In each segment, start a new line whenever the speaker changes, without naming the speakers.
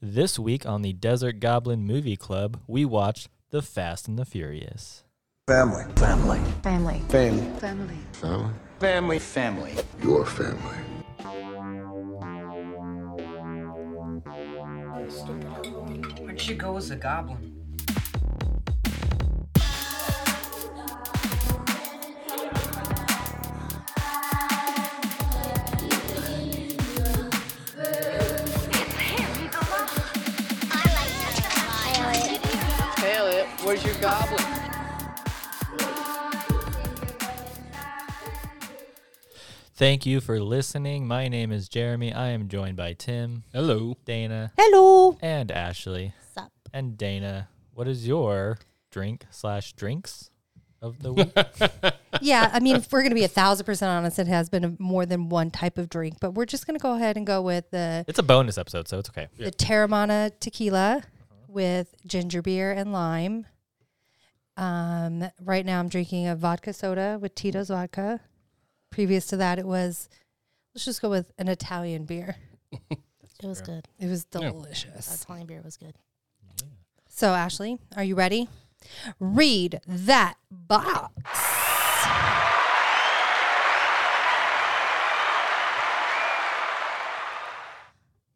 This week on the Desert Goblin Movie Club, we watched The Fast and the Furious.
Family. Family.
Family.
Family.
Family.
Family?
Family. Family.
Your family.
Where'd she go as a goblin? Tail it. Where's your goblin?
Thank you for listening. My name is Jeremy. I am joined by Tim. Hello. Dana.
Hello.
And Ashley.
Sup.
And Dana, what is your drink slash drinks of the week?
Yeah, I mean, if we're going to be a thousand percent honest, it has been a, more than one type of drink, but we're just going to go ahead and go with the
it's a bonus episode, so it's okay.
the Terramana tequila with ginger beer and lime. Um, right now, I'm drinking a vodka soda with Tito's vodka. Previous to that, it was let's just go with an Italian beer.
It was good.
It was delicious.
Italian beer was good.
So, Ashley, are you ready? Read that box.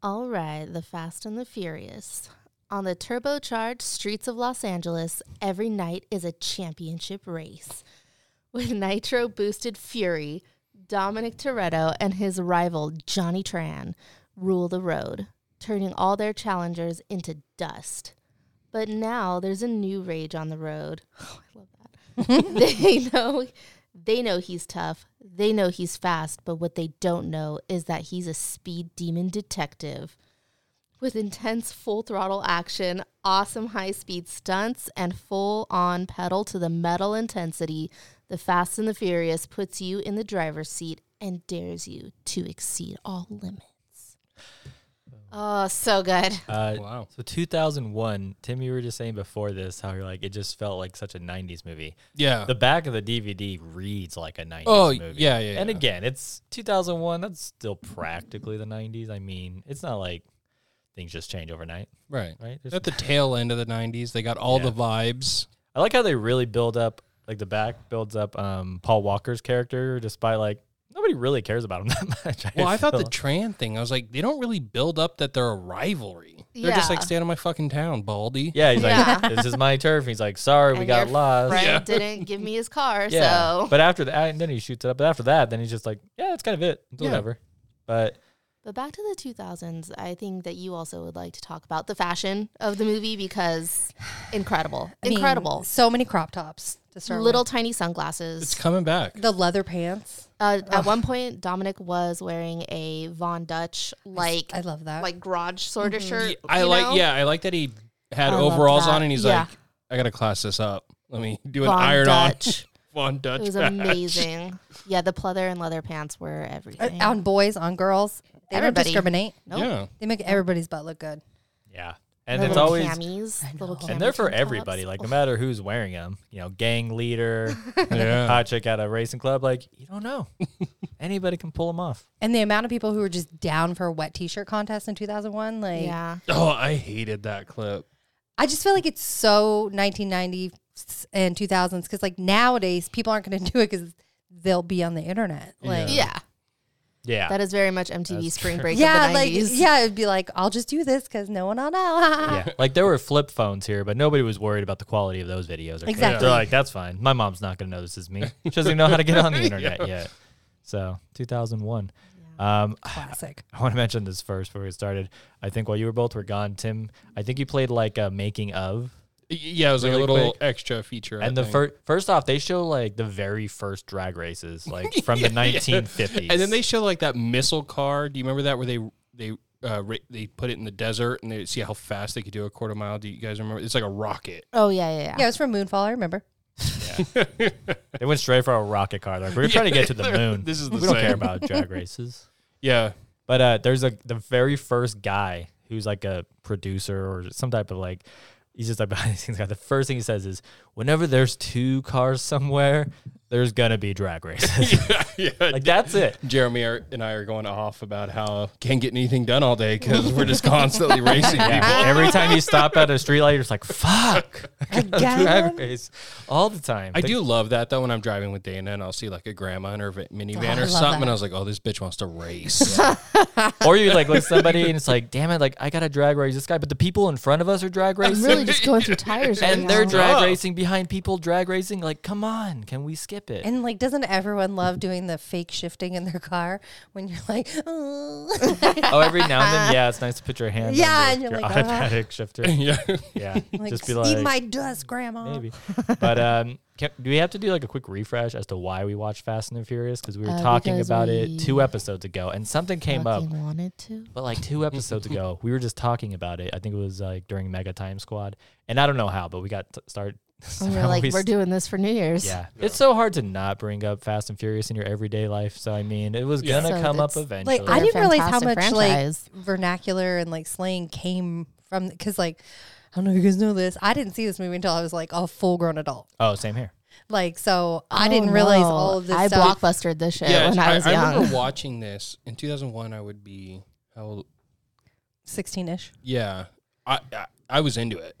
All right, The Fast and the Furious. On the turbocharged streets of Los Angeles, every night is a championship race. With nitro boosted fury, Dominic Toretto and his rival Johnny Tran rule the road, turning all their challengers into dust. But now there's a new rage on the road. Oh, I love that. they know they know he's tough. They know he's fast, but what they don't know is that he's a speed demon detective. With intense full throttle action, awesome high speed stunts, and full on pedal to the metal intensity, The Fast and the Furious puts you in the driver's seat and dares you to exceed all limits. Oh, so good.
Uh, wow. So 2001, Tim, you were just saying before this how you're like, it just felt like such a 90s movie.
Yeah.
The back of the DVD reads like a 90s
Uh. Oh,
movie.
yeah, yeah,
And
yeah.
again, it's 2001. That's still practically the 90s. I mean, it's not like things just change overnight.
right.
Right, there's-
At the tail end of the 90s, they got all the vibes.
I like how they really build up, like the back builds up um, Paul Walker's character, despite like nobody really cares about him that much.
Well, I thought the
feel.
Tran thing, I was like, they don't really build up that they're a rivalry. They're just like,
Yeah.
stay out of my fucking town, Baldy.
Yeah, he's
Yeah.
like, this is my turf. He's like, sorry, we
And
got
your
lost.
Friend
Yeah.
didn't give me his car,
Yeah.
so.
But after that, and then he shoots it up. But after that, then he's just like, yeah, that's kind of it. It's
Yeah.
Whatever. But
But back to the 2000s, I think that you also would like to talk about the fashion of the movie because incredible.
I mean,
incredible.
so many crop tops to start
Little
with.
tiny sunglasses.
It's coming back.
the leather pants.
uh, at one point, Dominic was wearing a Von Dutch like
I love that. Mm-hmm.
like garage sort of shirt.
I
you
like,
know?
yeah, I like that he had
I loved
overalls
that.
on and he's
Yeah.
like, I got to class this up. Let me do an
Von
iron
Dutch.
on. Von Dutch.
It was
patch.
amazing. Yeah, the pleather and leather pants were
Uh,
everything.
on boys, on girls. They
Everybody.
don't discriminate.
Nope.
Yeah.
They make everybody's butt look good.
yeah. And
The
it's
little
always,
camis, little cami
and they're for
tank tops.
everybody. Like, no matter who's wearing them, you know, gang leader,
Yeah.
hot chick at a racing club, like, you don't know. Anybody can pull them off.
And the amount of people who were just down for a wet t-shirt contest in 2001, like
yeah.
Oh, I hated that clip.
I just feel like it's so 1990s and 2000s because like nowadays people aren't going to do it because they'll be on the internet. Like yeah,
Yeah.
Yeah.
That is very much MTV Spring Break of the 90s.
like yeah, it'd be like I'll just do this because no one will know.
yeah. Like, there were flip phones here, but nobody was worried about the quality of those videos. or-
Exactly.
They're like, that's fine. My mom's not going to know this is me. She doesn't even know how to get on the internet yet. So, 2001. Um,
Classic.
I want to mention this first before we get started. I think while you were both were gone, Tim, I think you played like a making of.
Y- Yeah, it was like
Really
a little
quick.
extra feature. I
and the
think.
first, first off, they show like the very first drag races, like from the 1950s.
And then they show like that missile car. Do you remember that where they they uh, ra- they put it in the desert and they see how fast they could do a quarter mile? Do you guys remember? It's like a rocket.
Oh, yeah, yeah, yeah.
Yeah, it was from Moonfall. I remember.
They went straight for a rocket car. They're Like, we're trying to get to the moon.
This is the
we don't
same.
care about drag races.
Yeah,
But uh, there's a the very first guy who's like a producer or some type of like he's just like behind the scenes guy. The first thing he says is, "Whenever there's two cars somewhere, there's gonna be drag races.
yeah,
like that's it.
Jeremy are, and I are going off about how can't get anything done all day because we're just constantly racing people.
Every time you stop at a streetlight, you're just like, "Fuck!"
Again?
drag race all the time.
I do love that though when I'm driving with Dana and I'll see like a grandma in her va- minivan
I
or
love
something
that.
and I was like, oh, this bitch wants to race.
Or you like look at somebody and it's like, "Damn it!" Like I gotta drag race this guy, but the people in front of us are drag
I'm
racing.
really just going through tires right
and they're
now.
drag
Oh.
racing behind people drag racing like come on can we skip it
And like, doesn't everyone love doing the fake shifting in their car when you're like, oh.
oh every now and then yeah it's nice to put your hand
Yeah,
on
and
your,
you're
your
like, ah.
automatic shifter
yeah.
yeah
like
just be
eat
like
my dust, grandma?
maybe but um can, do we have to do like a quick refresh as to why we watch fast and the furious because we were
Uh,
talking
because
about
we
it two episodes ago and something came up
Fucking wanted to.
but like two episodes ago we were just talking about it i think it was like during mega time squad and i don't know how but we got to start
And Oh, we're
somehow
like,
we
we're doing this for New Year's.
Yeah. It's so hard to not bring up Fast and Furious in your everyday life. So, I mean, it was going to
So
come up
it's-
eventually.
Like, I
They're a
didn't realize how much
fantastic franchise.
like vernacular and like slang came from because like. I don't know if you guys know this. I didn't see this movie until I was like a full grown adult.
oh, same here.
Like, so I
Oh,
didn't realize
no.
all of this
I
stuff.
blockbustered this shit
Yeah.
when I, was young.
remember watching this in 2001. I would be, how old?
16 ish.
Yeah. I, I, I was into it.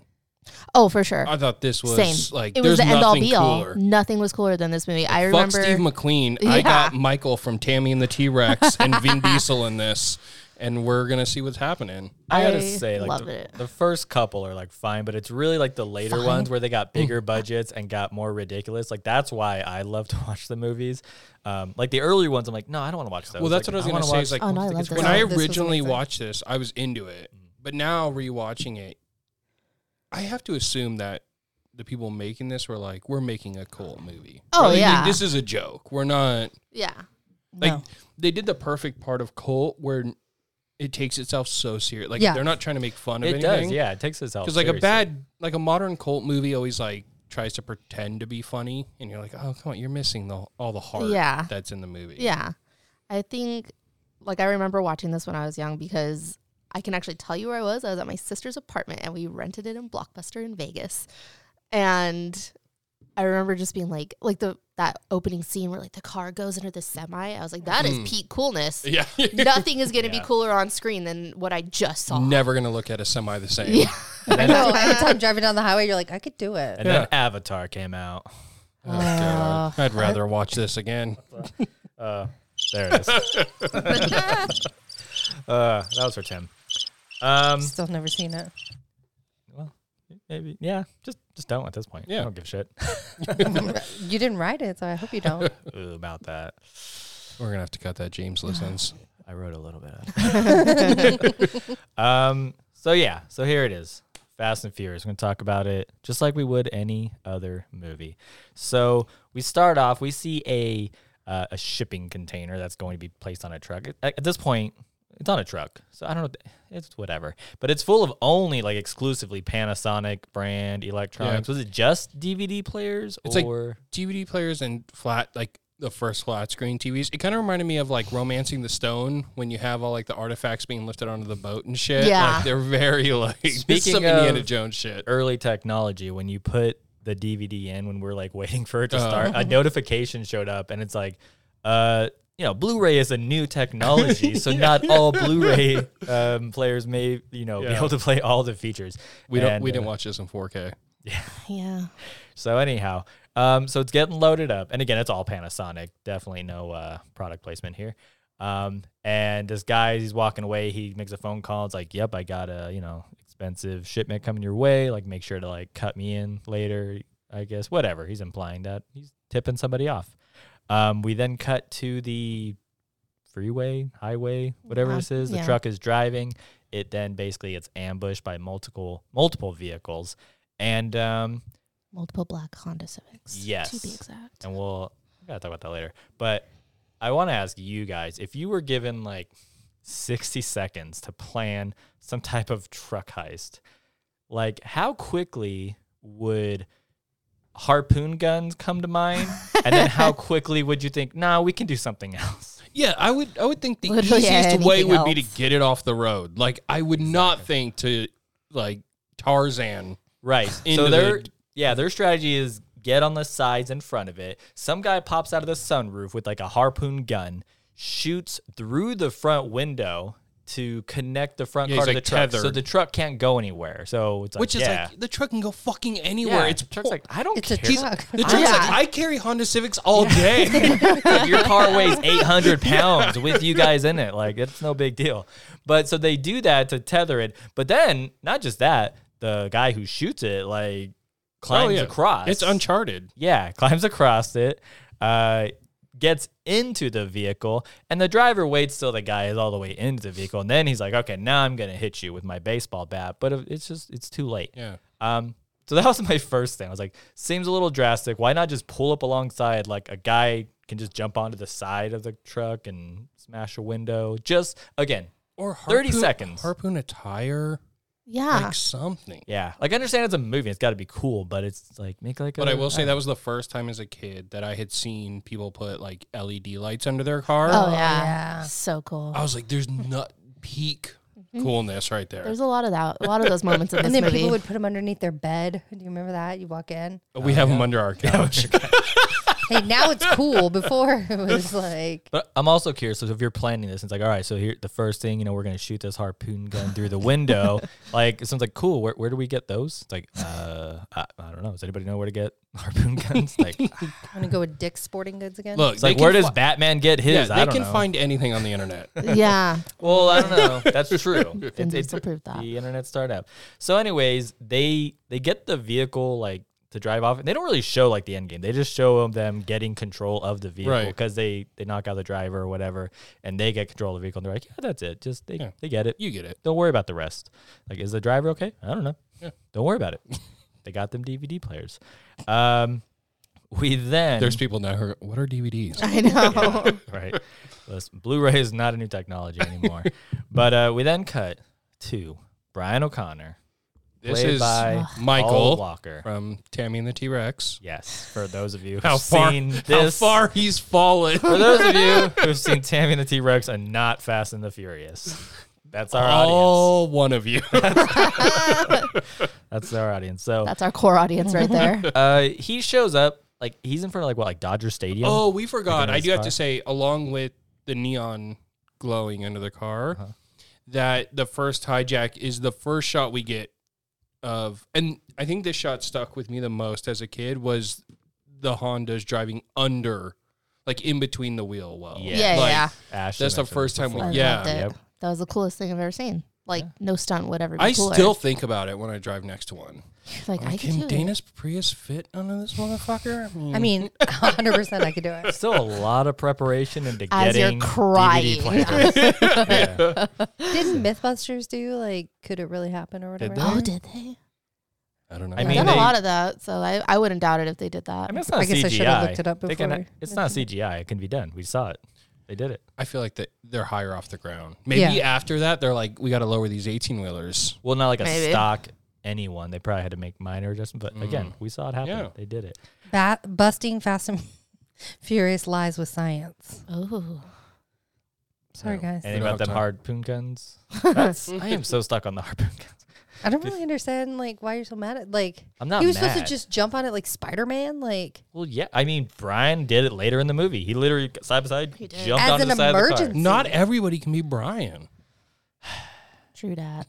oh, for sure.
I thought this was
Same.
like,
it
there's
was the
nothing
end all be
cooler.
all. Nothing was cooler than this movie. I remember.
Fuck Steve McQueen.
Yeah.
I got Michael from Tammy and the T Rex and Vin Diesel in this, and we're gonna see what's happening.
I
I
gotta say, like
loved
the,
it.
the first couple are like fine, but it's really like the later ones where they got bigger budgets and got more ridiculous. Like that's why I love to watch the movies. Um, like the earlier ones, I'm like, no, I don't want to watch those.
Well, that's what I was gonna
wanna
say. Is like
Oh, no, I
what's the-
love
when
this.
I
This was
originally
amazing.
watched this, I was into it, but now rewatching it, I have to assume that the people making this were like, we're making a cult movie.
Oh,
Like,
yeah.
this is a joke. We're not
yeah.
like
No.
they did the perfect part of cult where it takes itself so serious. Like
Yeah.
they're not trying to make fun of
it
anything.
does. Yeah, it takes itself
because like
seriously.
a bad like a modern cult movie always like tries to pretend to be funny and you're like oh come on you're missing the all the heart
Yeah.
that's in the movie
Yeah. I think, like, I remember watching this when I was young because I can actually tell you where I was. I was at my sister's apartment and we rented it in Blockbuster in Vegas. And I remember just being like, like the that opening scene where like the car goes under the semi. I was like, that is peak coolness.
yeah
Nothing is going to
Mm. Yeah.
be cooler on screen than what I just saw.
never gonna look at a semi the same
Yeah.
I know. Every time driving down the highway, you're like, I could do it.
And then Avatar came out.
Oh, God. i'd rather watch this again
There it is. uh, that was for Tim. Um,
Still never seen it.
maybe yeah. Just just don't at this point.
Yeah.
I don't give a shit
You didn't write it, so I hope you don't.
Ooh, about that.
we're gonna have to cut that james listens
I wrote a little bit. um. So yeah. So here it is. Fast and Furious. We're gonna talk about it just like we would any other movie. So we start off. We see a uh, a shipping container that's going to be placed on a truck. At, at this point, it's on a truck. So I don't know. It's whatever. But it's full of only like exclusively Panasonic brand electronics. Was it just DVD players
It's like-
or
dvd players and flat like the first flat screen tvs it kind of reminded me of like romancing the stone when you have all like the artifacts being lifted onto the boat and shit
Yeah.
like they're very like this
Speaking
is some indiana
of-
jones shit Er,
early technology when you put the DVD in when we're like waiting for it to start,
Uh-huh.
a notification showed up and it's like, uh, you know, Blu-ray is a new technology, so not all Blu-ray um, players may, you know, be
Yeah.
able to play all the features.
we don't
And,
we
uh,
didn't watch this in 4k
Yeah.
so anyhow, um, so it's getting loaded up, and again, it's all Panasonic. Definitely no uh, product placement here. Um, and this guy, he's walking away. He makes a phone call. It's like, "Yep, I got a you know expensive shipment coming your way. Like, make sure to like cut me in later. I guess whatever." He's implying that he's tipping somebody off. Um, we then cut to the freeway, highway, whatever
Yeah.
this is. The
Yeah.
truck is driving. It then basically it's ambushed by multiple multiple vehicles, and um,
Multiple black Honda Civics. To
Yes.
be exact.
and we'll we gotta talk about that later. But I want to ask you guys if you were given like sixty seconds to plan some type of truck heist, like how quickly would harpoon guns come to mind, and then how quickly would you think, nah, we can do something else?
Yeah, I would. I would think the
Literally
easiest way
anything
would be to
else.
get it off the road. Like I would not think to like Tarzan.
Right.
Into
so their
the-
yeah, their strategy is get on the sides in front of it. Some guy pops out of the sunroof with like a harpoon gun, shoots through the front window to connect the front
Yeah,
car
he's,
to
like,
the truck. So
tethered.
the truck can't go anywhere. So it's like,
Which is
yeah.
like the truck can go fucking
yeah,
anywhere. It's
the truck's
po-
like, I don't
It's a
care.
He's-
Truck.
the truck's
Yeah.
like I carry Honda Civics all day.
Like, your car weighs 800 pounds with you guys in it. Like, it's no big deal. But so they do that to tether it. But then, not just that, the guy who shoots it, like, climbs across.
Oh, It's uncharted.
Yeah, climbs across it, uh, gets into the vehicle, and the driver waits till the guy is all the way into the vehicle. And then he's like, okay, now I'm going to hit you with my baseball bat. But it's just, it's too late.
Yeah.
Um, so that was my first thing. I was like, seems a little drastic. Why not just pull up alongside? Like a guy can just jump onto the side of the truck and smash a window. Just again,
Or
30 seconds.
Harpoon a tire,
Ah.
Yeah.
like something.
yeah. Like I understand it's a movie. It's got to be cool, but it's like make like.
But
I
I will say that was the first time as a kid that I had seen people put like LED lights under their car.
oh, yeah.
yeah.
So cool.
Oh,
I was like, there's nut peak
Mm-hmm.
coolness right there.
There's a lot of that. A lot of those moments in this
And then
movie.
people would put them underneath their bed. Do you remember that? You walk in.
we
Uh,
have them under our couch.
Hey, now it's cool. Before it was like,
But I'm also curious. So if you're planning this, it's like, all right, so here the first thing, you know, we're gonna shoot this harpoon gun through the window. like it sounds like cool. Where, where do we get those? It's like, uh, I, I don't know. Does anybody know where to get harpoon guns? Like, it's
I'm going to go with Dick's Sporting Goods again.
Look, they
like
can
where does
fi-
Batman get
yeah,
his?
they
I don't
can
know.
find anything on the internet.
yeah.
Well, I don't know. That's true.
Been disproved that.
the internet startup. So, anyways, they they get the vehicle like to drive off. They don't really show like the end game. They just show 'em them getting control of the vehicle
Right.
because they they knock out the driver or whatever, and they get control of the vehicle. And they're like, yeah, that's it. Just they,
Yeah.
they get it.
you get it.
don't worry about the rest. Like, is the driver okay? I don't know.
Yeah.
Don't worry about it. they got them DVD players. Um, we then
There's people now who are, what are DVDs?
I know.
right? Listen, Blu-ray is not a new technology anymore. but uh, we then cut to Brian O'Connor,
This
played
is
by Paul
Michael
Walker.
from Tammy and the T Rex.
Yes, for those of you who've
How far,
seen
how
this,
far he's fallen.
for those of you who've seen Tammy and the T-Rex and not Fast and the Furious, that's our audience.
All one of you.
That's our audience. So
That's our core audience right there.
uh, he shows up like he's in front of like what like Dodger Stadium.
Oh, we forgot.
in
I
his
do have
car.
to say, along with the neon glowing under the car,
Uh-huh.
that the first hijack is the first shot we get of, and I think this shot stuck with me the most as a kid was the Hondas driving under, like in between the wheel well.
Yeah.
Yeah,
Like,
yeah.
Ash,
That's the
mentioned
first time we-
before.
I
yeah.
loved it.
Yep.
That was the coolest thing I've ever seen. Like no stunt would ever be
I
cooler.
still think about it when I drive next to one.
like I could
Can
do it.
Dana's Prius fit under this motherfucker? I
Mm.
mean,
I mean, 100% I could do it.
Still a lot of preparation into
As you're
getting
crying.
DVD players. Yeah.
Didn't Mythbusters do like, could it really happen or whatever?
they?
Oh, did they?
I don't know.
I
I've
mean,
done
they-
a lot of that, so I, I wouldn't doubt it if they did that.
I mean, it's not
I guess
CGI.
I should have looked it up
They can-
before.
it's not CGI. It can be done. We saw it. They did it.
I feel like that they're higher off the ground. Maybe
Yeah.
after that, they're like, we got to lower these 18 wheelers.
Well, not like a
Maybe.
stock anyone. They probably had to make minor adjustments. But again, we saw it happen.
Yeah.
They did it.
Bat- busting Fast and Furious lies with science.
oh,
Sorry, guys.
And
don't
about
have
them
time.
harpoon guns. That's,
Mm-hmm.
I am so stuck on the harpoon guns.
I don't really understand like why you're so mad at like
I'm not
he was supposed
mad.
to just jump on it like Spider Man, like
Well, yeah. I mean, Brian did it later in the movie. He literally got side by side
He did.
jumped
As
onto
an
the side of the car.
emergency.
Not everybody can be Brian.
true that.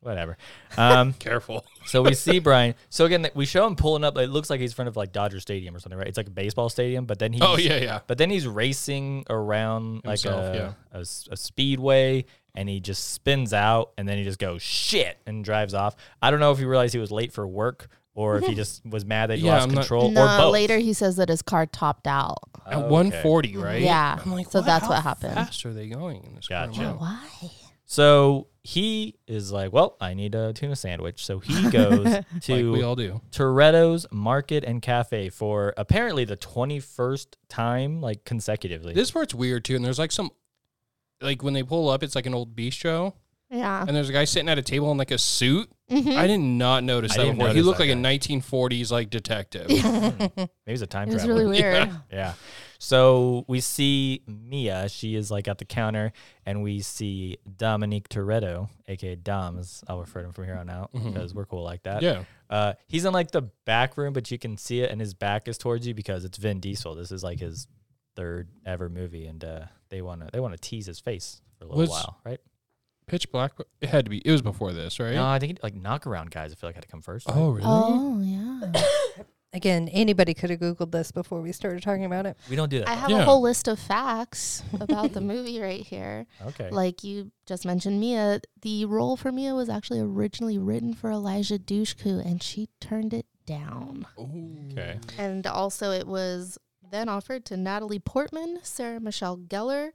Whatever. Um,
Careful.
so we see Brian. So again, th- we show him pulling up. It looks like he's in front of like Dodger Stadium or something, right? It's like a baseball stadium, but then he.
Oh yeah, yeah.
But then he's racing around like
Himself,
a, a s- a speedway and he just spins out and then he just goes shit and drives off. I don't know if he realized he was late for work or if he just was mad that he
Yeah,
lost
I'm not-
control or
no,
both. Oh,
later he says that his car topped out.
At 140, right?
Yeah.
I'm like,
So that's
how
what happened.
Fast are they going in this? car?
Gotcha.
Wow.
Why?
So he is like, well, I need a tuna sandwich. So he goes
Like we
to
all do.
Toretto's Market and Cafe for apparently the 21st time, like consecutively.
This part's weird too, and there's like some, like when they pull up, it's like an old bistro,
Yeah.
and there's a guy sitting at a table in like a suit.
Mm-hmm.
I did not notice
I
that
didn't
before. he
notice
looked
that
like
guy.
a 1940s like detective.
Maybe it's a time
It was
travel.
really weird.
Yeah. So we see Mia. She is like at the counter, and we see Dominique Toretto, aka Doms. I'll refer to him from here on out because we're cool like that.
Mm-hmm. Yeah.
Uh, he's in like the back room, but you can see it, and his back is towards you because it's Vin Diesel. This is like his third ever movie, and uh, they want to they want to tease his face for a little
Was-
while, right?
Pitch Black. It had to be. It was before this, right?
No, I think like knockaround guys. I feel like had to come first.
oh, really?
Oh yeah.
Again, anybody could have Googled this before we started talking about it.
We don't do that.
I have
Yeah.
a whole list of facts about the movie right here.
okay.
Like you just mentioned, Mia. The role for Mia was actually originally written for Elijah Dushku, and she turned it down.
Okay.
And also, it was then offered to Natalie Portman, Sarah Michelle Gellar,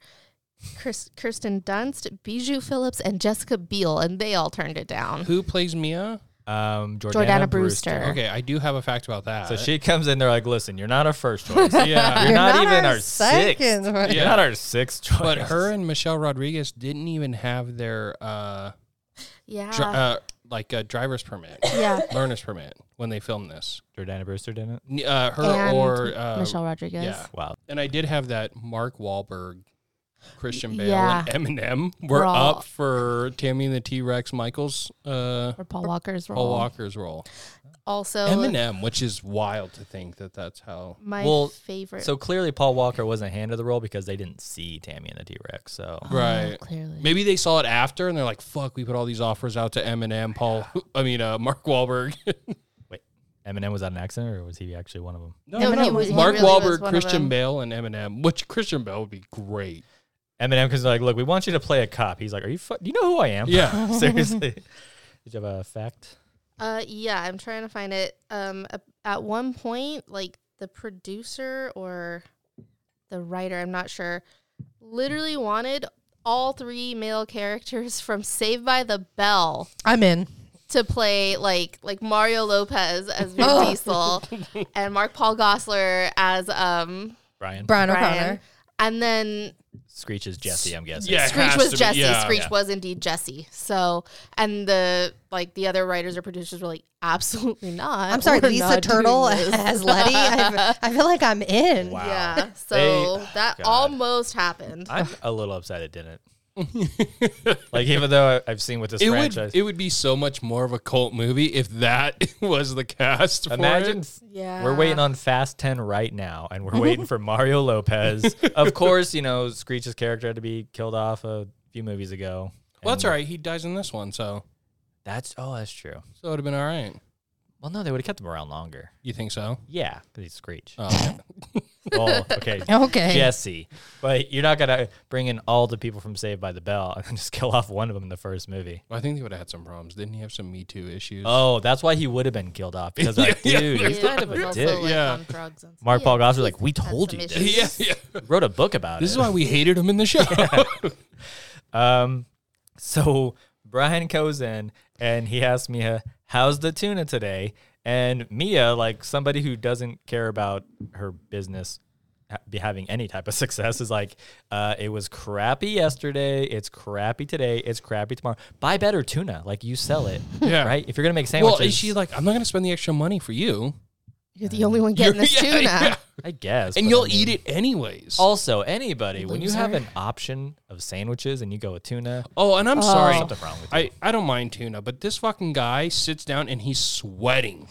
Kris- Kirsten Dunst, Bijou Phillips, and Jessica Biel, and they all turned it down.
Who plays Mia?
Um, Jordana,
Jordana
Brewster.
Brewster.
Okay, I do have a fact about that.
So she comes in there like, listen, you're not our first choice.
Yeah.
You're not, even our, sixth.
second one.
You're
Yeah.
not our sixth choice.
but her and Michelle Rodriguez didn't even have their uh,
Yeah.
dri- uh like a driver's permit,
Ah. yeah.
learner's permit when they filmed this.
Jordana Brewster didn't.
N- Uh, her
and
or uh,
Michelle Rodriguez.
yeah.
Wow.
And I did have that Mark Wahlberg, Christian Bale,
Yeah.
and Eminem were
Raw.
up for Tammy and the T Rex Michaels, uh,
Or Paul Walker's role.
Paul Walker's role.
Also,
Eminem, which is wild to think that that's how.
my
Well,
favorite.
So clearly Paul Walker wasn't handed the role because they didn't see Tammy and the T Rex. So
Right.
clearly.
Maybe they saw it after and they're like, fuck, we put all these offers out to Eminem, Paul, I mean, uh, Mark Wahlberg.
wait, Eminem was that an accident or was he actually one of them?
no,
No,
no, he
was-
Mark
really was
Wahlberg,
one of
Christian
them.
Bale, and Eminem, which Christian Bale would be great.
Eminem, because like, look, we want you to play a cop. He's like, are you? Fu- do you know who I am?
Yeah.
Seriously. Did you have a fact?
Uh, yeah, I'm trying to find it. Um, a- at one point, like the producer or the writer, I'm not sure, literally wanted all three male characters from Saved by the Bell
I'm in.
to play like like Mario Lopez as Vin Diesel and Mark Paul Gosler as um
Brian.
Brian,
Brian.
O'Connor.
And then
Screech is Jesse, I'm guessing.
Yeah. It
Screech
has
was
to be-
Jesse.
yeah.
Screech
Yeah.
was indeed Jesse. So, and the like the other writers or producers were like, absolutely not.
I'm sorry,
We're
Lisa
not doing
Turtle
this."
as Letty. I, I feel like I'm in.
Wow.
Yeah. So
They-
that
God.
almost happened.
I'm a little upset it didn't. like even though I- I've seen with this
It
franchise,
would, it would be so much more of a cult movie if that was the cast. for
imagine
it.
f-
yeah.
we're waiting on Fast Ten right now, and we're waiting for Mario Lopez. of course, you know Screech's character had to be killed off a few movies ago.
Well, that's
And
all right. He dies in this one, so
That's oh, that's true.
so it would have been all right.
Well, no, they would have kept him around longer.
You think so?
Yeah, because he's Screech.
Oh, okay.
Oh, okay.
Okay.
Jesse, but you're not gonna bring in all the people from Saved by the Bell and then just kill off one of them in the first movie.
Well, I think they would have had some problems. Didn't he have some Me Too issues?
Oh, that's why he would have been killed off because like,
Yeah, yeah.
dude, he's kind of
He was
a
also,
dick.
like,
yeah.
on drugs and stuff.
Mark
Yeah,
Paul Gossler,
he's
like, we
had
told
some
you
issues.
this.
yeah, yeah.
Wrote a book about
This
it.
is why we hated him in the show.
Um, so Brian goes in and he asks Mia, "How's the tuna today?" And Mia, like somebody who doesn't care about her business ha- be having any type of success, is like, uh, "It was crappy yesterday. It's crappy today. It's crappy tomorrow. Buy better tuna. Like you sell it,
Yeah.
right? If you're gonna make sandwiches,
well, is she like, I'm not going to spend the extra money for you,
You're the only one getting this
Yeah,
tuna.
yeah.
I guess,
and
but
you'll
I mean-
eat it anyways.
Also, anybody, when you have
Loser.
an option of sandwiches and you go with tuna,
oh, and I'm sorry.
something wrong with you.
I, I don't mind tuna, but this fucking guy sits down and he's sweating.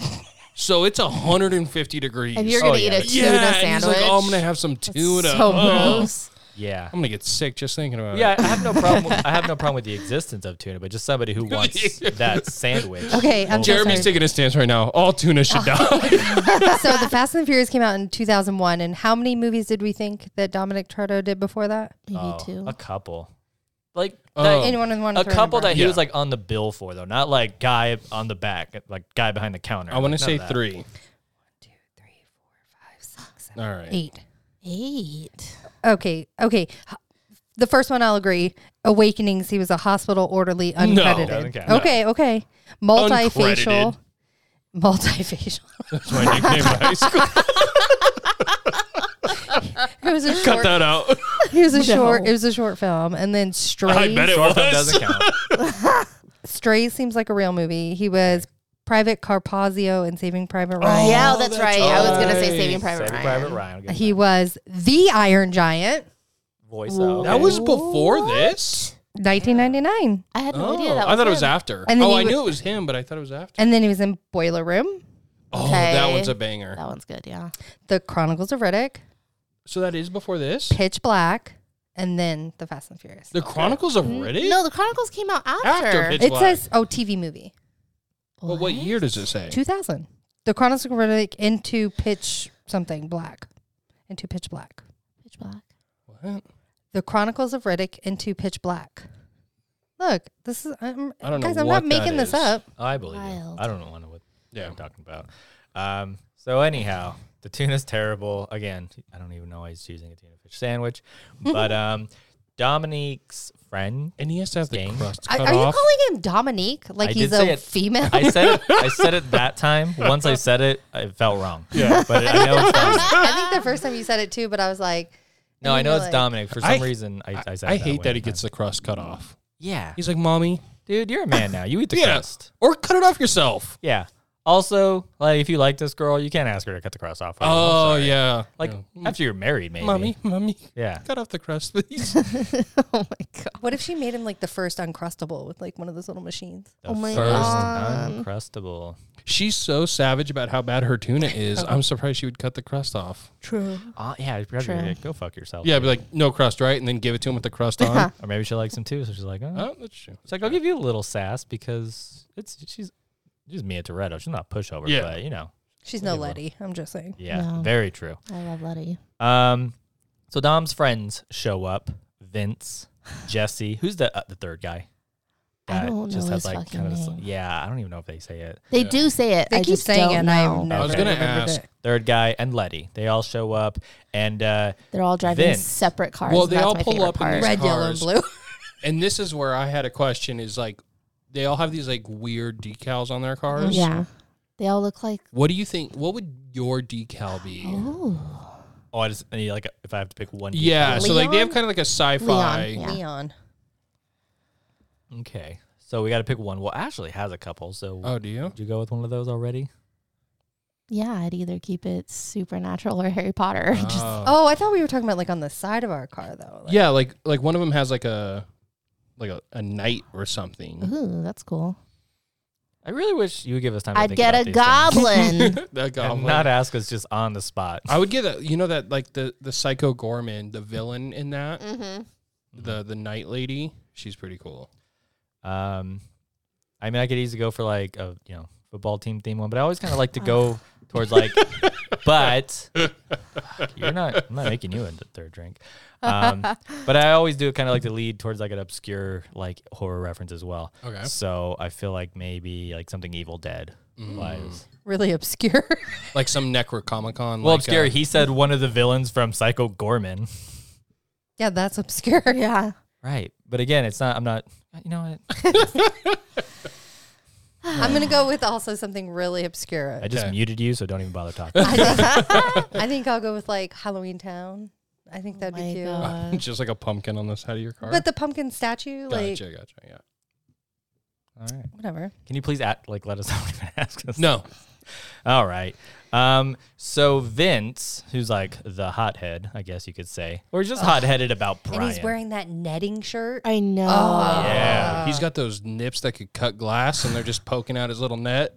so it's 150 degrees.
And you're gonna
yeah.
eat a
yeah,
tuna
and
sandwich.
he's like, oh, I'm going to have some tuna.
so
Ugh.
gross.
yeah,
I'm going to get sick just thinking about
Yeah,
it.
I have no problem. With, I have no problem with the existence of tuna, but just somebody who wants that sandwich.
Okay, I'm so
Oh. Jeremy's
sorry.
taking a stance right now. All tuna
Oh.
should die.
so the Fast and the Furious came out in 2001, and how many movies did we think that Dominic Toretto did before that?
Maybe
Oh,
two.
a couple, like
Oh.
that-
Anyone want to
a couple that he
Yeah.
was like on the bill for though, not like guy on the back, like guy behind the counter.
I want
Like,
to
none
say
of that.
three. All right.
eight.
Eight.
Okay, okay. The first one I'll agree. Awakenings. He was a hospital orderly,
doesn't
uncredited.
count. No.
Okay, okay. Multifacial.
Uncredited.
Multifacial.
That's my nickname in high school.
It was a
Cut
short.
that out.
It was a short. It was a short film, and then Stray.
I bet it
Short film
was.
doesn't count.
Stray seems like a real movie. He was Private Carpazio in Saving Private Ryan.
Oh,
yeah, that's,
Oh, that's
right. I was gonna say
right.
Saving Private
Saving
Ryan.
Private Ryan. Good
He was the Iron Giant,
voice. though.
That was before this.
1999.
I had no
Oh,
idea that.
I thought it was
him.
after.
And then
oh,
he
I
wa-
knew it was him, but I thought it was after.
And then he was in Boiler Room,
Oh,
Okay.
that one's a banger.
That one's good. Yeah.
The Chronicles of Riddick,
So that is before this.
Pitch Black, and then The Fast and Furious.
The Chronicles of Riddick.
No, the Chronicles came out after.
After Pitch-
it
Black.
says, oh, TV movie.
But what year does it say?
2000. The Chronicles of Riddick into Pitch something black. Into Pitch Black.
Pitch Black.
What?
The Chronicles of Riddick into Pitch Black. Look, this is I'm,
I don't know
guys. I'm
what
not making
that
this
is.
up.
I believe you.
Wild.
I don't know what what
Yeah.
I'm talking about. Um, so anyhow, the tuna's terrible. Again, I don't even know why he's choosing a tuna fish sandwich. But um, Dominique's friend.
And he has to have
Sting.
the crust
I-
cut
are you
off.
calling him Dominique? Like
I
he's
did say
a
it.
female?
I said it. I said it that time. Once I said it, I felt wrong. Yeah, but I know it's Dominic.
I think the first time you said it too, but I was like,
No, I know it's
Really?
Dominic. For some
I-
reason, I, I said.
I
it
hate
way
that he
at the
gets the crust cut off.
time. Yeah,
He's like, "Mommy,
dude, you're a man now. You eat the
yeah,
crust.
or cut it off yourself."
Yeah. Also, like, if you like this girl, you can't ask her to cut the crust off. for you. I'm
Oh
sorry.
yeah,
Like
Yeah. Mm,
after you're married, maybe.
mommy, mommy,
Yeah.
cut off the crust, please.
what if she made him like the first uncrustable with like one of those little machines?
The
Oh my
first
God.
uncrustable.
She's so savage about how bad her tuna is. I'm surprised she would cut the crust off.
True.
Uh, yeah, I'd probably
True.
be like, go fuck yourself.
Yeah, be like, no crust, right? And then give it to him with the crust on.
Or maybe she likes him too, so she's like, oh.
oh, that's true.
It's like I'll give you a little sass because it's she's she's Mia Toretto. She's not a pushover,
Yeah.
but you know,
She's no
Yeah.
Letty. I'm just saying.
yeah,
No.
very true.
I love Letty.
Um, so Dom's friends show up. Vince, Jesse, who's the uh, the third guy?
I don't know his fucking
this-
name.
yeah, I don't even know if they say it.
They do say it.
They
I
keep
just
saying
don't
it, and I
know.
have never
was
gonna
remembered
ask.
it.
Third guy and Letty. They all show up, and uh,
They're all driving
Vince.
separate cars.
Well,
and
they
that's
all
my
pull
favorite
up in
part.
this-
Red, yellow, and
Cars.
blue.
And this is where I had a question: is like, they all have these like weird decals on their cars.
Yeah, they all look like.
What do you think? What would your decal be?
Oh,
oh, I just I need, like if I have to pick one. deep-
Yeah, so like they have
Leon?
kind of like a sci-fi.
Leon, yeah.
Neon.
Okay, so we got to pick one. Well, Ashley has a couple, so
Oh, do you?
did you go with one of those already?
yeah. I'd either keep it supernatural or Harry Potter. Just-
Oh.
Oh, I thought we were talking about like on the side of our car though. Like,
Yeah, like like one of them has like a like a, a knight or something.
ooh, that's cool.
I really wish you would give us time. To
I'd
think
get
about
a
these things.
goblin.
That
And
goblin.
not ask us just on the spot.
Oh I would get a you know that like the the psycho Gorman, the villain in that,
mm-hmm.
the the night lady. She's pretty cool.
Um, I mean, I could easily go for like a you know football team theme one, but I always kind of like to go towards like, but you're not. I'm not making you a third drink. Um, but I always do kind of like to lead towards like an obscure like horror reference as well.
Okay.
So I feel like maybe like something Evil Dead.
Hmm.
Wise.
Really obscure.
mm. Like some Necrocomicon.
Well,
like
obscure.
uh,
he said one of the villains from Psycho Gorman.
yeah, that's obscure.
Yeah.
Right. But again, it's not. I'm not. You know what?
I'm gonna go with also something really obscure.
I just
Okay.
muted you, so don't even bother talking.
I think, I think I'll go with like Halloween Town. I think that'd
Oh my
be cute.
God.
just like a pumpkin on the side of your car.
But the pumpkin statue, like
Uh, gotcha, gotcha. Yeah.
All right.
whatever.
Can you please act like let us know when you ask us?
No.
All right. Um, so Vince, who's like the hothead, I guess you could say, or just hot-headed about Brian.
And he's wearing that netting shirt.
I know.
Oh.
yeah.
He's got those nips that could cut glass and they're just poking out his little net.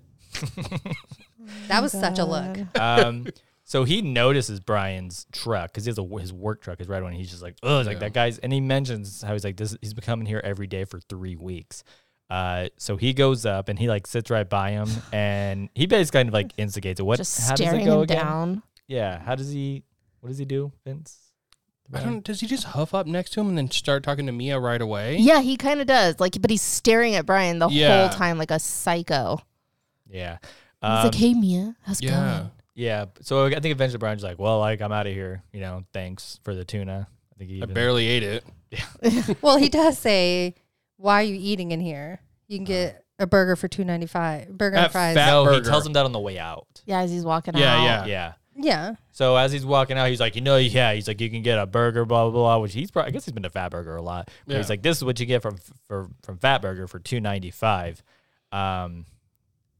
that was such a look.
um, so he notices Brian's truck because he has a, his work truck is right when he's just like, oh, like that guy's, and he mentions how he's like this. He's been coming here every day for three weeks. Uh, so he goes up and he like sits right by him and he basically kind of like instigates it. What?
Just
how does it
staring
go
him
again?
down.
Yeah. How does he? What does he do, Vince?
I don't. Does he just huff up next to him and then start talking to Mia right away?
Yeah, he kind of does. Like, but he's staring at Brian the
Yeah.
whole time like a psycho.
Yeah.
He's like, "Hey, Mia, how's it
Yeah.
going?"
Yeah. So I think eventually Brian's like, well, like I'm out of here. You know, thanks for the tuna. I think he
I
even,
barely ate it.
Well, he does say, "Why are you eating in here? You can get a burger for two ninety five. Burger and
At
fries."
Fat
no, he
Burger.
tells him that on the way out.
Yeah, as he's walking
Yeah, yeah.
out.
Yeah.
yeah,
So as he's walking out, he's like, you know, yeah, he's like, you can get a burger, blah blah blah. Which he's probably, I guess he's been to Fat Burger a lot. But he's
Yeah.
like, this is what you get from for from Fat Burger for two ninety five. Um,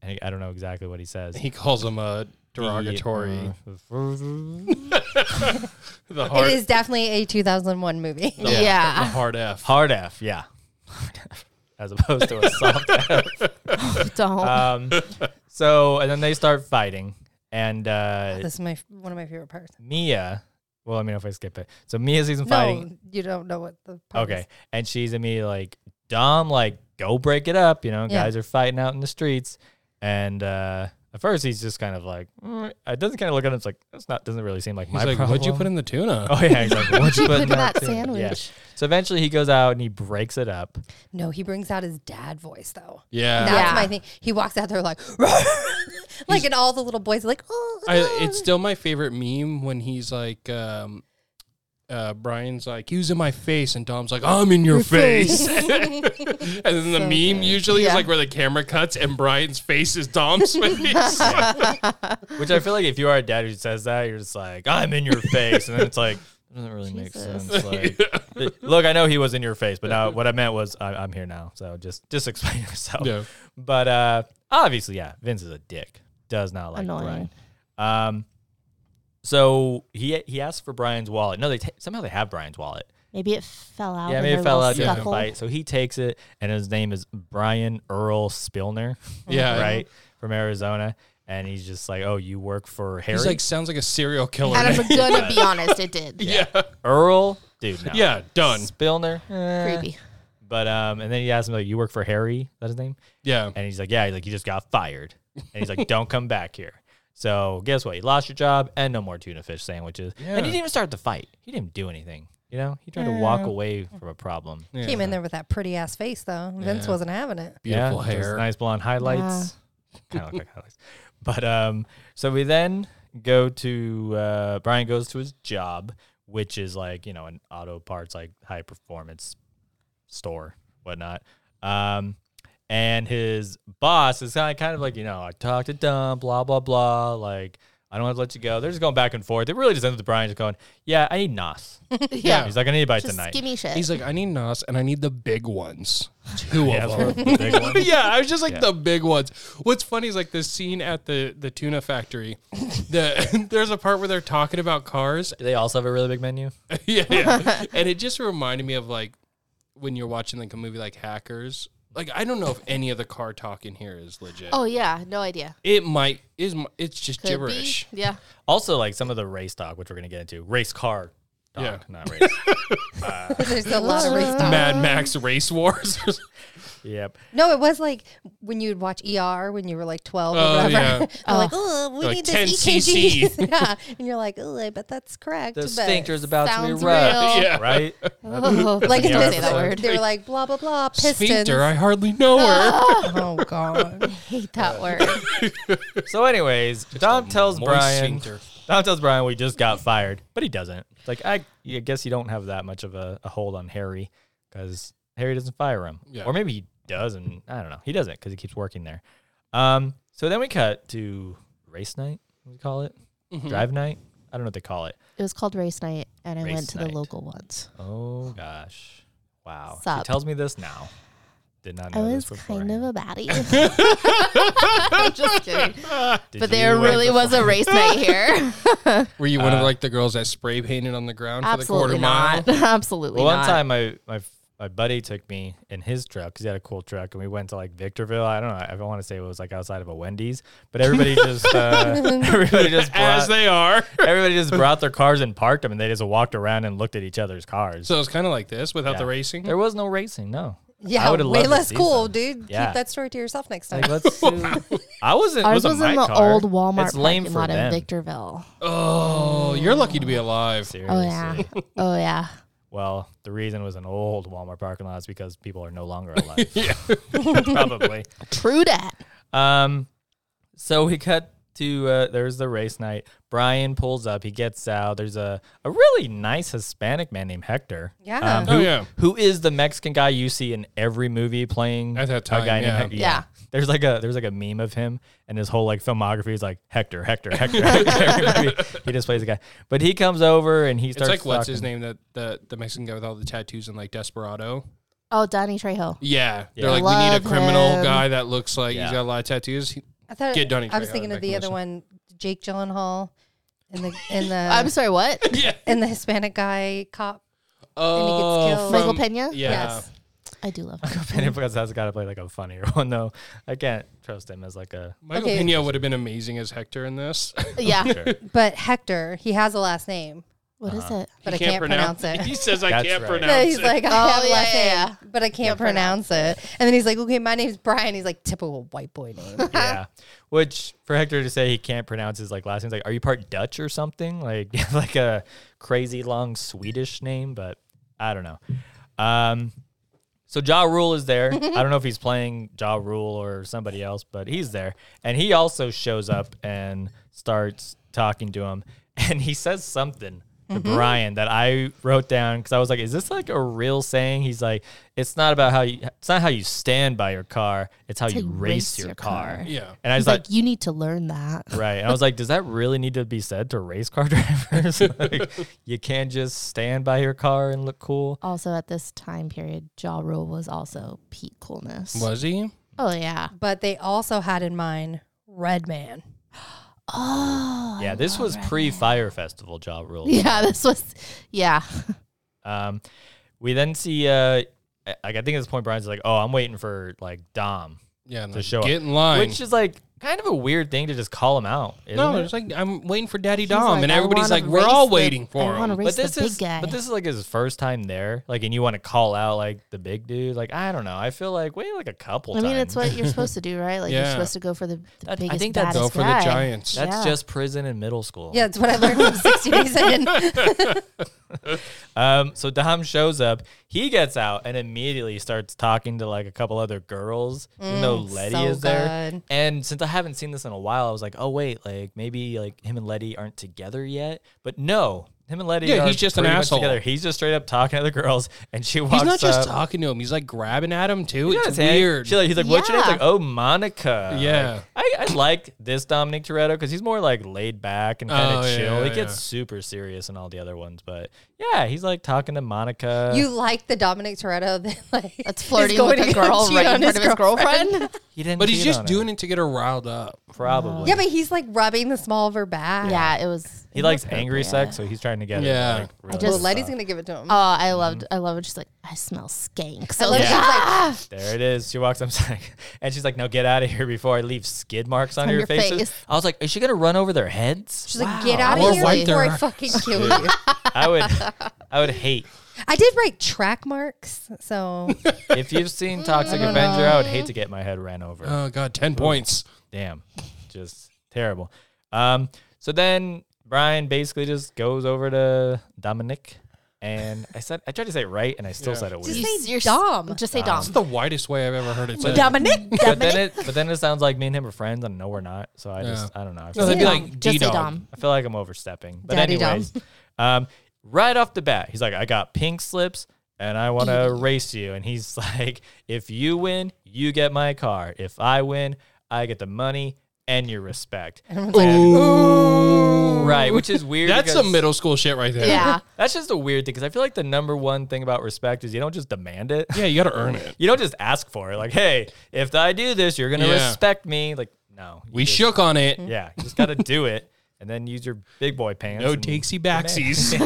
And he, I don't know exactly what he says.
He calls him a derogatory.
uh,
the
It
hard,
is definitely a 2001 movie.
the,
Yeah.
the hard F.
Hard F, yeah. As opposed to a soft F.
Don't.
Um, so, and then they start fighting. And uh,
This is my one of my favorite parts.
Mia, well, let me know if I skip it. So Mia sees them
No,
fighting.
you don't know what the part
Okay.
is.
And she's immediately like, Dom, like, go break it up. You know,
Yeah.
guys are fighting out in the streets. And uh, at first, he's just kind of like, mm. it doesn't kind of look at him. It's like, that's not, doesn't really seem like
He's
my
like,
problem.
what'd you put in the tuna?
Oh, yeah. He's like, what'd you put in
that
tuna?" Yeah.
sandwich?
So eventually he goes out and he breaks it up.
No, he brings out his dad voice though.
Yeah.
That's
Yeah.
my thing. He walks out there like, like, and all the little boys are like, oh,
I, it's still my favorite meme when he's like, um, uh, Brian's like, he was in my face, and Dom's like, I'm in your, face. and then
So
the meme
good.
usually
Yeah.
is like where the camera cuts and Brian's face is Dom's face.
Which I feel like if you are a dad who says that, you're just like, I'm in your face. And then it's like, it doesn't really
Jesus.
make sense. Like, look, I know he was in your face, but now what I meant was I, I'm here now. So just just explain yourself.
Yeah.
But uh, obviously, yeah, Vince is a dick. Does not like
Annoying.
Brian. Um, so he he asks for Brian's wallet. No, they ta somehow they have Brian's wallet.
Maybe it fell out.
yeah,
in
maybe
their
it fell
little
out during the
scuffle.
fight. So he takes it, and his name is Brian Earl Spillner,
yeah.
right, from Arizona. And he's just like, "Oh, you work for Harry?"
He's like, sounds like a serial killer.
And I'm gonna be honest, it did.
yeah. yeah.
Earl, dude. No.
Done.
Spillner. eh.
Creepy.
But um, and then he asks him like, "You work for Harry?" Is that his name?
Yeah.
And he's like, "Yeah." He's like, "You just got fired." And he's like, "Don't come back here." So guess what? You lost your job and no more tuna fish sandwiches. And he didn't even start the fight. He didn't do anything. You know, he tried to walk away from a problem. Yeah,
Came in there with that pretty ass face though. Vince wasn't having it.
Beautiful
just
hair.
nice blonde highlights. Kind of look like highlights. But um, so we then go to uh, Brian goes to his job, which is like you know an auto parts like high performance store, whatnot. Um, and his boss is kind of, kind of like, you know, I talked to Dump, blah, blah, blah. Like, I don't have to let you go. They're just going back and forth. It really just ends with Brian just going, Yeah, I need Nos.
Yeah.
He's like, I need a bite
Just
tonight.
give me shit.
He's like, I need Nas and I need the big ones. Two
Yeah,
of
that's
them.
one of the big ones.
yeah, I was just like
Yeah.
the big ones. What's funny is like the scene at the the tuna factory. The there's a part where they're talking about cars.
They also have a really big menu.
yeah, yeah. and it just reminded me of like when you're watching like a movie like Hackers. Like I don't know if any of the car talk in here is legit.
oh yeah, no idea.
It might is mi- it's just
Could
gibberish.
Be. Yeah.
Also, like some of the race talk, which we're going to get into race car talk,
Yeah.
not race.
There's a lot of race talk.
Mad Max Race Wars.
yep.
No, it was like when you would watch ER when you were like 12
Oh,
or whatever.
yeah.
They're
Uh-huh.
like, oh, we
Like
need
10
this
CC.
EKG. yeah. And you're like, oh, I bet that's correct.
The
but-
sphincter is about to
Sounds
erupt.
real.
Yeah.
Right?
Oh,
Like
Yeah,
in
I
this
don't say
episode.
that word.
They were like, blah, blah, blah, pistons.
Sphincter, I hardly know
Ah.
her.
oh, God.
hate that word.
So, anyways, Dom tells
moist
Brian.
sphincter.
Dom tells Brian we just got fired, but he doesn't. It's like I, I guess you don't have that much of a, a hold on Harry because Harry doesn't fire him,
Yeah.
or maybe he does, and I don't know. He doesn't because he keeps working there. Um. So then we cut to race night. What do we call it
Mm-hmm.
drive night. I don't know what they call it.
It was called race night, and I
Race
went to the
night.
local ones.
Oh gosh, wow. She
Sup.
tells me this now. Did not
I
know this
was
before.
kind of a baddie. I'm just kidding. But there really was a race night here.
Were you one
Uh,
of like the girls that spray painted on the ground for the
Absolutely
quarter mile?
not. Absolutely
Well, one
not.
time my my my buddy took me in his truck because he had a cool truck, and we went to like Victorville. I don't know. I want to say it was like outside of a Wendy's, but everybody just uh, everybody just
As
brought,
they are.
everybody just brought their cars and parked them, and they just walked around and looked at each other's cars.
So it's kind of like this without
Yeah.
the racing.
There was no racing. No.
Yeah,
would've loved
way
to
less
see
cool,
some.
dude.
Yeah.
Keep that story to yourself next time.
Like, um, let's do- I wasn't.
Ours
wasn't
was in
my
the
car.
old Walmart
It's lame
parking
for
lot in
them.
Victorville.
Oh, you're lucky to be alive.
Seriously.
Oh yeah. Oh yeah.
Well, the reason it was an old Walmart parking lot is because people are no longer alive. Probably.
True dat.
Um, so we cut to uh, there's the race night. Brian pulls up. He gets out. There's a, a really nice Hispanic man named Hector.
Yeah.
um,
Oh,
who-
yeah.
Who is the Mexican guy you see in every movie playing
At that
A
time,
guy named
yeah.
Hector.
Yeah.
There's like a there's like a meme of him and his whole like filmography is like Hector, Hector, Hector. Hector. Every movie, he just plays a guy. But he comes over and he
It's
starts.
like what's his
talking-
name that the the Mexican guy with all the tattoos and like Desperado.
Oh, Donnie Trejo.
Yeah,
Yeah.
they're like we need a
Love
criminal
him.
guy that looks like
Yeah.
he's got a lot of tattoos. He,
I thought
Get Donnie
I was
Trejo
thinking
back
of the
in
other
this.
one, Jake Gyllenhaal, and the and the
I'm sorry, what?
yeah.
and the Hispanic guy cop.
Oh,
killed.
Michael
from-
Pena?
Yeah.
Yes.
I do love
Pena because has got to play like a funnier one though. I can't trust him as like a
Michael
Okay.
Pena would have been amazing as Hector in this.
Yeah.
But Hector, he has a last name,
What
Uh-huh.
is it?
but I can't pronounce, it.
He says I
That's
can't
right.
No,
pronounce
he's
it.
like, I have a
Oh, yeah,
last
yeah,
name, but I can't pronounce it. And then he's like, okay, my name's Brian. He's like, typical white boy name.
yeah. Which for Hector to say he can't pronounce his like last name, like, are you part Dutch or something? Like like a crazy long Swedish name, but I don't know. Um so Ja Rule is there. I don't know if he's playing Ja Rule or somebody else, but he's there. And he also shows up and starts talking to him. And he says something to Brian that I wrote down because I was like, is this like a real saying? He's like, it's not about how you it's not how you stand by your car, it's how
It's
you
how you
race your car.
yeah.
And I was
He's
like,
like, you need to learn that.
right. And I was like, does that really need to be said to race car drivers? like, you can't just stand by your car and look cool.
Also, at this time period, Jaw Rule was also peak coolness.
Was he?
Oh, yeah.
but they also had in mind Red Man.
Oh.
yeah, this was pre Fire Festival job rule.
Yeah, this was, yeah.
Um, we then see, uh, I- like, I think at this point, Brian's like, oh, I'm waiting for like Dom,
Yeah.
To show up.
get in line.
which is like kind of a weird thing to just call him out. Isn't
no,
it?
it's like I'm waiting for Daddy
He's
Dom,
like,
and
"I
everybody's
wanna
like, we're
race
all
the-
waiting for
I
him.
want to
but
race
this
the big
is
guy.
but this is like his first time there, like, and you want to call out like the big dude. Like, I don't know. I feel like wait, like a couple.
I mean,
times.
it's what you're supposed to do, right? Like, you're
Yeah.
supposed to go for the, the
That- I
biggest,
think that's-
baddest
Go for
guy.
the Giants.
That's
Yeah.
just prison and middle school.
Yeah, that's what I learned from 60 Days In.
Um, so Dom shows up, he gets out and immediately starts talking to like a couple other girls. even though Letty
Mm, so
is there.
good.
And since I haven't seen this in a while, I was like, oh wait, like maybe like him and Letty aren't together yet. But no, him and Letty
Yeah,
are
he's just an
pretty much
asshole.
Together. He's just straight up talking to the girls and she walks
He's not just
up.
talking to him. He's like grabbing at him too.
Yeah,
it's
his hand-
weird.
She like, he's like, what's your name? It's
Yeah.
like, oh, Monica.
Yeah.
Like, I, I like this Dominic Toretto because he's more like laid back and kind of
Oh, yeah,
chill. he
yeah,
gets
yeah.
super serious in all the other ones, but yeah, he's like talking to Monica.
you like the Dominic Toretto that like
That's
is
flirting
going
with a
to go
girl
cheat
right in
on
front of his girlfriend.
he didn't
but he's
cheat
just
on
doing
her,
it to get her riled up.
Probably.
Yeah, but he's like rubbing the small of her back.
yeah, it was.
he likes angry sex, so he's trying to get her,
Yeah.
like,
I
really
just-
Well, Letty's
soft.
gonna give it to him.
Oh, I loved. I love it. She's like, I smell skank. So
I love
like,
Yeah.
that she's
There it is. She walks up and she's like, "No, get out of here before I leave skid marks on, your, faces."
face.
I was like, "Is she gonna run over their heads?"
like, she's like, get out
Or
of here
wipe
before
their
I
eyes.
fucking kill you.
I would, I would hate
I did write track marks, so
if you've seen Toxic Avenger. I would hate to get my head ran over.
Oh god, ten points.
damn, just terrible. Um, so then Brian basically just goes over to Dominic, and I said I tried to say it right, and I still said it weird.
you-
say
you're s-
Dom.
Just say
Dom.
Dom.
It's the widest way I've ever heard it said.
Dominic.
but then it, but then it sounds like me and him are friends, and no, we're not. So I just, I don't know. I feel,
No, that'd be
Dom.
like
Just
D
say
Dom.
Dom.
I feel like I'm overstepping. But
Daddy Dom.
anyways, um, right off the bat, he's like, I got pink slips. And I want to race you. And he's like, if you win, you get my car. If I win, I get the money and your respect. Right, which is weird.
That's some
because-
middle school shit right there.
Yeah.
That's just a weird thing because I feel like the number one thing about respect is you don't just demand it.
Yeah, you gotta earn it.
You don't just ask for it. Like, hey, if I do this, you're gonna
Yeah.
respect me. Like, no, you
We
just-
shook on it.
Yeah, you just gotta do it, and then use your big boy pants.
No
and-
takesy backsies.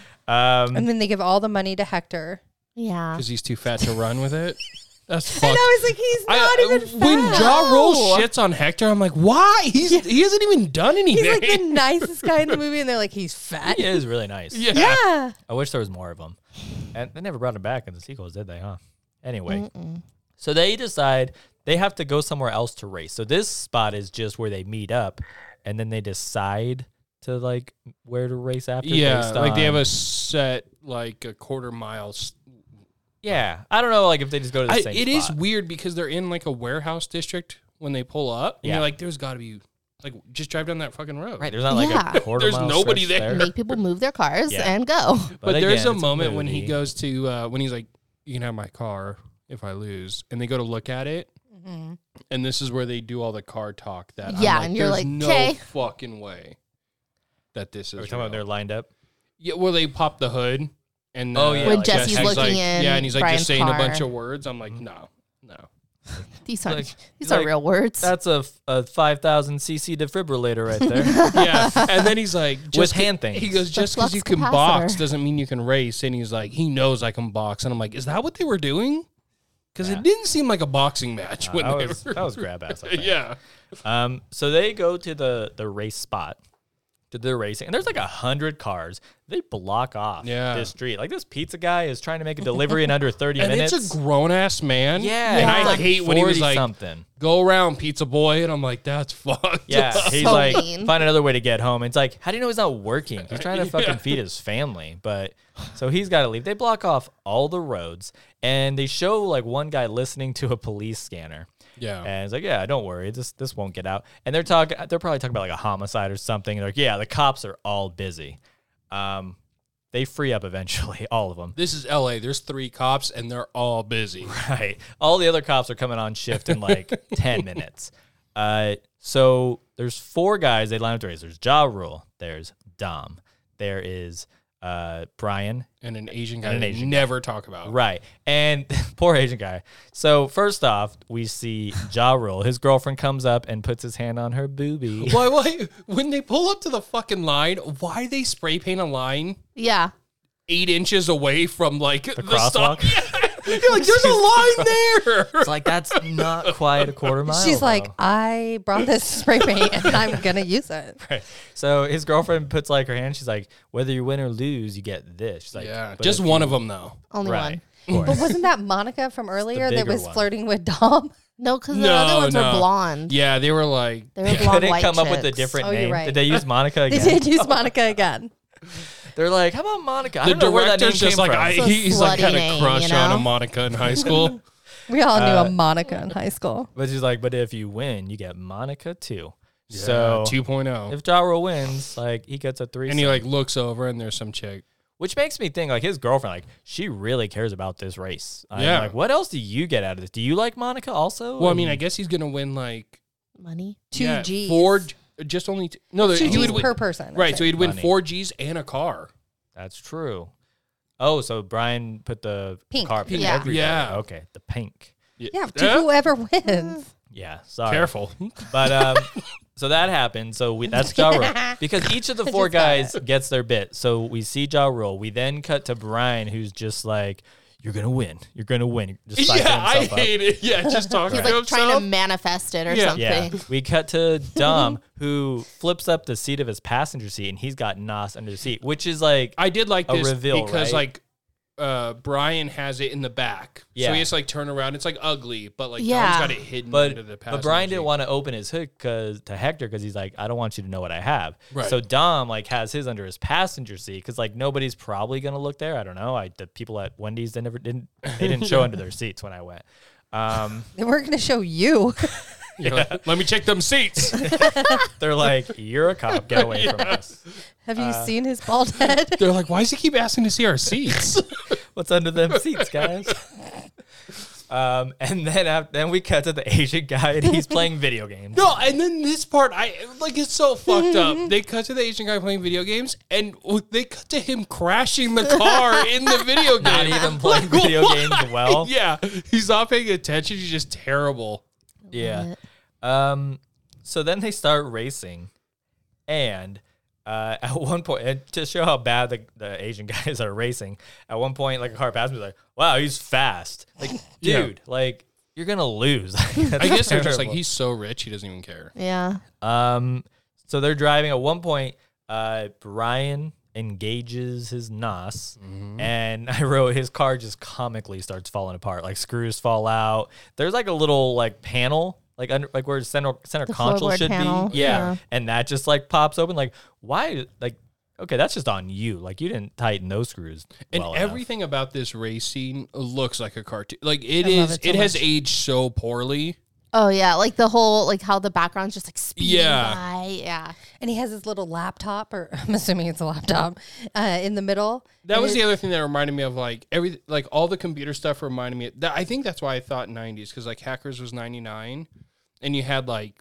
Um,
And then they give all the money to Hector.
Yeah.
Because he's too fat to run with it. That's
And
fucked.
I was like, he's
I-
not
I-
even fat.
when Ja Rule shits on Hector, I'm like, why? He's he hasn't even done anything.
he's like the nicest guy in the movie, and they're like, he's fat.
he is really nice.
yeah.
Yeah.
I wish there was more of them. And they never brought him back in the sequels, did they? Huh. Anyway, so they decide they have to go somewhere else to race. So this spot is just where they meet up, and then they decide to like where to race after.
Yeah,
based
like they have
on-
a set like a quarter mile. s-
Yeah, I don't know. Like if they just go to the
I,
same.
it is
spot.
weird because they're in like a warehouse district when they pull up. And
Yeah.
you're like, there's got to be like just drive down that fucking road.
right. There's not like
Yeah.
a quarter.
There's
mile
nobody
stretch
there.
Make people move their cars
Yeah.
and go.
But, there's
again,
a
it's
moment when he
movie.
goes to uh, when he's like, "You can have my car if I lose," and they go to look at it, and this is where they do all the car talk. That I'm
Yeah,
like,
and you're
"There's
like,
no
"'Kay."
fucking way that this
Are
is."
we talking about
real."
they're lined up?
yeah, well, they pop the hood, and
Oh,
uh,
yeah,
When
like
Jesse's
Jesse's
like-
looking in.
yeah, and he's like
Brian's
just saying
car.
Mm-hmm.
a bunch of words. I'm like, no, no,
These aren't
Like-
these
like,
are real words.
That's a, f- a 5,000 cc defibrillator right there.
yeah. And then he's like, just 'ca-
hand things.
He goes,
The
just because
flux
you can
capacitor."
box doesn't mean you can race. And he's like, he knows I can box. And I'm like, is that what they were doing? Because
Yeah.
it didn't seem like a boxing match when
that,
they
was,
were.
that was grab ass. I think.
yeah.
Um, so they go to the the race spot, to the racing, and there's like a hundred cars. They block off
Yeah.
this street. Like this pizza guy is trying to make a delivery in under thirty
And
minutes.
it's a grown ass man.
yeah,
And I
he's like
hate when he was
40
like,
something.
go around, pizza boy. And I'm like, that's fucked.
Yeah,
up."
he's
so
like,
mean.
find another way to get home. It's like, how do you know he's not working? He's trying to
Yeah.
fucking feed his family. But so he's got to leave. They block off all the roads, and they show like one guy listening to a police scanner.
Yeah.
And it's like, yeah, don't worry, this this won't get out. And they're talking, they're probably talking about like a homicide or something. And they're like, yeah, the cops are all busy. Um, they free up eventually, all of them.
This is LA. There's three cops and they're all busy.
Right. All the other cops are coming on shift in like 10 minutes. Uh, so there's four guys they line up to race. There's Ja Rule. There's Dom. There is uh, Brian.
And an Asian guy
And an
we
Asian
never talk about.
Right. And poor Asian guy. So first off, we see Ja Rule. His girlfriend comes up and puts his hand on her boobie.
Why, why, when they pull up to the fucking line, why they spray paint a line
yeah.
eight inches away from like the,
crosswalk?
stop? Yeah. You're like, there's a line there.
It's like, that's not quite a quarter mile.
She's like,
though.
I brought this spray paint and I'm gonna use it.
so his girlfriend puts like her hand. She's like, whether you win or lose, you get this. She's like,
yeah,
"But
just
if
one
you-"
of them though.
Only
Right.
one.
But wasn't that Monica from earlier that
bigger
was
one.
flirting with Dom?
No, because the
No,
other ones are
no.
blonde.
Yeah, they were like,
They were blonde
They didn't
white
come up with a
chicks.
different
Oh, you're
name.
right.
Did they use Monica
They
again?
did use Monica again.
They're like, how about Monica? I
the
don't know where that name
director's
came
just like,
from.
I,
It's a
he's like
slutty
had a
name,
crush
you
on a
know?
Monica in high school.
We all knew
Uh,
a Monica in high school.
but she's like, but if you win, you get Monica too. so
so 2.0.
if Ja Rule wins, like he gets a three,
oh. and he like looks over and there's some chick.
which makes me think like his girlfriend, like she really cares about this race. I'm
Yeah.
like, what else do you get out of this? Do you like Monica also?
Well, I mean, I guess he's gonna win like
Money.
Two
yeah,
G's.
four, just only t- no,
Two
he
G's
would win-
per person.
Right, so
he
he'd win
Money.
four G's and a car.
that's true. Oh, so Brian put the
Pink.
carpet.
Yeah.
Yeah.
Okay, the pink.
yeah, to whoever wins.
Yeah. Sorry.
Careful.
But um, so that happened. So we that's Ja Rule. Because each of the four guys gets their bit. So we see Ja Rule. We then cut to Brian, who's just like, You're gonna win. You're gonna win. Just psyching
yeah, I
himself up.
hate it. Yeah, just talking
He's
to
Like trying to
himself.
manifest it or
Yeah.
Yeah.
something.
We cut to Dom, who flips up the seat of his passenger seat and he's got Nos under the seat, which is like
I did like
A
this
reveal,
because
right?
like uh Brian has it in the back.
Yeah.
So he has to like turn around. It's like ugly, but like yeah.
Yeah.
has got it hidden under the
but,
passenger
but Brian didn't
seat.
want to open his hood cause, to Hector because he's like, I don't want you to know what I have.
Right.
So Dom like has his under his passenger seat because like nobody's probably gonna look there. I don't know. I the people at Wendy's they never didn't they didn't show under their seats when I went. Um,
They weren't going to show you.
You're like, Let me check them seats.
they're like, "You're a cop. Get away from us.
Have you
Uh.
seen his bald head?
They're like, why does he keep asking to see our seats?
What's under them seats, guys?" um, and then after, then we cut to the Asian guy and he's playing video games.
no, and then this part, I like it's so fucked up. They cut to the Asian guy playing video games, and they cut to him crashing the car in the video game.
Not even playing
Like,
video
why?
games well.
Yeah, he's not paying attention. He's just terrible.
Yeah. Um. So then they start racing, and uh, at one point, and to show how bad the, the Asian guys are racing, at one point, like a car passes me, like, "Wow, he's fast!" Like,
Yeah.
dude, like you're gonna lose. I
I guess they're just like he's so rich, he doesn't even care.
Yeah.
Um. So they're driving. At one point, uh, Brian engages his nos,
Mm-hmm.
and I wrote his car just comically starts falling apart. Like screws fall out. There's like a little like panel. Like under, like where center center
The
console
floorboard
should
panel,
be, yeah.
yeah.
and that just like pops open. Like why? Like okay, that's just on you. Like you didn't tighten those screws.
And
well enough.
everything about this race scene looks like a cartoon. Like it
I love
is,
it
it,
so
has
much.
aged so poorly.
Oh yeah. Like the whole like how the background's just like speeding
Yeah.
by. Yeah.
And he has his little laptop, or I'm assuming it's a laptop, uh, in the middle.
That
And
was
it-
the other thing that reminded me of like every like all the computer stuff reminded me. That, I think that's why I thought '90s because like Hackers was '99, and you had like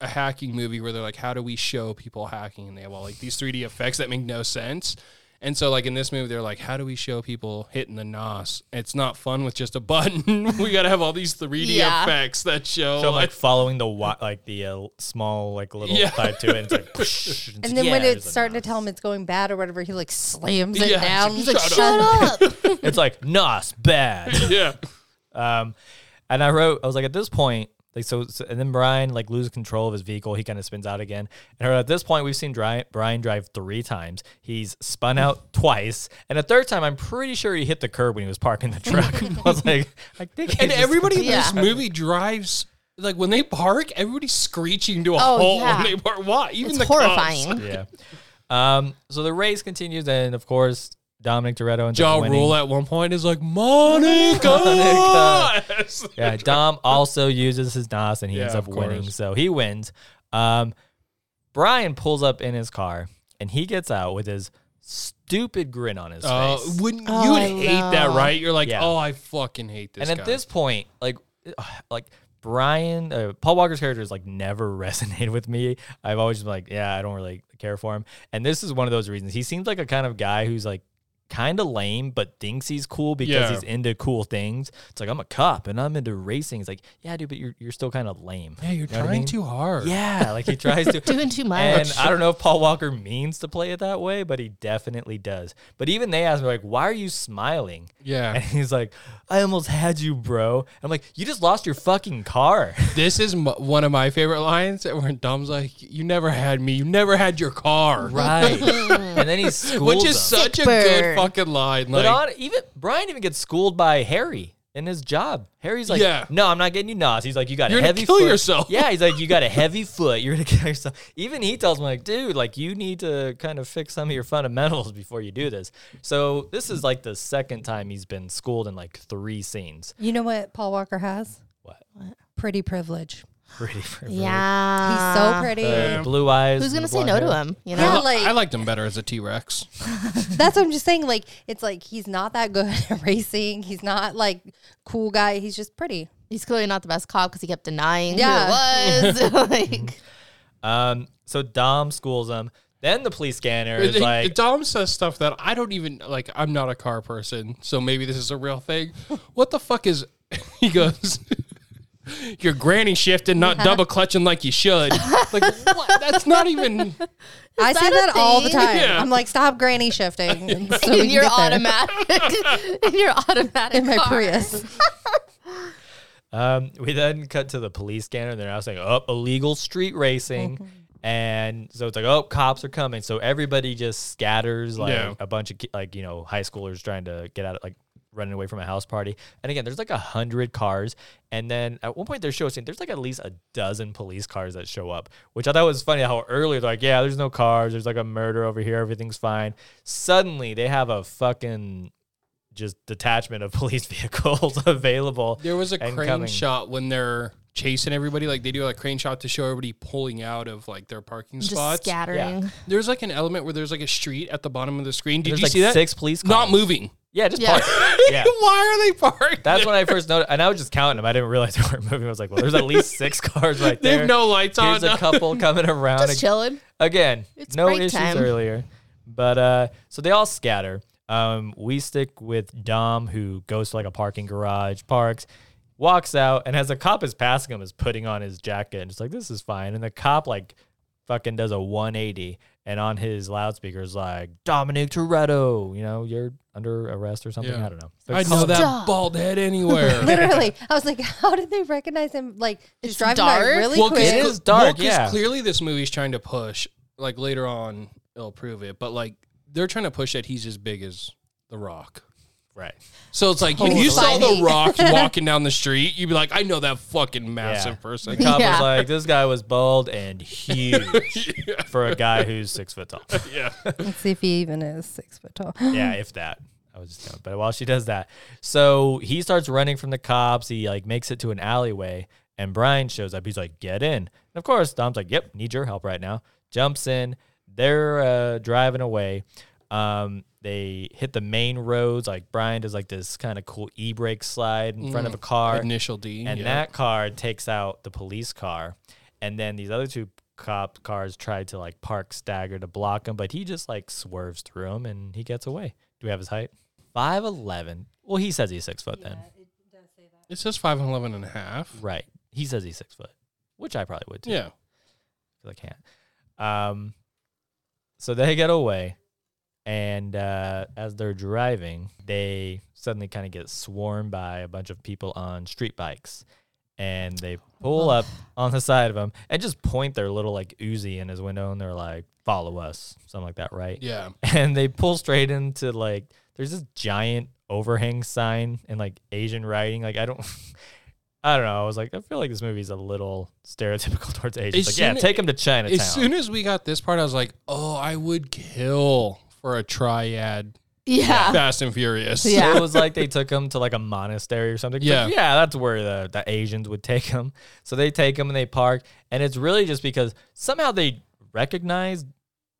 a hacking movie where they're like, "How do we show people hacking?" And they have all like these 3D effects that make no sense. And so, like in this movie, they're like, "How do we show people hitting the nos? It's not fun with just a button. we got to have all these 3D
Yeah.
effects that show,
So I'm
like,
like following the wi- like the uh, small like little
Yeah.
tied to it. And it's like, psh, it's
And then when
yeah,
it's
there's a
starting to
mouse.
tell him it's going bad or whatever, he like slams it
Yeah.
down.
He's
He's like,
like,
Shut
shut up.
it's like nos bad.
yeah,
Um, and I wrote, I was like, at this point, like so, so- and then Brian like loses control of his vehicle. He kind of spins out again. And I wrote, at this point, we've seen Dri- Brian drive three times. He's spun out twice, and a third time, I'm pretty sure he hit the curb when he was parking the truck. I was like, I think. he
and
just-
everybody in
Yeah.
this movie drives." Like when they park, everybody's screeching to a
Oh,
halt
yeah.
when they park. Why? Even
It's
the cops.
horrifying.
Yeah. Um. So the race continues, and of course, Dominic Toretto and
Ja
winning.
Rule at one point is like Monica.
Monica.
Yes.
Yeah, Dom also uses his NOS and he
Yeah,
ends up
of
winning.
course.
So he wins. Um, Brian pulls up in his car and he gets out with his stupid grin on his
Uh,
face.
wouldn't
Oh,
you would
I
hate
know.
that, right? You're like,
Yeah.
oh, I fucking hate this.
and
guy."
at this point, like, uh, like Brian, uh, Paul Walker's character is like never resonated with me. I've always been like, yeah, I don't really care for him. And this is one of those reasons. He seems like a kind of guy who's like kind of lame, but thinks he's cool because
Yeah.
he's into cool things. It's like I'm a cop and I'm into racing. It's like, yeah, dude, but you're you're still kind of lame.
yeah,
You
you're
know what I
trying
mean?
too hard.
Yeah, like he tries to
Doing too much.
And I don't know if Paul Walker means to play it that way, but he definitely does. But even they asked me like, "Why are you smiling?" And
yeah.
he's like, "I almost had you, bro." I'm like, "You just lost your fucking car."
This is m- one of my favorite lines where Dom's like, "You never had me. You never had your car,"
Right. and then he schools
which is
them.
such a
Sick
good
burn.
fucking line.
But
Like,
on even Brian even gets schooled by Harry in his job. Harry's like,
Yeah.
"No, I'm not getting you Nas." He's like, "You got
You're
a
gonna
heavy
kill
foot."
yourself.
Yeah, he's like, "You got a heavy foot. You're gonna kill yourself." Even he tells me like, "Dude, like you need to kind of fix some of your fundamentals before you do this." So this is like the second time he's been schooled in like three scenes.
You know what Paul Walker has?
What?
Pretty privilege.
Pretty for
He's
Yeah.
so pretty.
The blue eyes.
Who's
and
going to
the
say
blonde
no to
hair.
him? You know?
I,
Yeah,
li-
like-
I liked him better as a T Rex.
That's what I'm just saying. Like, it's like he's not that good at racing. He's not like cool guy. He's just pretty.
He's clearly not the best cop because he kept denying
Yeah.
who it was. like,
Um, so Dom schools him. Then the police scanner is like,
Dom says stuff that I don't even like. I'm not a car person, so maybe this is a real thing. What the fuck is? He goes, "Your granny shifting, not double clutching like you should." like what? that's not even.
I say
that
that
a
all the
thing?
time.
Yeah.
I'm like, stop granny shifting. So we
in
can
your
get there.
automatic, in your automatic
in my
car.
Prius.
Um, we then cut to the police scanner, and they're now saying, "Oh, illegal street racing," and so it's like, "Oh, cops are coming!" So everybody just scatters like
Yeah.
a bunch of ki- like you know high schoolers trying to get out, of like running away from a house party. And again, there's like a hundred cars, and then at one point they're showing there's like at least a dozen police cars that show up, which I thought was funny. How earlier they're like, "Yeah, there's no cars. There's like a murder over here. Everything's fine." Suddenly they have a fucking just detachment of police vehicles available.
There was a
and
crane
coming.
shot when they're chasing everybody. Like they do a crane shot to show everybody pulling out of like their parking
Just
spots.
scattering.
There's like an element where there's like a street at the bottom of the screen. Did
There's
you
like
see that?
six police cars.
Not moving.
Yeah, just
Yeah.
park. Yeah.
Why are they parked?
That's when I first noticed, and I was just counting them. I didn't realize they weren't moving. I was like, "Well, there's at least six cars right
They
there."
have no lights
Here's
on.
a couple coming around
Just
ag-
chilling.
again.
It's
no
break
issues
time.
earlier, but uh, so they all scatter. Um, we stick with Dom, who goes to like a parking garage, parks, walks out, and as a cop is passing him, is putting on his jacket and just like, "This is fine." And the cop like fucking does a 180 and on his loudspeaker is like Dominic Toretto, you know, you're under arrest or something.
Yeah.
I don't know.
I know that
Stop.
bald head anywhere.
Literally, I was like, how did they recognize him? Like, just
It's
driving by
dark.
really
Well, 'cause
quick.
It
cl-
is dark,
well, 'cause
yeah.
clearly this movie's trying to push. Like later on, it'll prove it. But like they're trying to push that he's as big as The Rock.
Right.
So it's like if you saw
Totally.
The Rock walking down the street, you'd be like, I know that fucking massive
Yeah.
person.
The cop
Yeah.
was like, this guy was bald and huge for a guy who's six foot tall.
Let's see if he even is six foot tall.
yeah, if that. I was just but while she does that, so he starts running from the cops. He like makes it to an alleyway, and Brian shows up. He's like, "Get in!" And of course, Dom's like, "Yep, need your help right now." Jumps in. They're uh, driving away. Um, they hit the main roads. Like Brian does like this kind of cool e-brake slide in front of a car.
Initial D.
and
yeah.
that car takes out the police car, and then these other two cop cars tried to like park stagger to block him, but he just like swerves through him and he gets away. Do we have his height? Five eleven. Well, he says he's six foot then.
It says 511 and a half.
Right. He says he's six foot, which I probably would too.
Yeah.
because I can't. Um, so they get away, and uh, as they're driving, they suddenly kind of get swarmed by a bunch of people on street bikes, and they pull up on the side of him and just point their little like Uzi in his window, and they're like, "Follow us," something like that, right?
Yeah.
and they pull straight into like there's this giant overhang sign and like Asian writing. Like I don't. I don't know. I was like, I feel like this movie's a little stereotypical towards Asians.
As
Like, yeah,
soon-
take them to Chinatown.
As soon as we got this part, I was like, oh, I would kill for a triad
Yeah.
Fast and Furious.
Yeah.
So it was like they took him to like a monastery or something. Yeah.
Yeah.
yeah, that's where the, the Asians would take him. So they take him and they park. And it's really just because somehow they recognize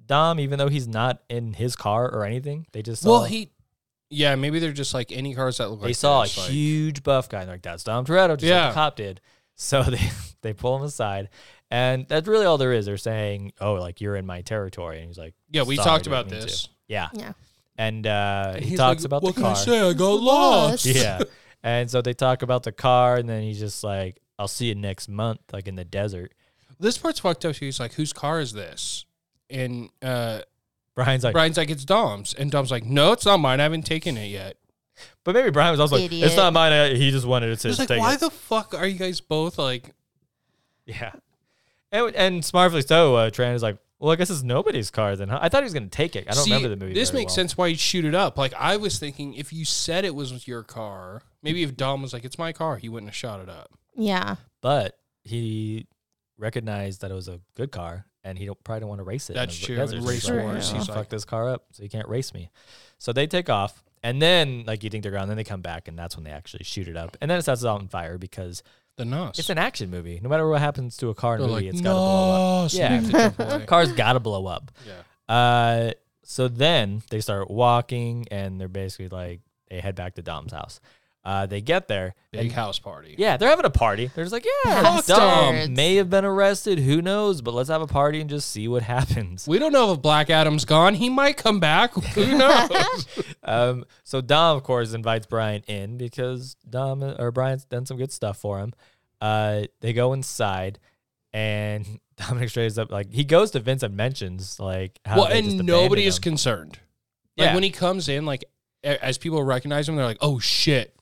Dom, even though he's not in his car or anything. They just saw,
Well, he, yeah, maybe they're just like any cars that look
they
like
saw a
this, like-
huge buff guy. And they're like, that's Dom Toretto, just like
Yeah.
the cop did. So they, they pull him aside. And that's really all there is. They're saying, oh, like you're in my territory. And he's like,
Yeah, we
"Sorry,
talked
didn't
about
mean to."
this.
Yeah.
Yeah.
And uh, he
He's
talks
like,
about
what
the
can
car.
I say? I got lost.
yeah. And so they talk about the car, and then he's just like, "I'll see you next month, like in the desert."
This part's fucked up. He's like, whose car is this? And uh,
Brian's like,
Brian's like, it's Dom's. And Dom's like, no, it's not mine. I haven't taken it yet.
but maybe Brian was also like,
Idiot.
"It's not mine. I- He just wanted to
It's
take
like, why
it."
the fuck are you guys both like,
yeah. And and smartly so, uh, Tran is like, "Well, I guess it's nobody's car then." Huh? I thought he was gonna take it. I don't
See,
remember the movie.
This
very
makes
well.
sense why you'd shoot it up. Like I was thinking, if you said it was your car, maybe if Dom was like, "It's my car," he wouldn't have shot it up.
Yeah.
but he recognized that it was a good car, and he don't, probably didn't want to race it. in
That's
the
true,
desert.
and
So he's
race
like,
wars,
"Fuck
he's like-
this car up, so you can't race me. So they take off, and then like you think they're gone, then they come back, and that's when they actually shoot it up, and then it sets it on fire because
The nos.
It's an action movie. No matter what happens to a car in a
They're
movie,
like,
it's got to blow up.
"Nos," and
Yeah,
they have to jump away.
car's got to blow up.
Yeah.
Uh, so then they start walking, and they're basically like they head back to Dom's house. Uh, they get there.
Big house party.
Yeah, they're having a party. They're just like, yeah,
Bastards.
Dom may have been arrested. Who knows? But let's have a party and just see what happens.
We don't know if Black Adam's gone. He might come back. Who knows?
Um, so Dom, of course, invites Brian in because Dom uh, or Brian's done some good stuff for him. Uh, they go inside, and Dominic Strait is up like he goes to Vince and mentions like how
well,
they just
and
abandoned
nobody is
him.
concerned.
Yeah.
Like when he comes in, like a- as people recognize him, they're like, "Oh shit,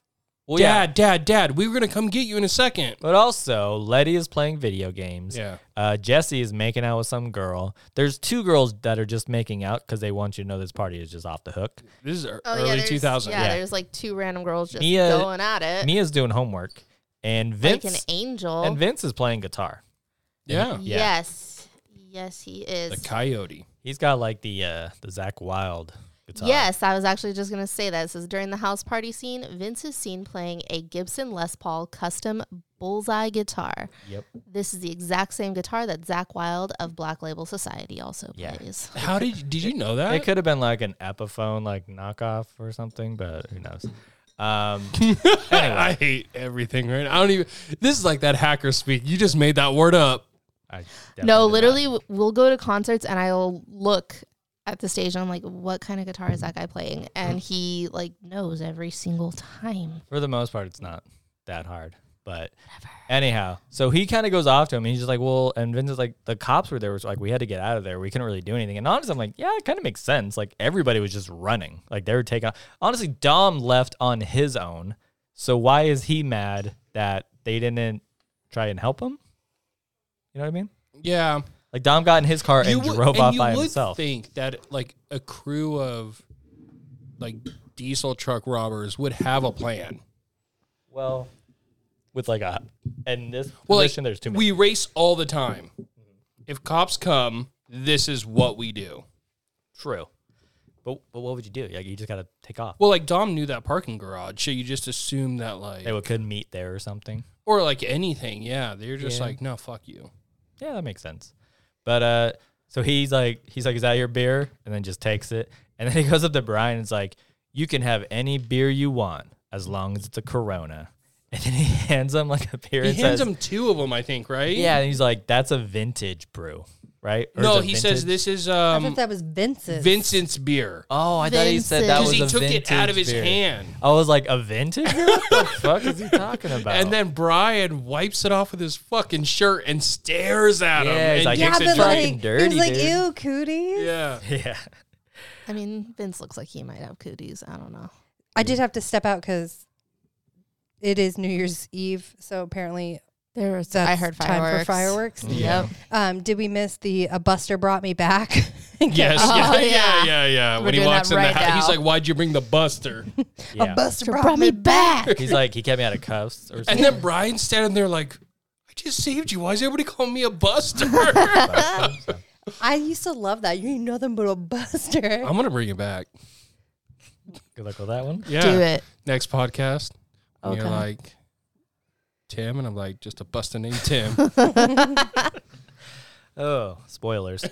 Well, yeah.
dad, dad, dad, we were gonna come get you in a second.
But also, Letty is playing video games.
Yeah.
Uh, Jesse is making out with some girl. There's two girls that are just making out because they want you to know this party is just off the hook.
This is er,
Oh, yeah,
early
there's-
2000.
Yeah,
yeah.
there's like two random girls just
Mia-
going at it.
Mia's doing homework, and
Uh, like
Vince
an angel.
and Vince is playing guitar.
yeah.
yeah.
Yes. Yes, he is.
The coyote.
He's got like the uh, the Zach Wild guitar.
Yes, I was actually just going to say that. It says during the house party scene, Vince is seen playing a Gibson Les Paul custom bullseye guitar.
Yep.
This is the exact same guitar that Zach Wild of Black Label Society also
Yeah.
plays.
How did you, did you know
It
that?
could have been like an Epiphone, like knockoff or something, but who knows? Um,
I hate everything right now. I don't even. This is like that hacker speak. You just made that word up.
I definitely
No,
did
literally,
not.
w- we'll go to concerts and I'll look at the stage and I'm like, what kind of guitar is that guy playing? And he like knows every single time.
For the most part, it's not that hard. But anyhow, so he kind of goes off to him, and he's just like, "Well," and Vince is like, "The cops were there, was like, we had to get out of there. We couldn't really do anything." And honestly, I'm like, "Yeah, it kind of makes sense. Like everybody was just running. Like they were taking. Honestly, Dom left on his own. So why is he mad that they didn't try and help him? You know what I mean?
Yeah,
Like Dom got in his car and
would-
drove off
you
by
would
himself.
Think that like a crew of like diesel truck robbers would have a plan.
Well, with like a and this
Well, like,
position, there's too many.
we race all the time. If cops come, this is what we do.
True, but but what would you do? Like you just gotta take off.
Well, like Dom knew that parking garage, so you just assume that like
they would, could meet there or something.
or like anything. Yeah, they're just
Yeah.
like, no, fuck you.
Yeah, that makes sense. But uh, so he's like, he's like, is that your beer? And then just takes it, and then he goes up to Brian and's like, you can have any beer you want as long as it's a Corona. And then he hands him like a beer.
He
and
hands
says-
him two of them, I think, right?
Yeah, and he's like, "That's a vintage brew, right?" Or
No,
is it
he says
vintage?
this is
I
um
thought that was Vincent.
Vincent's beer
Oh, I thought he said that was
because he
a
took it out of
vintage
his
beer.
hand.
I was like, "A vintage? beer? What the fuck is he talking about?"
And then Brian wipes it off with his fucking shirt and stares at him.
Yeah, he's
and
like,
Yeah,
kicks
Vincent's
but
it dry.
fucking
like, it
dirty,
was like,
dude.
ew, cooties.
yeah.
yeah,
I mean, Vince looks like he might have cooties. I don't know.
I did have to step out because it is New Year's Eve, so apparently
There was
that's
I heard fireworks.
time for fireworks.
Yeah.
Yep.
Um, did we miss the a buster brought me back?
Yes.
Oh,
yeah, yeah,
yeah.
yeah, yeah.
We're
When he
doing
walks
that
in the
right
house, he's
now.
like, "Why'd you bring the Buster?"
yeah.
A buster
Brought me back.
He's like, he kept me out of cuffs or
and
something.
then Brian's standing there like, "I just saved you. Why is everybody calling me a Buster?"
I used to love that. You ain't nothing but a buster.
I'm gonna bring it back.
Good luck with that one.
Yeah.
Do it.
Next podcast. And You're
Okay.
like Tim, and I'm like just a Buster named Tim.
Oh, spoilers.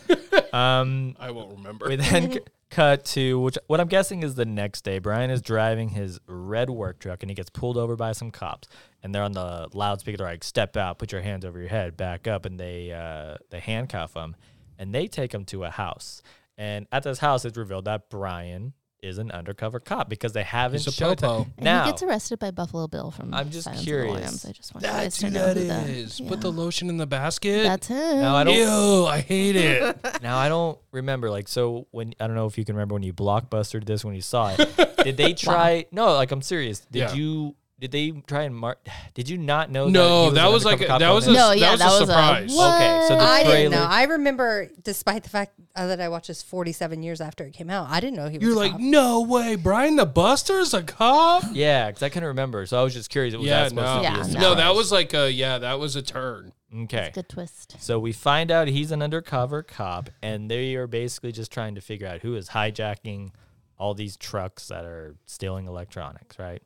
um,
I won't remember.
we then c- cut to which what I'm guessing is the next day. Brian is driving his red work truck and he gets pulled over by some cops. And they're on the loudspeaker. They're like, "Step out, put your hands over your head, back up." And they uh, they handcuff him, and they take him to a house. And at this house, it's revealed that Brian is an undercover cop because they haven't
He's a
shown it to-
popo.
And he gets arrested by Buffalo Bill from
I'm just
Silence of the
curious.
Lambs. I just want you guys
That's
to
who
know
that
who
is.
that-
Put the
yeah.
lotion in the basket.
That's him.
Now I don't
Ew, I hate it.
Now I don't remember. Like so, when I don't know if you can remember when you blockbustered this when you saw it. did they try? No, like I'm serious. Did
Yeah.
you? Did they try and mark? Did you not know?
no,
that,
that
he
was
an
like
undercover
a,
cop
that
going
was a,
in?
No,
that
yeah,
was
that
a
was a-
surprise.
What?
Okay, so the
I didn't
trailer.
know. I remember, despite the fact uh, that I watched this 47 years after it came out, I didn't know he was.
You're
a
like,
cop.
no way, Brian the Buster's a cop.
Yeah, because I couldn't remember. So I was just curious. It was
Yeah,
that
no,
supposed
Yeah,
to be a
no.
no, that
surprise?
was like a yeah, that was a turn.
okay.
Good twist.
So we find out he's an undercover cop, and they are basically just trying to figure out who is hijacking all these trucks that are stealing electronics, right?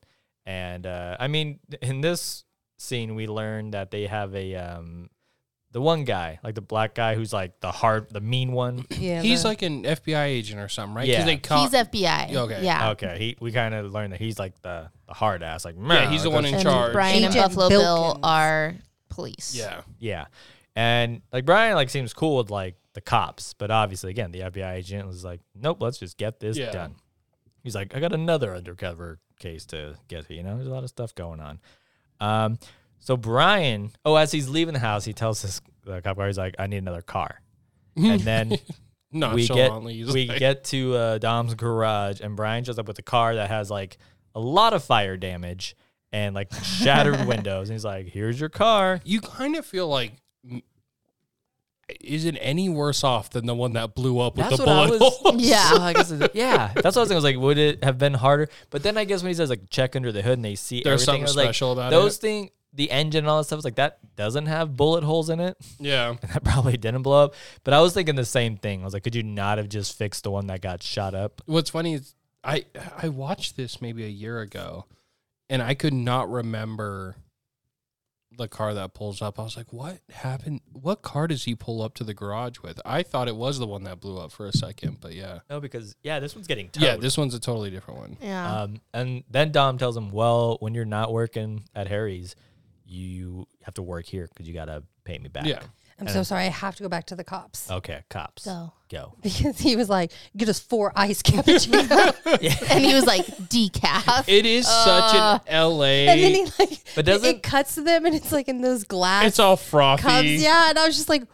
And uh, I mean, in this scene, we learn that they have a um, the one guy, like the black guy, who's like the hard, the mean one.
yeah,
He's
the-
like an FBI agent or something, right? 'Cause
Yeah.
they caught-
He's FBI.
Okay.
Yeah.
okay, he we kind of learned that he's like the the hard ass, like
Yeah, he's the one in
And
charge.
Brian and
Agent
Buffalo Bill
Bilkins.
are police.
Uh, yeah,
Yeah. And like Brian like seems cool with like the cops, but obviously again, the FBI agent was like, Nope, let's just get this
Yeah.
done. He's like, I got another undercover case to get to, you know, there's a lot of stuff going on. Um so Brian, oh, as he's leaving the house, he tells this the cop car, he's like, I need another car. And then we get
nonchalantly. he's
we
like,
get to uh, Dom's garage, and Brian shows up with a car that has like a lot of fire damage and like shattered windows. And he's like, "Here's your car."
you kind of feel like. mm, Is it any worse off than the one that blew up with
That's
the
what I
bullet
was-
hole?
Yeah.
So I guess it's- yeah, that's what I was thinking. I was like, would it have been harder? But then I guess when he says like check under the hood and they see
There's
everything, I
something
was like,
special about
those
it.
thing, the engine and all that stuff. It's like that doesn't have bullet holes in it.
yeah,
That probably didn't blow up. But I was thinking the same thing. I was like, could you not have just fixed the one that got shot up?
what's funny is I I watched this maybe a year ago, and I could not remember the car that pulls up. I was like, "What happened? What car does he pull up to the garage with?" I thought it was the one that blew up for a second, but yeah,
No, because yeah, this one's getting towed.
yeah, this one's a totally different one.
Yeah.
Um, and then Dom tells him, well, when you're not working at Harry's, you have to work here because you gotta pay me back.
Yeah.
I'm so sorry. I have to go back to the cops
Okay, cops.
Go.
Go.
because he was like, get us four ice cappuccinos.
and he was like decaf.
It is such an LA.
Uh, and then he like,
But
it-
doesn't-
it cuts to them and it's like in those glass
it's all frothy.
cups. Yeah. And I was just like,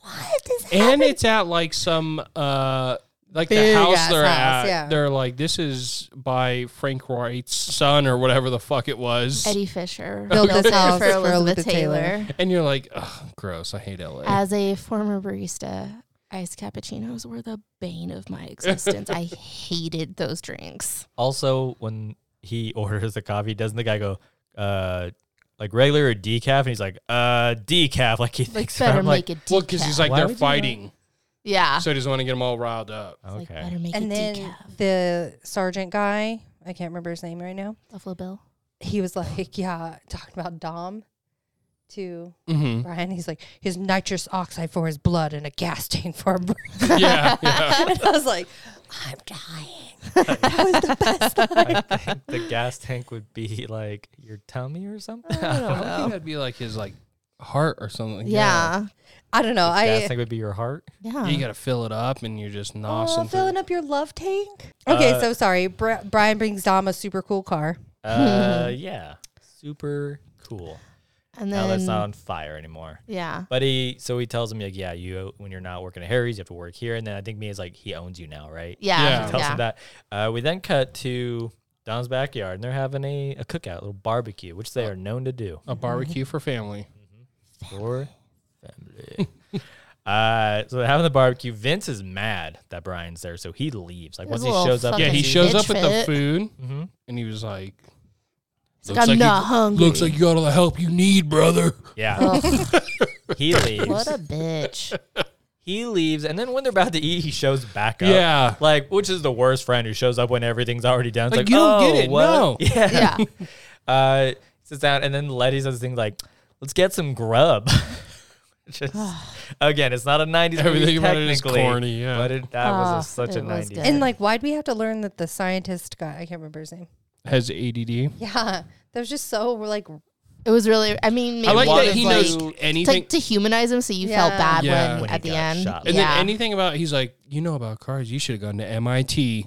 what is happening?
and it's at like some uh like the
Big
house
ass
they're
house,
at.
yeah.
They're like this is by Frank Wright's son or whatever the fuck it was.
Eddie Fisher
Built this
it
house
for
for
Elizabeth
Elizabeth Taylor.
Taylor.
And you're like, Ugh, gross. I hate LA.
As a former barista, iced cappuccinos were the bane of my existence. I hated those drinks.
Also, when he orders the coffee, doesn't the guy go, uh, like regular or decaf? And he's like, uh, decaf. Like he
Like,
thinks
better
I'm like,
make it decaf.
well, because he's like
Why
they're
would you
fighting,
yeah.
so he doesn't want to get them all riled up.
It's like,
okay.
better make
And
it
then
decaf.
the sergeant guy, I can't remember his name right now.
Buffalo Bill.
He was like, yeah, talking about Dom to
hmm
Brian. He's like, his nitrous oxide for his blood and a gas tank for a brain.
yeah, yeah.
and I was like, I'm dying.
I think the gas tank would be like your tummy or something.
I don't think that'd be like his like heart or something. like that.
Yeah.
I don't know.
gas
I
tank would be your heart.
Yeah.
You gotta fill it up, and you're just
oh,
nosing. through
filling up your love tank. Okay,
Uh,
so sorry. Bri Brian brings Dom a super cool car.
Uh, yeah, super cool.
and
now that's
then,
not on fire anymore.
yeah.
But he, so he tells him like, yeah, you when you're not working at Harry's, you have to work here. And then I think Mia's like, he owns you now, right?
Yeah.
She
Yeah.
tells him that. Uh, we then cut to Don's backyard, and they're having a, a cookout, a little barbecue, which they are known to do
A barbecue for family.
for family. Uh, so they're having the barbecue. Vince is mad that Brian's there, so he leaves. Like once
There's a
he
little
shows up,
fucking
Yeah,
and
he
Bitch
sees-
shows up with
fit.
the food,
Mhm.
and he was like,
It's like, I'm not hungry.
Looks like you got all the help you need, brother."
Yeah, he leaves.
what a bitch.
He leaves, and then when they're about to eat, he shows back up.
Yeah.
like which is the worst friend who shows up when everything's already done. It's
Like, you don't get
"Oh,
it,
what?"
no.
Yeah,
Yeah.
uh, sits down, and then Letty says things like, "Let's get some grub." Just again, it's not a '90s
Everything
movie
about it is
technically,
corny, yeah.
but it, that
Ah,
was a, such a
it was
'90s.
good.
And like, why'd we have to learn that the scientist guy? I can't remember his name.
Has ADD.
Yeah, that was just so. We're like,
It was really, I mean, maybe
I like
wanted
that he
like-
knows
to,
anything,
to humanize him so you
Yeah.
felt bad
Yeah.
when,
When he
at the
got
end.
shot.
and
yeah.
then anything about. He's like, "You know about cars? You should have gone to MIT."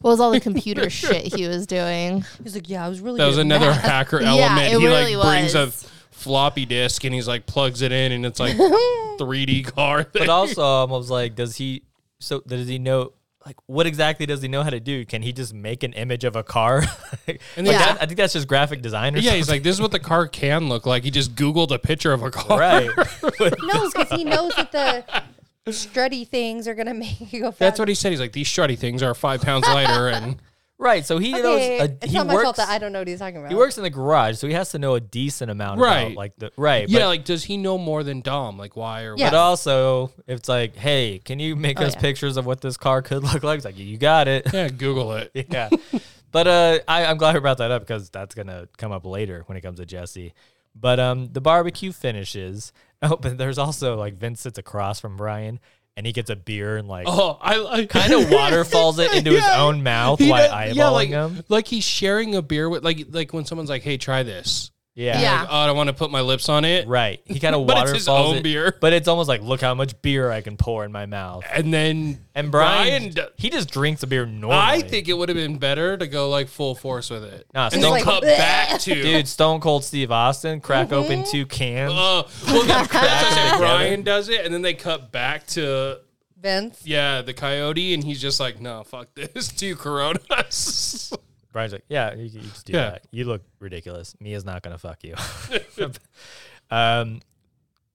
what was all the computer shit he was doing?
he's like, yeah, I was really.
That was
good at
another
math."
hacker
Yeah,
element.
it
he
really
like brings a
was.
floppy disk and he's like plugs it in, and it's like 3D car.
But also, um, I was like, does he? So does he know? Like, what exactly does he know how to do? Can he just make an image of a car? Like,
And then-
that- I think that's just graphic design. Or
yeah, he's like, "This is what the car can look like." He just googled a picture of a car.
something. right.
No, because he knows that the strutty things are gonna make you go. Fast.
That's what he said. He's like, "These shoddy things are five pounds lighter," and
Right. So he
Okay,
knows. A,
it's
he
not my fault
works.
that I don't know what he's talking about.
he works in the garage, so he has to know a decent amount.
Right.
About, like the right.
yeah,
but-
like, does he know more than Dom? Like, why or
Yeah.
But also, it's like, hey, can you make
Oh,
us
yeah.
pictures of what this car could look like? It's like, you got it.
what? Yeah, Google it.
yeah. But uh, I, I'm glad we brought that up because that's gonna come up later when it comes to Jesse. But um, the barbecue finishes. Oh, but there's also like Vince sits across from Brian, and he gets a beer and like
Oh, I, I
kind of waterfalls it into his own mouth
He
while eyeballing
does- yeah, like,
him.
Like he's sharing a beer with, like, like when someone's like, "Hey, try this."
Yeah.
Yeah.
Like, oh, I don't want to put my lips on it.
Right. He kind of
But it's
waterfalls
his own
it,
beer.
but it's almost like look how much beer I can pour in my mouth.
And then
And Brian,
d-
he just drinks a beer normally.
I think it would have been better to go like full force with it.
Nah,
and
Stone
then
like,
cut
"Bleh."
back to
Dude, Stone Cold Steve Austin crack open two cans.
Uh, well, that's what I said.
Together.
Brian does it, and then they cut back to
Vince.
yeah the coyote, and he's just like, "No, fuck this, two Coronas."
Brian's like, yeah, you, you just do
Yeah.
that. You look ridiculous. Mia's not gonna fuck you. um,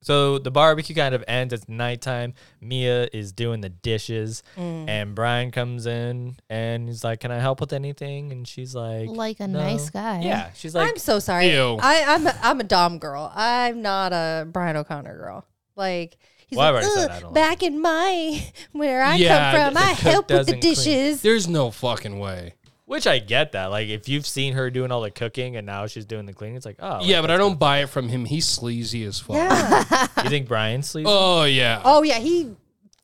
so the barbecue kind of ends. It's nighttime. Mia is doing the dishes, and Brian comes in and he's like, "Can I help with anything?" And she's like,
Like a
"No."
nice guy.
Yeah, she's like,
I'm so sorry.
Ew.
I, I'm a, I'm a Dom girl. I'm not a Brian O'Connor girl. Like he's
Well, I've
like,
already said
"Ugh,
I don't like
back in my where I
Yeah,
come from,
the-
I
the
cook
help with the
doesn't clean."
dishes.
There's no fucking way.
which I get that. Like, if you've seen her doing all the cooking and now she's doing the cleaning, it's like, oh,
Yeah, but I don't buy it from him. He's sleazy as fuck.
Yeah.
you think Brian sleeps?
Oh yeah.
oh yeah, he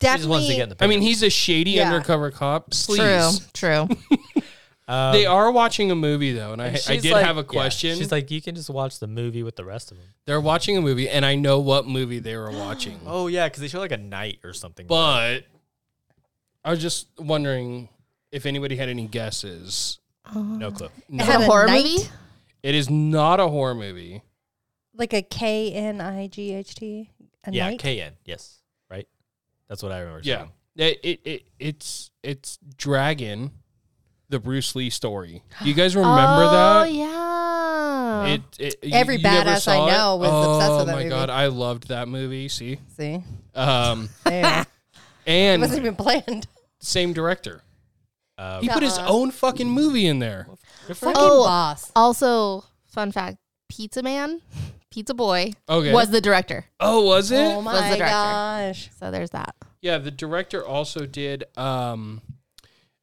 definitely.
he just wants to get in the.
I mean, he's a shady
Yeah.
undercover cop.
True.
Sleaze.
True.
They are watching a movie though, and I, I
She's
did
like-
have a
yeah,
question.
she's like, you can just watch the movie with the rest of them.
They're watching a movie, and I know what movie they were watching.
Oh yeah, because they show like a night or something.
But I was just wondering if anybody had any guesses.
no clue.
No.
Is it
a
a horror
night?
movie?
It is not a horror movie.
like a K N I G H T. A
yeah,
night?
KN. Yes, right. That's what I remember.
Yeah.
seeing.
It, it, it it's it's Dragon, the Bruce Lee story. Do you guys remember
oh,
that?
yeah.
It, it, you-
Every
you never
badass I
saw it?
know was
oh,
obsessed with that
my
movie.
god, I loved that movie. See,
See,
um,
there. it wasn't
and
even planned.
same director.
Uh,
He put his own fucking movie in there.
Fucking
Oh.
boss.
also, fun fact Pizza Man, Pizza Boy
Okay.
was the director.
oh, was it?
Oh
was the
my
director.
gosh.
So there's that.
Yeah, the director also did. Um,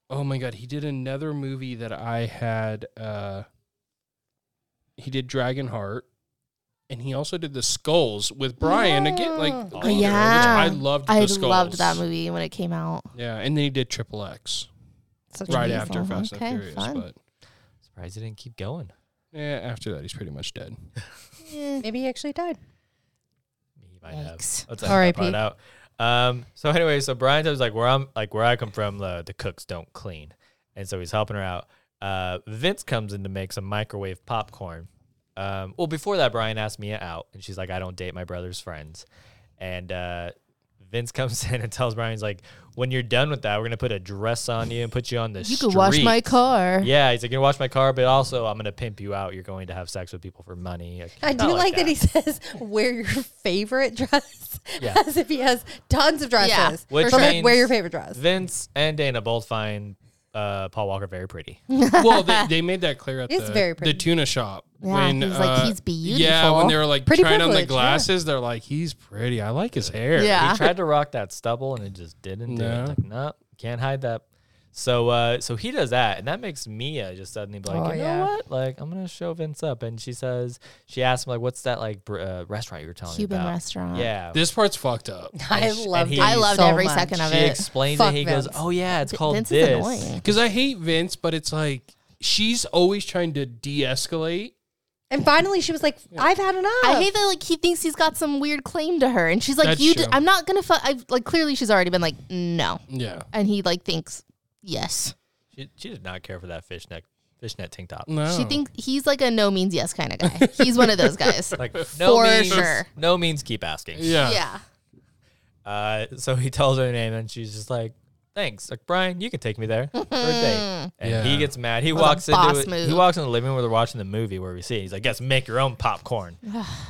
oh my god, he did another movie that I had. Uh, he did Dragonheart, and he also did the skulls with Brian again, like
Yeah.
the
Oh,
leader, which
yeah.
I loved.
I
the skulls.
loved that movie when it came out.
Yeah, and then he did Triple X
Such
right
amazing.
after Fast
Okay,
and Furious,
fun.
but
Surprised it didn't keep going.
yeah, after that he's pretty much dead.
Maybe he actually died.
He might have.
Yikes.
Let's edit that
R.I.P..
part out. Um, so anyway, so Brian's always like where I'm like where I come from, the, the cooks don't clean. And so he's helping her out. Uh, Vince comes in to make some microwave popcorn. Um, well, before that, Brian asked Mia out, and she's like, "I don't date my brother's friends." And uh, Vince comes in and tells Brian, "He's like, when you're done with that, we're gonna put a dress on you and put you on the
You could wash my
streets."
car.
Yeah, he's like, "You're gonna wash my car, but also I'm gonna pimp you out. You're going to have sex with people for money." Like,
I
not
do like, that. he says wear your favorite dress,
Yeah.
as if he has tons of dresses.
Yeah.
Which
But, like,
means-
wear your favorite dress.
Vince and Dana both find uh, Paul Walker very pretty.
well, they, they made that clear at
It's
the,
very
the
pretty.
tuna shop. uh,
Yeah, he's like, "He's
Yeah, when
beautiful."
they were like
Pretty
trying on the
privilege, yeah.
glasses, they're like, he's pretty. I like his hair.
He tried to rock that stubble and it just didn't do
No.
it. Like, no, can't hide that. So uh, so he does that, and that makes Mia just suddenly be like,
Oh,
you know
yeah.
what? Like, I'm gonna show Vince up, and she says, she asks him like, what's that like br- uh, restaurant you were telling
Cuban
me about?
restaurant.
Yeah.
This part's fucked up.
I
and
loved
he-
it.
I loved
so
every
much.
second of
she
it.
explains
Fuck
it. He
Vince.
goes, oh yeah, it's
V-
called
Vince is
this.
annoying.
Because I hate Vince, but it's like she's always trying to de escalate.
And finally, she was like, "I've had enough."
I hate that like he thinks he's got some weird claim to her, and she's like,
That's
"You, d-
true.
I'm not gonna fuck." Like clearly, she's already been like, "No,"
Yeah.
and he like thinks, "Yes."
She, she did not care for that fishnet fishnet tank top.
No.
She thinks he's like a no means yes kind of guy. he's one of those guys.
Like no
For
means,
sure.
no means keep asking.
Yeah.
yeah,
Uh, so he tells her name, and she's just like, "Thanks, like Brian, you can take me there for a date." And
Yeah.
he gets mad. He
a
walks
boss
into it-
move.
he walks in the living room where they're watching the movie where we see. it. He's like, "Guess make your own popcorn,"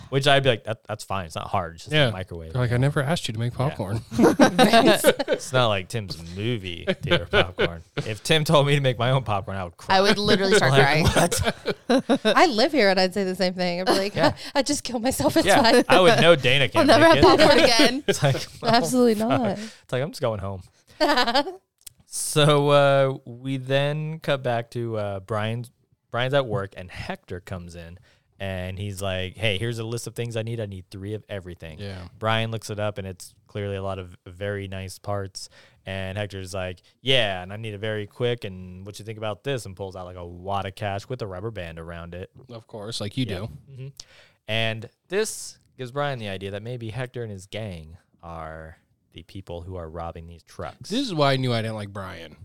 which I'd be like, that, "That's fine. It's not hard. It's just
Yeah.
a microwave.
They're like, I never asked you to make popcorn.
It's not like Tim's movie theater popcorn. If Tim told me to make my own popcorn, I would cry."
I would literally start crying.
I live here, and I'd say the same thing. I'd be like,
Yeah.
"I just killed myself. It's
yeah,
fine.
I would know Dana
I'll
can't
never have
make it.
popcorn again.
It's like,
Absolutely not."
It's like I'm just going home. so uh, we then cut back to uh, Brian's. Brian's at work, and Hector comes in, and he's like, "Hey, here's a list of things I need. I need three of everything."
Yeah.
Brian looks it up, and it's clearly a lot of very nice parts. And Hector's like, "Yeah, and I need it very quick. And what you think about this?" And pulls out like a wad of cash with a rubber band around it.
of course, like you do.
And this gives Brian the idea that maybe Hector and his gang are the people who are robbing these trucks.
This is why I knew I didn't like Brian.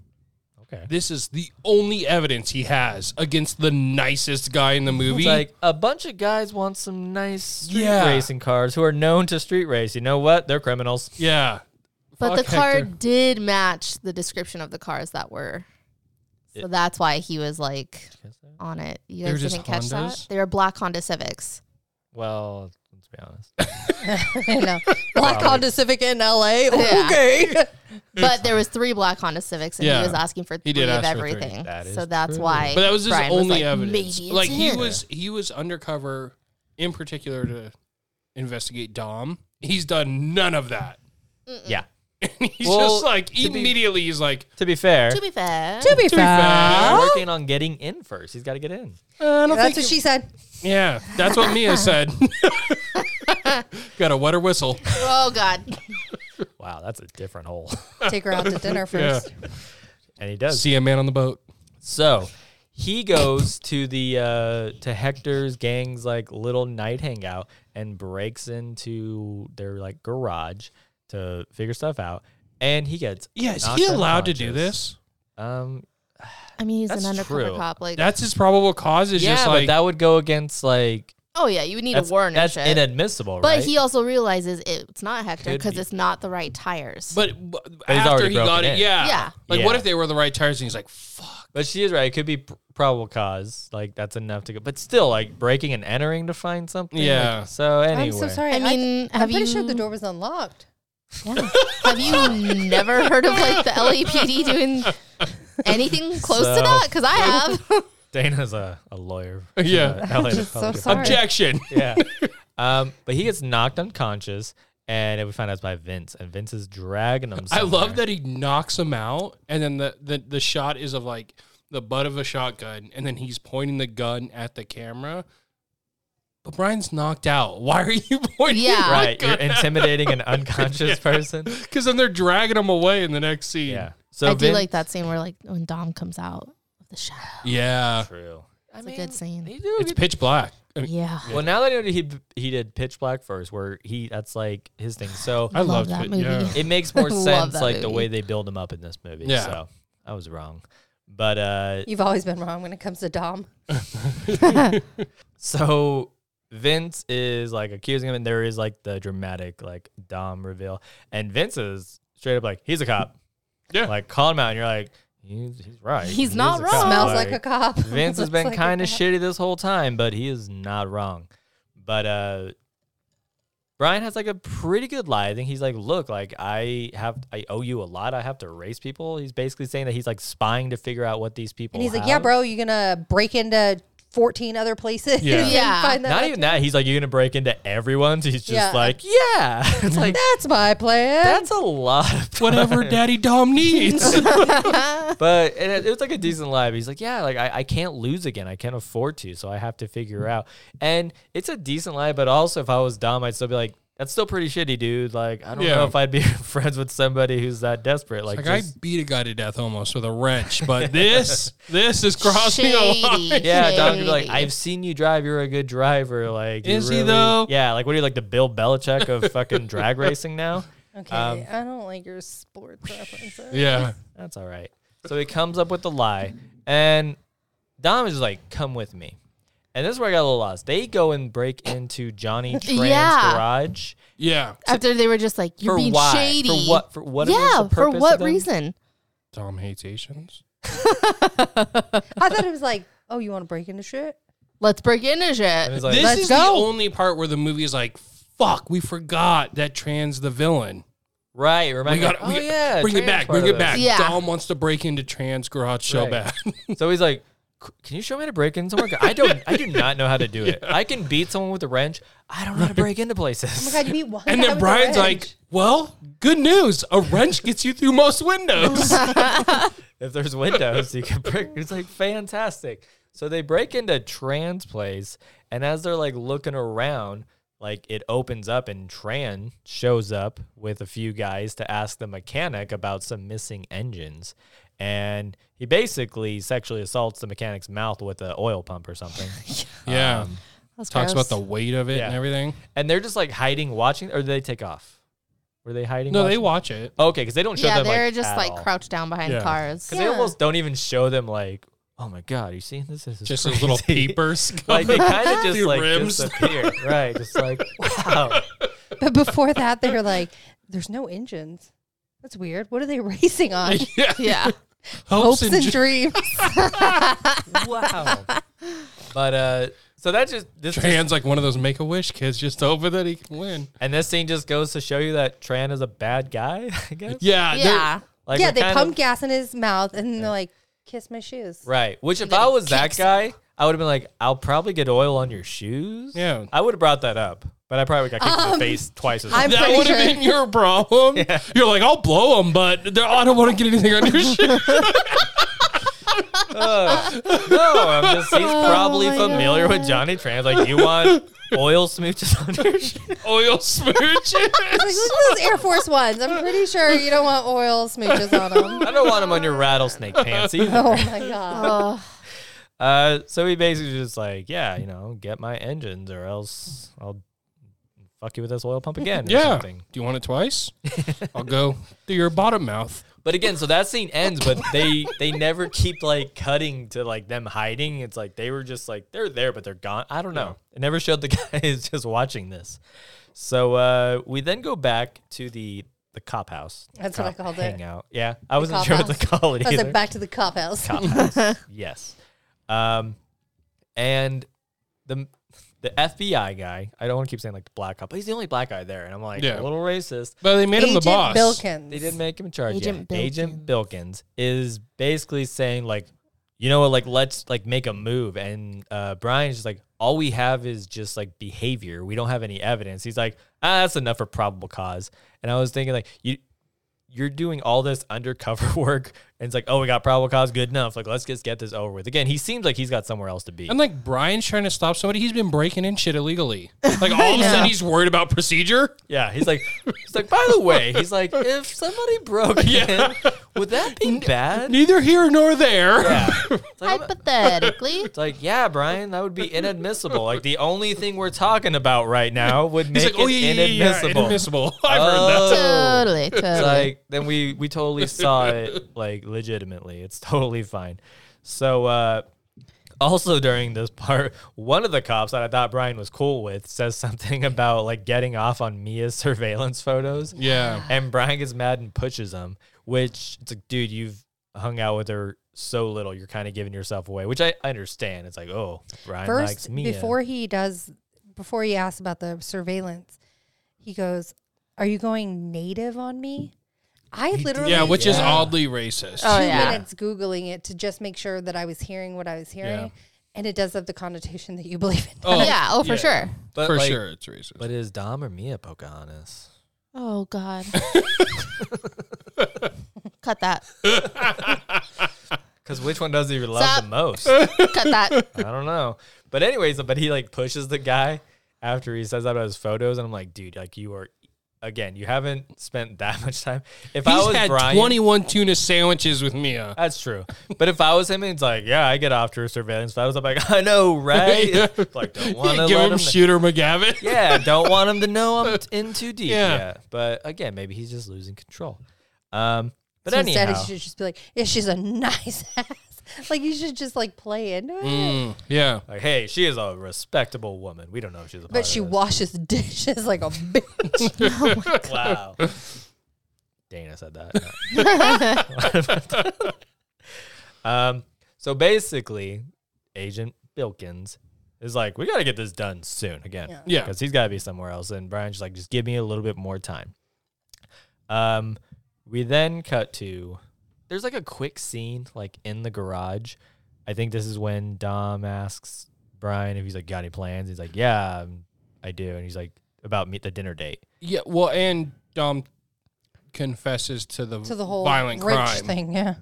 okay.
This is the only evidence he has against the nicest guy in the movie.
It's like a bunch of guys want some nice street
Yeah.
racing cars who are known to street race. You know what? They're criminals.
yeah.
But the
Fuck
car
Hector.
did match the description of the cars that were. So that's why he was like on it. You
They were
guys
just
didn't catch that?
Hondas?
They were black Honda Civics.
Well, let's be honest.
I know. Black Honda Civic in L.A. Okay.
But there was three black Honda Civics and
Yeah.
he was asking for three
did
of
ask for three.
everything.
That is
so that's
true.
why
But that was his
Brian
only
like,
evidence.
"Maybe it's
Like he
him."
was he was undercover in particular to investigate Dom. He's done none of that.
yeah.
He's
Well,
just like
to be-
immediately he's like
To be fair,
To be fair.
to be fair,
he's working on getting in first. He's got to get in.
that's what she said.
Yeah, that's what Mia said. Got a wetter whistle.
oh God.
Wow, that's a different hole.
Take her out to dinner first.
and he does.
See a man on the boat.
So he goes to the uh, to Hector's gang's like little night hangout and breaks into their like garage to figure stuff out. And he gets
Yeah, is
knocked
he allowed to do
unconscious.
this?
Um,
I mean he's
That's
an undercover
true.
cop. Like
That's his probable cause. Is
yeah,
just like
but that would go against like
oh yeah, you would need a
that's,
warrant
that's
and shit.
inadmissible,
but
right?
he also realizes it's not Hector
Could
because
be.
it's not the right tires.
but, but
he's
after
already
he got
broken
it,
in.
yeah,
Yeah.
Like, what
Yeah.
if they were the right tires? And he's like, "Fuck."
but she is right; it could be pr- probable cause. Like that's enough to go. But still, like breaking and entering to find something. like,
Yeah.
so anyway,
I'm so sorry.
I mean,
I'm
have
pretty
you
sure the door was unlocked.
Yeah. Have you never heard of like the LAPD doing anything close to
So-
that? Because I have.
Dana's a, a lawyer.
Yeah.
Uh, LA
Just so
Republican.
sorry.
Objection.
yeah. Um, but he gets knocked unconscious, and we find out it's by Vince, and Vince is dragging him.
I love
somewhere.
that he knocks him out, and then the, the the shot is of like the butt of a shotgun, and then he's pointing the gun at the camera. O'Brien's knocked out. Why are you pointing?
Yeah.
right. You're intimidating an unconscious person.
Because then they're dragging him away in the next scene.
Yeah. So
I do
Vin-
like that scene where like when Dom comes out of the shadow.
Yeah.
True.
It's a good scene.
It's pitch black. I, mean,
Yeah.
Well, now that I know that he he did Pitch Black first, where he that's like his thing. So
I
Love
loved
that
it.
movie.
Yeah.
it makes more
Love
sense,
that
like the
movie.
way they build him up in this movie.
Yeah.
So I was wrong, but uh,
You've always been wrong when it comes to Dom.
So Vince is like accusing him, and there is like the dramatic like Dom reveal, and Vince is straight up like he's a cop.
Yeah.
like call him out, and you're like he's, he's right.
He's
He is
not
a
wrong.
cop.
Smells like a cop.
Vince has
Looks
been
like a
kind of
cop.
shitty this whole time, but he is not wrong. But uh Brian has like a pretty good lie. I think he's like, look, like I have, I owe you a lot. I have to erase people. He's basically saying that he's like spying to figure out what these people.
And he's like, "Yeah,
have."
bro, you gonna break into 14 other places?
Yeah.
and
Yeah.
find that
Not
out?"
even that. He's like, you're gonna break into everyone's. He's just
Yeah.
like, yeah. It's like
That's my plan.
That's a lot of time.
Whatever Daddy Dom needs.
But and it, it was like a decent lie. But he's like, yeah, like I, I can't lose again. I can't afford to, so I have to figure
Mm.
out. And it's a decent lie, but also if I was Dom, I'd still be like, that's still pretty shitty, dude. Like I don't
Yeah.
know if I'd be friends with somebody who's that desperate. Like,
like
just-
I beat a guy to death almost with a wrench, but this this is crossing a
Shady.
line.
yeah, Dom could be like,
Shady.
I've seen you drive. You're a good driver. Like, you
Is he, though?
Yeah, like what are you like the Bill Belichick of fucking drag racing now?
okay.
Um,
I don't like your sports references.
Yeah.
That's all right. So he comes up with the lie, and Dom is like, "Come with me." And this is where I got a little lost. They go and break into Johnny Tran's
Yeah.
garage
Yeah.
After they were just like, you're
for
being
why?
shady.
For what? For what?
yeah,
was the
for
purpose
what
of them?
reason?
Dom hates Asians.
I thought it was like, oh, you want to break into shit?
Let's break into
And
shit.
he's like,
this
Let's
is the
go.
only part where the movie is like, fuck, we forgot that trans the villain.
right? Remember?
We got
oh yeah,
bring it
Tran's
back,
part
bring
of
it back.
this.
Yeah.
Dom wants to break into trans garage so
Right.
bad.
So he's like, "C- "Can you show me how to break in somewhere? I don't. I do not know how to do it. I can beat someone with a wrench. I don't know how to break into places."
Oh my god, you beat one.
and
guy
then
with a
Brian's
wrench.
like, well, good news. A wrench gets you through most windows.
if there's windows, you can break. It's like fantastic. So they break into Tran's place, and as they're like looking around, like it opens up, and Tran shows up with a few guys to ask the mechanic about some missing engines, and he basically sexually assaults the mechanic's mouth with an oil pump or something.
yeah.
That's
Um, Talks
gross.
about the weight of it
Yeah.
and everything.
and they're just like hiding, watching, or do they take off? Were they hiding?
No, they
watching?
watch it.
Okay, because they don't show
Yeah,
them.
they're
like,
just
at
like
all.
crouched down behind
Yeah.
cars.
Because they almost don't even show them like, oh my god, are you seeing this? this is
Just
crazy.
those little peepers.
Like they kind of just
Through
like
rims.
disappear, right? Just like wow,
but before that, they were like, there's no engines. That's weird. What are they racing on?
yeah.
Yeah.
Hopes
Hopes
and
and
dreams.
wow. But uh, so that just this just-
Tran's like one of those make a wish kids just hoping that he can win.
and this scene just goes to show you that Tran is a bad guy. I guess.
Yeah. they're-
Yeah.
Like
yeah,
we're
they
kind
pump
of-
gas in his mouth and they're like, kiss my shoes.
right. Which if
then
I
he
was that
kicks
guy, I would have been like, I'll probably get oil on your shoes.
Yeah.
I would have brought that up, but I probably got kicked in the face twice as
I'm
hard.
That
pretty
would have
sure-
been your problem. You're like, I'll blow him, but they're- I don't want to get anything on your shoe.
No, I'm just, he's probably
my
familiar with Johnny Trans. Like, you want oil smooches on your shoes?
Oil smooches.
Like, look at those Air Force Ones. I'm pretty sure you don't want oil smooches on them.
I don't want him on your rattlesnake pants either.
Oh my god.
Ugh.
Uh, so he basically just like, yeah, you know, get my engines or else I'll fuck you with this oil pump again. Or
Yeah. Do
Something.
you want it twice? I'll go through your bottom mouth.
But again, so that scene ends, but they they never keep like cutting to like them hiding. It's like they were just like they're there, but they're gone. I don't know. It never showed the guy is just watching this. So uh, we then go back to the the cop house.
That's what I
Cop
called it.
hangout. it. Yeah, I wasn't
cop
sure what to
house?
call it
I was
either.
like, back to the cop house.
cop house. yes. Um, and the the FBI guy. I don't want to keep saying like the black cop, but he's the only black guy there, and I'm like
Yeah.
a little racist.
But they made him the
Agent
boss.
Bilkins.
They did make him in charge.
Agent
yeah. Agent Bilkins is basically saying like, you know what, like let's like make a move. And uh, Brian's just like, all we have is just like behavior. We don't have any evidence. He's like, ah, that's enough for probable cause. And I was thinking like, you you're doing all this undercover work, and it's like, oh, we got probable cause, good enough. Like, let's just get this over with. Again, he seems like he's got somewhere else to be.
I'm like, Brian's trying to stop somebody. He's been breaking in shit illegally. Like, all of a sudden, he's worried about procedure.
yeah, he's like, he's like, by the way, he's like, if somebody broke in, would that be bad?
Neither here nor there.
Yeah. It's like, I'm-
Hypothetically,
it's like, yeah, Brian, that would be inadmissible. Like the only thing we're talking about right now would make
He's like, oh,
it
yeah, yeah, yeah, yeah,
inadmissible.
inadmissible. I've heard that.
Oh.
totally,
It's
totally.
like then we we totally saw it like legitimately. It's totally fine. So uh also during this part, one of the cops that I thought Brian was cool with says something about like getting off on Mia's surveillance photos.
Yeah.
And Brian gets mad and pushes him, which it's like, dude, you've hung out with her so little, you're kind of giving yourself away, which I understand. It's like, oh, Brian likes
First,
Mia.
before he does, before he asks about the surveillance, he goes, "Are you going native on me?" I literally
Yeah, which is
Yeah.
oddly racist.
Oh,
two
yeah.
minutes googling it to just make sure that I was hearing what I was hearing,
Yeah.
and it does have the connotation that you believe in.
Oh,
yeah, oh for
yeah.
sure.
But,
for
like,
sure, it's racist.
But is Dom or Mia Pocahontas?
Oh God. Cut that.
Because which one does he love
Stop.
the most?
Cut that.
I don't know. But anyways, but he like pushes the guy after he says that about his photos, and I'm like, dude, like you are again, you haven't spent that much time. If I
He's
was
had
Brian,
21 tuna sandwiches with Mia.
that's true. But if I was him, it's like, yeah, I get off to her surveillance photos. I'm like, I know, right?
Yeah.
Like, don't want to
give
let
him,
him.
Shooter McGavin.
yeah, don't want him to know I'm t- in too deep.
Yeah.
Yeah. but again, maybe he's just losing control. Um, but
So instead,
anyhow,
he should just be like, "Yeah, she's a nice ass." like you should just like play into it.
Mm, yeah.
like, hey, she is a respectable woman. We don't know if she's a. part
But
of
she
this.
washes dishes like a bitch.
Wow. Dana said that. um, so basically, Agent Bilkins is like, we got to get this done soon again.
Yeah.
Because he's got to be somewhere else. And Brian's just like, just give me a little bit more time. Um, we then cut to there's like a quick scene like in the garage. I think this is when Dom asks Brian if he's like got any plans. He's like, yeah, um, I do. And he's like about meet the dinner date.
Yeah. Well, and Dom confesses to the,
to the whole
violent
rich
crime.
thing. Yeah.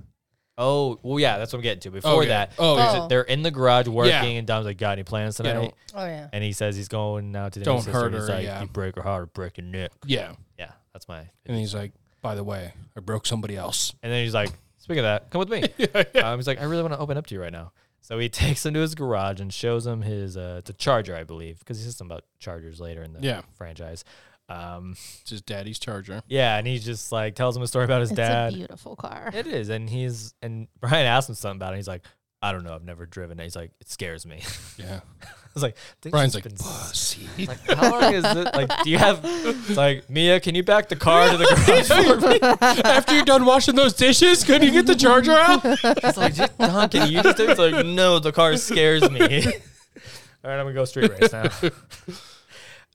Oh, well, yeah, that's what I'm getting to. Before
Okay.
that,
Oh,
there's-
yeah.
they're in the garage working,
Yeah.
and Dom's like, "Got any plans
Yeah,
tonight?"
don't-
Oh yeah.
and he says he's going out to the
Don't
sister.
hurt
He's
her,
like,
yeah.
"You break her heart, break your neck."
Yeah.
Yeah, that's my.
And he's like, by the way, I broke somebody else.
And then he's like, "Speaking of that, come with me." Um, he's like, "I really want to open up to you right now." So he takes him to his garage and shows him his uh, the charger, I believe, because he says something about chargers later in the
Yeah.
franchise. Um,
It's his daddy's charger.
yeah, and he just like tells him a story about his
It's
dad.
a beautiful car.
It is, and he's and Brian asked him something about it. He's like, "I don't know, I've never driven it." He's like, "It scares me."
Yeah.
I was like, "This
Brian's
shit's
like,
been
pussy.
Like, how long is it? Like, do you have? It's like, Mia, can you back the car to the garage for me?
After you're done washing those dishes, can you get the charger out?
It's like, just, Don, can you just do? it?" It's like, no, the car scares me. All right, I'm gonna go street race now.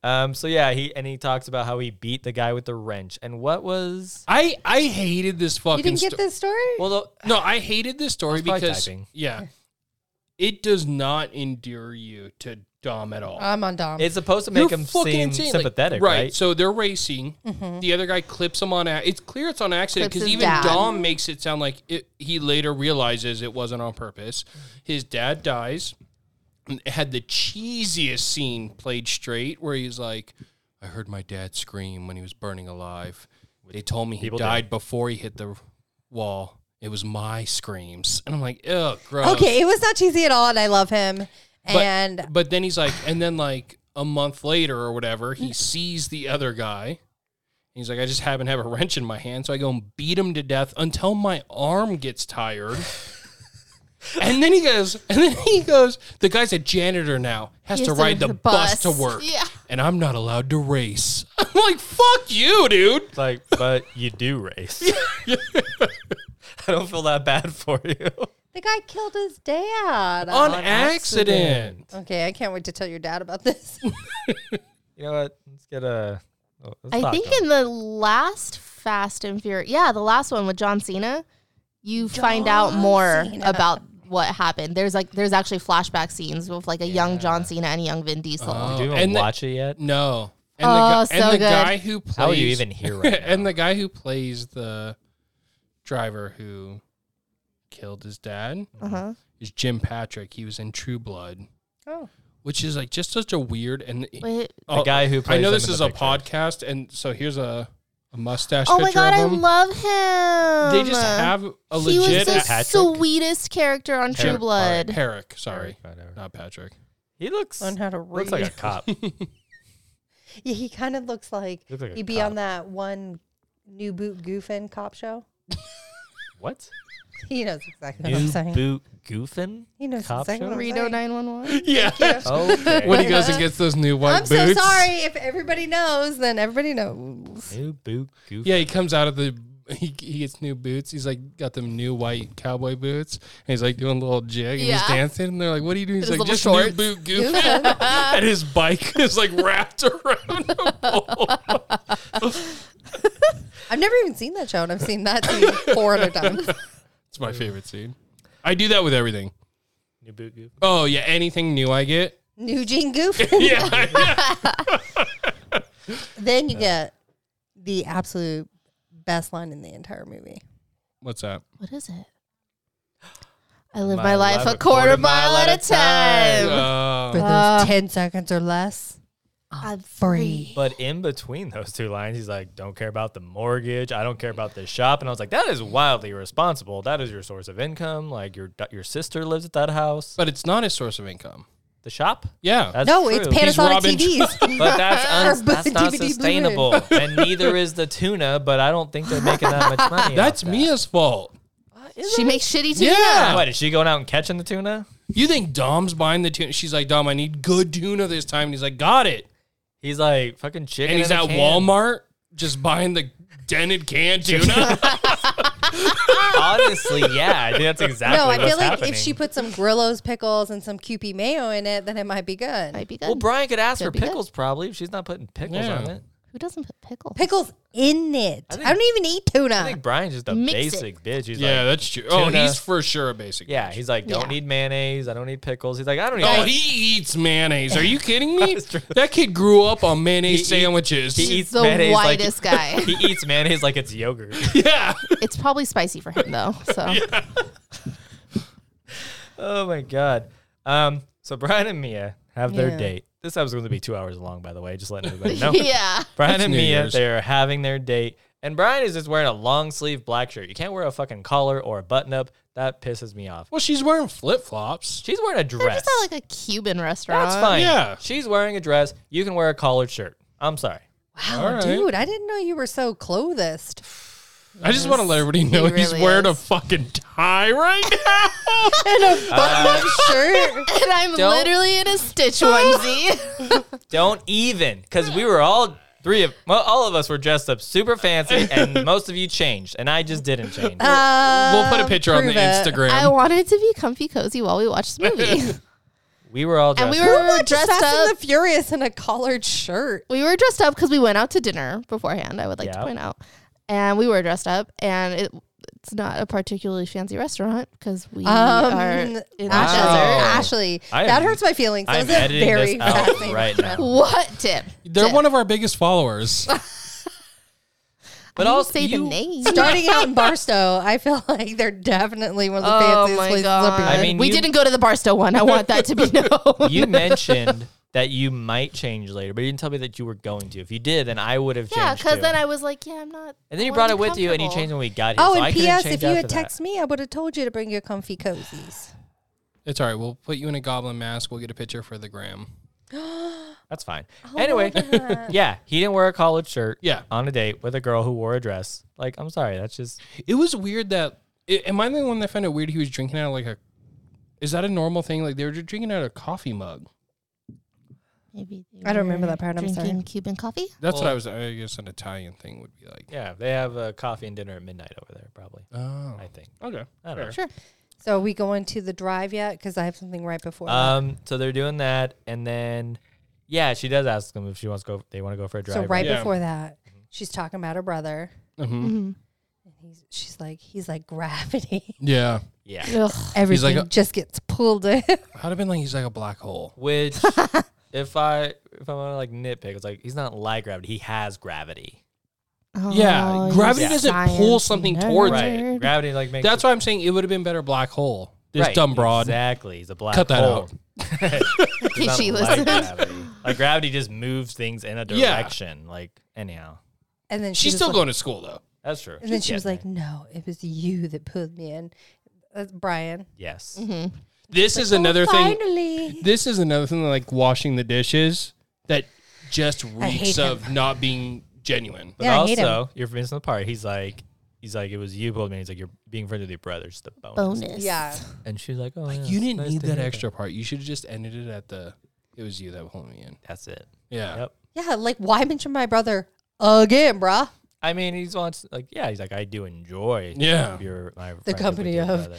Um. So yeah, he and he talks about how he beat the guy with the wrench, and what was
I, I hated this fucking
You didn't get
sto-
this story?
well, the,
No, I hated this story
That's probably
because
typing.
yeah, it does not endear you to Dom at all.
I'm on Dom.
it's supposed to
You're
make him
fucking
seem
insane. Like,
sympathetic,
right?
right?
So they're racing. The other guy clips him on. A- it's clear it's on accident
Clips
because
his
even
dad.
Dom makes it sound like it, he later realizes it wasn't on purpose. His dad dies. And it had the cheesiest scene played straight where he's like, "I heard my dad scream when he was burning alive. They told me he
People
died before he hit the wall. It was my screams." And I'm like, "Ugh, gross."
okay, it was not cheesy at all, and I love him.
But,
And
but then he's like, and then like a month later or whatever, he sees the other guy. He's like, I just happen to have a wrench in my hand, so I go and beat him to death until my arm gets tired. and then he goes, and then he goes. The guy's a janitor now, has
He
to
has to
ride the,
the
bus. to
bus.
work,
Yeah.
and I'm not allowed to race. I'm like, fuck you, dude.
It's like, but you do race. I don't feel that bad for you.
the guy killed his dad.
On,
Uh,
accident.
okay, I can't wait to tell your dad about this.
You know what? Let's get a. oh, let's
I
talk
think
to him.
in the last Fast and Furious, yeah, the last one with John Cena, you find out more about what happened. There's like there's
Uh,
actually flashback scenes with like a young John Cena and a young Vin Diesel.
Oh,
Do you even
and the-
watch it yet?
No. And
Oh,
the, gu- and
so
the
good.
guy who plays
How are you even here right now?
and the guy who plays the driver who killed his dad
Uh huh.
is Jim Patrick. He was in True Blood,
Oh,
which is like just such a weird and uh,
Wait.
The guy who
oh, I
plays
know
him
this
in the
is a
picture.
podcast, and so here's a, a mustache.
Oh my
picture
god, I
of him.
love him.
They just have a
he was
legit
the
Patrick?
sweetest character on True
Herrick-
Blood.
Herrick, sorry,
Whatever.
not Patrick.
He looks
learn how to read.
looks like a cop.
yeah, he kind of looks like
Looks like a
he'd be
cop.
on that one new boot goofing cop show.
what?
He knows exactly what I'm
New
saying.
boot goofing?
He knows
cop
exactly
show?
what I'm
Reno
saying.
nine one one.
Yeah,
Okay.
when he goes and gets those new white
I'm
boots.
so sorry. If everybody knows, then everybody knows.
New boot goofing.
Yeah, he comes out of the. He, he gets new boots. He's like got them new white cowboy boots, and he's like doing a little jig and he's
Yeah.
dancing. And they're like, "What are you doing?" He's
His
like,
little
"Just
shorts.
new boot goof." and his bike is like wrapped around a pole.
I've never even seen that show, and I've seen that scene four other times.
It's my favorite scene. I do that with everything.
New boot goofing.
Oh yeah, anything new I get.
New Jean Goof.
Yeah,
then you get the absolute best line in the entire movie.
what's that?
What is it? I live my, life a quarter mile at a time.
For
Uh,
those 10 seconds or less,
Oh.
I'm
free.
But in between those two lines, he's like, "Don't care about the mortgage. I don't care about this shop." And I was like, "That is wildly irresponsible. That is your source of income. Like your your sister lives at that house.
but it's not his source of income.
The shop?
Yeah,
That's
No, it's
true.
He's
Panasonic
Robin
TVs.
But that's un-
But
that's not
DVD Blu-ray.
sustainable, and neither is the tuna. But I don't think they're making that much money.
that's
off that.
Mia's fault.
She makes shitty tuna.
Yeah.
What is she going out and catching the tuna?
You think Dom's buying the tuna? She's like, Dom, I need good tuna this time. And he's like, got it.
He's like fucking chicken.
And he's
in a
at
can.
Walmart just buying the dented canned tuna.
Honestly, yeah, I think that's exactly.
no, I
what's
feel like
happening.
if she put some Grillo's pickles and some QP mayo in it, then it might be good.
Might be good.
Well, Brian could ask
That'd
for
be good.
pickles probably. if She's not putting pickles
Yeah.
on it.
Who doesn't put pickles?
pickles in it. I,
think-
don't even eat tuna.
I think Brian's just a
Mix it.
basic bitch. He's
yeah,
like,
that's true. Oh,
tuna.
he's for sure a basic.
Yeah, he's like, don't
Yeah.
need mayonnaise. I don't need pickles. He's like, I don't need.
Oh,
he,
he eats mayonnaise. Are you kidding me?
That's true.
that kid grew up on mayonnaise
He eat-
sandwiches.
he eats
the
mayonnaise like-
whitest guy.
he eats mayonnaise like it's yogurt.
yeah.
it's probably spicy for him though. So
oh my god. Um. So Brian and Mia have their
Yeah.
date. This episode's going to be two hours long, by the way. Just letting everybody know.
yeah.
Brian
That's
and
New
Mia,
Year's.
they are having their date, and Brian is just wearing a long sleeve black shirt. You can't wear a fucking collar or a button up. That pisses me off.
Well, she's wearing flip flops.
She's wearing a
They're
dress.
just at like a Cuban restaurant.
That's fine.
Yeah.
She's wearing a dress. You can wear a collared shirt. I'm sorry.
wow,
right.
Oh, dude, I didn't know you were so clothesed.
I just want to let everybody know
He
he's
really
wearing a
is.
fucking tie right now.
And a button-up shirt.
And I'm
Don't-
literally in a stitch onesie.
Don't even, because we were all three of well, all of us were dressed up super fancy, and most of you changed, and I just didn't change.
Uh,
uh,
we'll put a picture on the
prove it.
Instagram.
I wanted to be comfy cozy while we watched the movie.
we were all
and
dressed
we
up.
were
Watch
dressed
Fast
up.
and the Furious in a collared shirt.
we were dressed up because we went out to dinner beforehand. I would like
Yeah.
to point out, and we were dressed up, and it, it's not a particularly fancy restaurant because we are in the
Ashley,
desert.
Um, Ashley,
I am-
that hurts my feelings. That
I'm
was a
editing
very
this out
fascinating
right
show.
now.
What tip?
They're one of our biggest followers.
But
I'll
also,
say the
you-
name.
Starting out in Barstow, I feel like they're definitely one of the
Oh
fanciest
my
places
god!
up here.
I mean,
we
you-
didn't go to the Barstow one. I want that to be known.
you mentioned that you might change later, but you didn't tell me that you were going to. If you did, then I would have
yeah,
changed. Yeah,
because then I was like, yeah, I'm not.
and then you
I
brought
wanna
it
be
with you, and you
comfortable.
changed when we got here.
oh,
so I
and
couldn't
P.S.
change
If you
after
had
that.
texted me, I would have told you to bring your comfy cozies.
It's all right. We'll put you in a goblin mask. We'll get a picture for the gram.
That's fine.
Oh
anyway, yeah, he didn't wear a collared shirt.
Yeah.
on a date with a girl who wore a dress. Like, I'm sorry, that's just
It was weird that. i am I the one that found it weird he was drinking out of like a. Is that a normal thing? Like they were just drinking out of a coffee mug.
Maybe they
I don't remember
were
that part, I'm sorry.
drinking Cuban coffee.
That's what I was. I guess an Italian thing would be like.
yeah. They have uh, coffee and dinner at midnight over there, probably.
Oh.
I think.
Okay.
I don't know.
Sure.
So are we going to the drive yet? Because I have something right before. that.
Um, so they're doing that, and then yeah, she does ask them if she wants to go. They want to go for a drive. Mm-hmm.
So right
Yeah.
before that, she's talking about her brother.
hmm
He's, she's like, he's like gravity.
Yeah.
Yeah.
Ugh.
Everything
uh,
a-
just gets pulled in.
I'd have been like he's like a black hole.
Which if I if I'm gonna like nitpick, it's like he's not like gravity. He has gravity.
Yeah,
Oh,
gravity
you
doesn't pull
science
something
nerd.
towards
Right.
it.
Gravity like makes
That's why I'm saying it would have been better black hole. This
Right,
dumb broad.
Exactly. He's a black
Cut that
hole.
out.
He's not
She
like
listens.
gravity. Like gravity just moves things in a
Yeah.
direction. Like anyhow.
And then she
She's
was
still
like,
going to school though.
That's true.
And then she was
getting
like, "No, it was you that pulled me in." That's Brian. "Oh,
there. Yes.
"Mm-hmm."
This is another thing.
Finally,
This is another thing like washing the dishes that just
hate
reeks
him.
of not being genuine.
But
Yeah, I hate him.
also, you're missing the part. He's like He's like, it was you pulled me. He's like, you're being friends with your brother. Just the bonus.
bonus.
yeah.
And she's like, oh, yeah,
You
it's
didn't
nice
need
to
that
hear
extra part. You should have just ended it at the. It was you that pulled me in.
That's it.
Yeah.
Yep.
Yeah, like why mention my brother again, bruh?
I mean, he's wants like, yeah. He's like, I do enjoy.
Yeah.
Your my friendship
The
with
company
your
of
brother."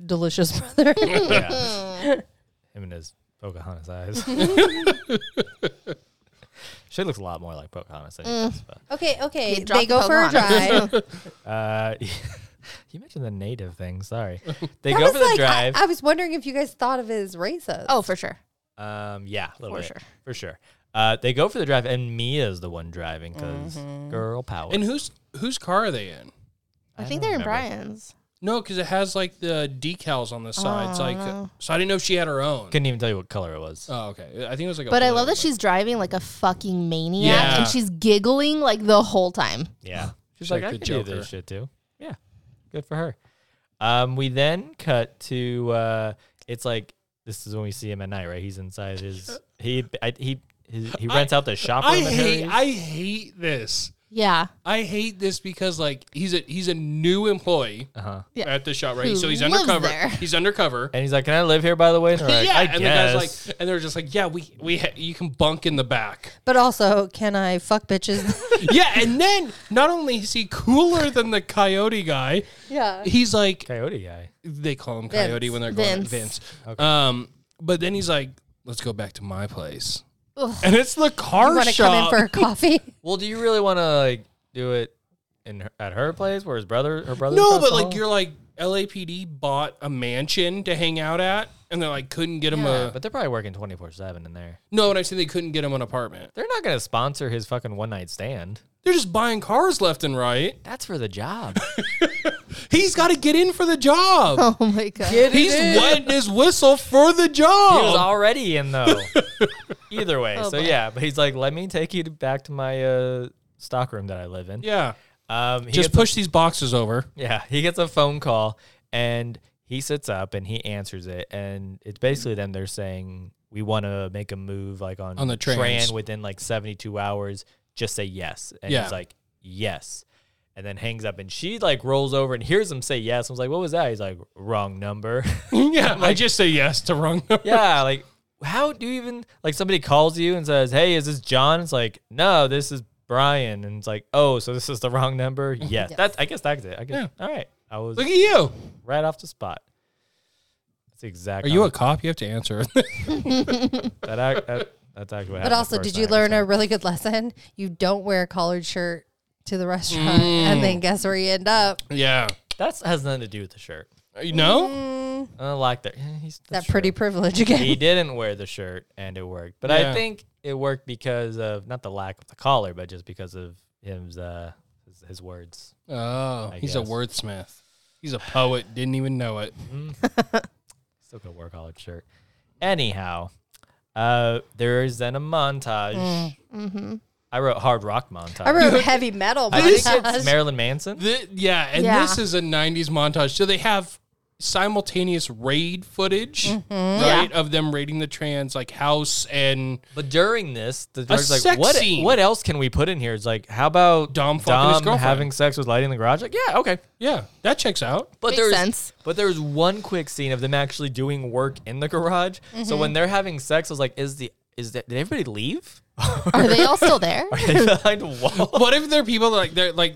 delicious brother.
yeah. Him and his Pocahontas eyes. she looks a lot more like Pocahontas than he does.
Mm.
But,
okay, okay.
dropped
They go
the
for a
Pokemon.
drive.
uh, you mentioned the native thing. Sorry. They
That
go
was
for the
like- I-
drive.
I, was wondering if you guys thought of it as racist.
Oh, for sure.
um, yeah, a little
For
bit.
sure.
For sure. Uh, they go for the drive, and Mia's the one driving because girl power.
And whose whose car are they in?
Mm-hmm. I,
I
think
don't
they're in
remember.
Brian's.
No, because it has like the decals on the sides. like, uh,
Oh.
so I didn't know if she had her own.
couldn't even tell you what color it was.
oh, okay. I think it was like. a
But I
blue,
love that she's driving like a fucking maniac
Yeah.
and she's giggling like the whole time.
Yeah. She's
She's
like,
like
I
the
could do
Joker.
this shit too. Yeah. Good for her. Um, we then cut to uh, it's like this is when we see him at night, right? He's inside his he I, he his, he rents out the shop
I
room. at
hate.
Harry's.
I hate this.
Yeah.
I hate this because like he's a he's a new employee
Uh-huh.
Yeah.
at the shop, right?
Who
so he's
lives
undercover.
there.
He's undercover.
and he's like, "Can I live here?" By the way, And we're like,
yeah,
I
and the
guess.
guy's like, and they're just like, yeah, we we ha- you can bunk in the back.
But also, can I fuck bitches?
yeah, and then not only is he cooler than the coyote guy,
yeah.
he's like
Coyote guy.
they call him coyote
Vince.
when they're going
Vince.
Vince. Vince. Um, but then he's like, let's go back to my place, and it's the
Oh,
You
car
want to come in
shop.
for a coffee?
Well, do you really want to like do it in her, at her place where his brother her brother?
no, but like you're like LAPD bought a mansion to hang out at, and they like couldn't get him a.
but they're probably working twenty four seven in there.
No, and I said they couldn't get him an apartment.
They're not gonna sponsor his fucking one night stand.
They're just buying cars left and right.
That's for the job.
He's got to get in for the job.
Oh my god.
He's wetting his whistle for the job.
He was already in though. Either way,
Oh,
so
boy.
yeah, but he's like, let me take you to- back to my uh, stock room that I live in.
yeah.
Um, he
Just
gets a-
push these boxes over.
yeah, he gets a phone call and he sits up and he answers it, and it's basically them. They're saying we want to make a move like on
On the
train
trains.
within like seventy two hours. Just say yes, and
Yeah.
he's like yes. And then hangs up, and she like rolls over and hears him say yes. I was like, "What was that?" He's like, "Wrong number."
yeah, I just say yes to wrong number.
yeah, like how do you even like somebody calls you and says, "Hey, is this John?" It's like, "No, this is Brian." And it's like, "Oh, so this is the wrong number?" Yes. That's I guess that's it. I guess. All right. I was
Look at you.
right off the spot. That's exactly.
Are you a cop? You have to answer.
that, I, that that's actually what happened
But also,
the first
did you
time,
learn
so-
a really good lesson? You don't wear a collared shirt to the restaurant, and then guess where you end up?
yeah.
That's has nothing to do with the shirt.
You know?
Mm,
I don't like that. Eh, he's-
that
Oh. that's
pretty
true.
privilege again.
he didn't wear the shirt, and it worked. But I
Yeah.
think it worked because of not the lack of the collar, but just because of his uh, his, his words.
Oh,
I
he's a
guess.
wordsmith. He's a poet. Didn't even know it.
Still gonna wear a collared shirt. Anyhow, uh, there is then a montage. I wrote hard rock montage.
Mm, mm-hmm. I wrote heavy metal.
I think it's
montage.
Marilyn Manson.
Th- yeah, and
Yeah.
this is a 90s montage. So they have simultaneous raid footage,
Mm-hmm.
right, of them raiding the trans, like house and
But during this, the director's like,
sex
what, e-,
scene.
what else can we put in here? It's like, how about
Dom fucking his girlfriend.
having sex with Lighty in the garage? Like, yeah, okay.
yeah, that checks out.
But
Makes
there's
sense.
but there's one quick scene of them actually doing work in the garage.
Mm-hmm.
So when they're having sex, I was like, is the is that did everybody leave?
Are they all still there?
Are they behind a wall?
What if there are people like they're like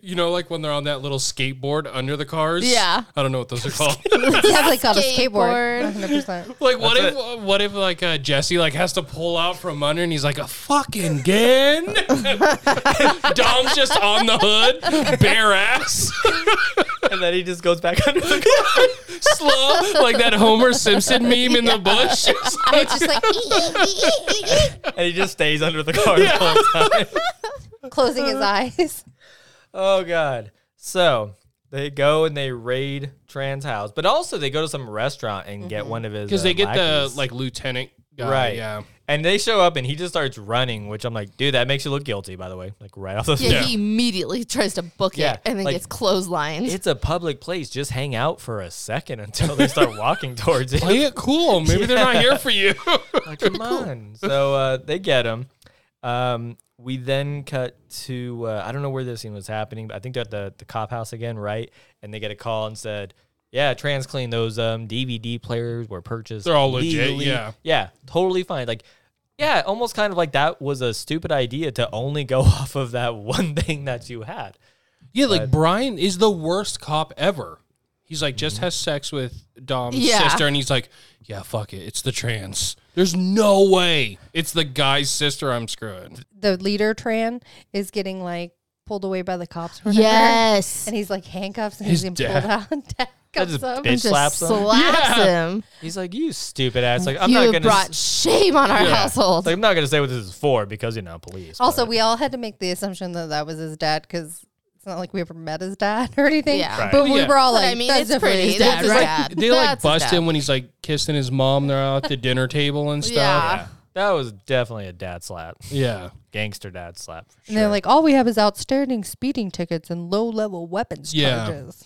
you know like when they're on that little skateboard under the cars?
Yeah.
I don't know what those are called.
It's definitely called a skateboard.
Skateboard.
100%.
like what
That's
if what if like uh, Jesse like has to pull out from under and he's like a fucking again? Dom's just on the hood, bare ass.
and then he just goes back under the car.
Slow, like that Homer Simpson meme in the bush. It's like-
It's just like
and he just stays under the car the whole time.
closing his eyes.
Oh god. So they go and they raid Tran's house, but also they go to some restaurant and get one of his
Because
uh,
Mm-hmm. they get the
lackeys.
like lieutenant guy.
right,
Yeah.
And they show up and he just starts running, which I'm like, dude, that makes you look guilty. By the way, like right off the
Yeah,
yeah.
he immediately tries to book
Yeah,
it and then
like-
gets clotheslined.
It's a public place. Just hang out for a second until they start walking towards it.
Play it cool. Maybe they're not here for you.
Like, come on. So uh, they get him. Um, we then cut to uh, I don't know where this scene was happening, but I think they're at the, the cop house again, right? And they get a call and said, "Yeah, TransClean those um, DVD players were purchased.
They're all legit,
legally."
yeah.
yeah, totally fine. Like, yeah, almost kind of like that was a stupid idea to only go off of that one thing that you had.
yeah, like Brian is the worst cop ever. He's like just has sex with Dom's
Yeah.
sister, and he's like, yeah, fuck it, it's the trans. There's no way it's the guy's sister I'm screwing.
The leader Tran is getting like pulled away by the cops. or whatever,
yes.
and he's like handcuffs and
His
he's being
dad.
pulled out. And dad
That
comes
just
up.
bitch
Just
slaps him.
slaps him.
He's like, "You stupid ass! Like, I'm
you
not
have
gonna
brought
s-
shame on our
yeah.
household.
Like, I'm not gonna say what this is for because you know, police.
Also,
but-
we all had to make the assumption that that was his dad because it's not like we ever met his dad or anything.
Yeah. Right.
But we
Yeah.
were all
But
like,
I mean,
that's
it's
definitely
pretty
his dad,
that
right?
rap.
They like
That's his
bust him
dad.
when he's like kissing his mom. They're out at the dinner table and stuff.
Yeah.
That was definitely a dad slap.
Yeah.
Gangster dad slap. For
And
sure.
they're like, all we have is outstanding speeding tickets and low level weapons
Yeah.
charges.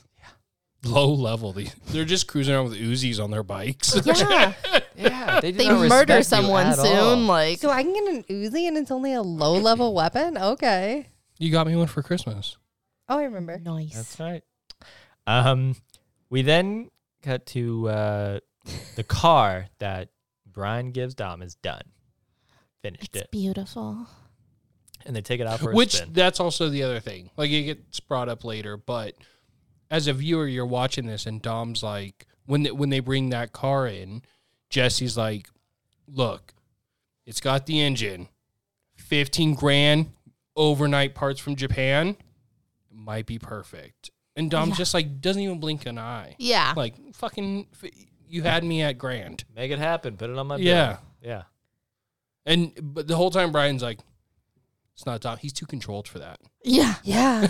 Low level. They- They're just cruising around with Uzis on their bikes.
Yeah.
yeah, they,
They murder someone soon. Like,
So I can get an Uzi and it's only a low level weapon? Okay.
you got me one for Christmas.
Oh, I remember.
nice.
That's right. Um, we then cut to uh, the car that Brian gives Dom is done, finished
It's
it,
beautiful.
and they take it out for
Which
a spin.
that's also the other thing. Like it gets brought up later, but as a viewer, you're watching this, and Dom's like, when they, when they bring that car in, Jesse's like, "Look, it's got the engine, fifteen grand, overnight parts from Japan, might be perfect." And Dom just like doesn't even blink an eye.
Yeah.
Like fucking, f- you had me at grand.
Make it happen. Put it on my bill.
Yeah.
yeah.
And but the whole time Brian's like, "It's not Dom. He's too controlled for that."
Yeah.
Yeah.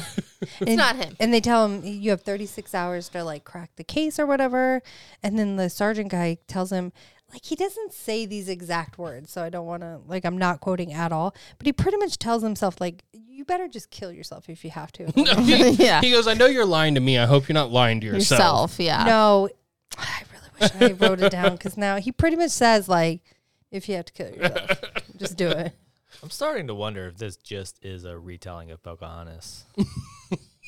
It's not him.
And they tell him you have 36 hours to like crack the case or whatever. And then the sergeant guy tells him, like, he doesn't say these exact words. So I don't want to, like, I'm not quoting at all. But he pretty much tells himself, like, you better just kill yourself if you have to.
yeah.
He goes, I know you're lying to me. I hope you're not lying to yourself.
Yourself. Yeah.
no, I really wish I wrote it down because now he pretty much says, like, if you have to kill yourself, just do it.
I'm starting to wonder if this just is a retelling of Pocahontas,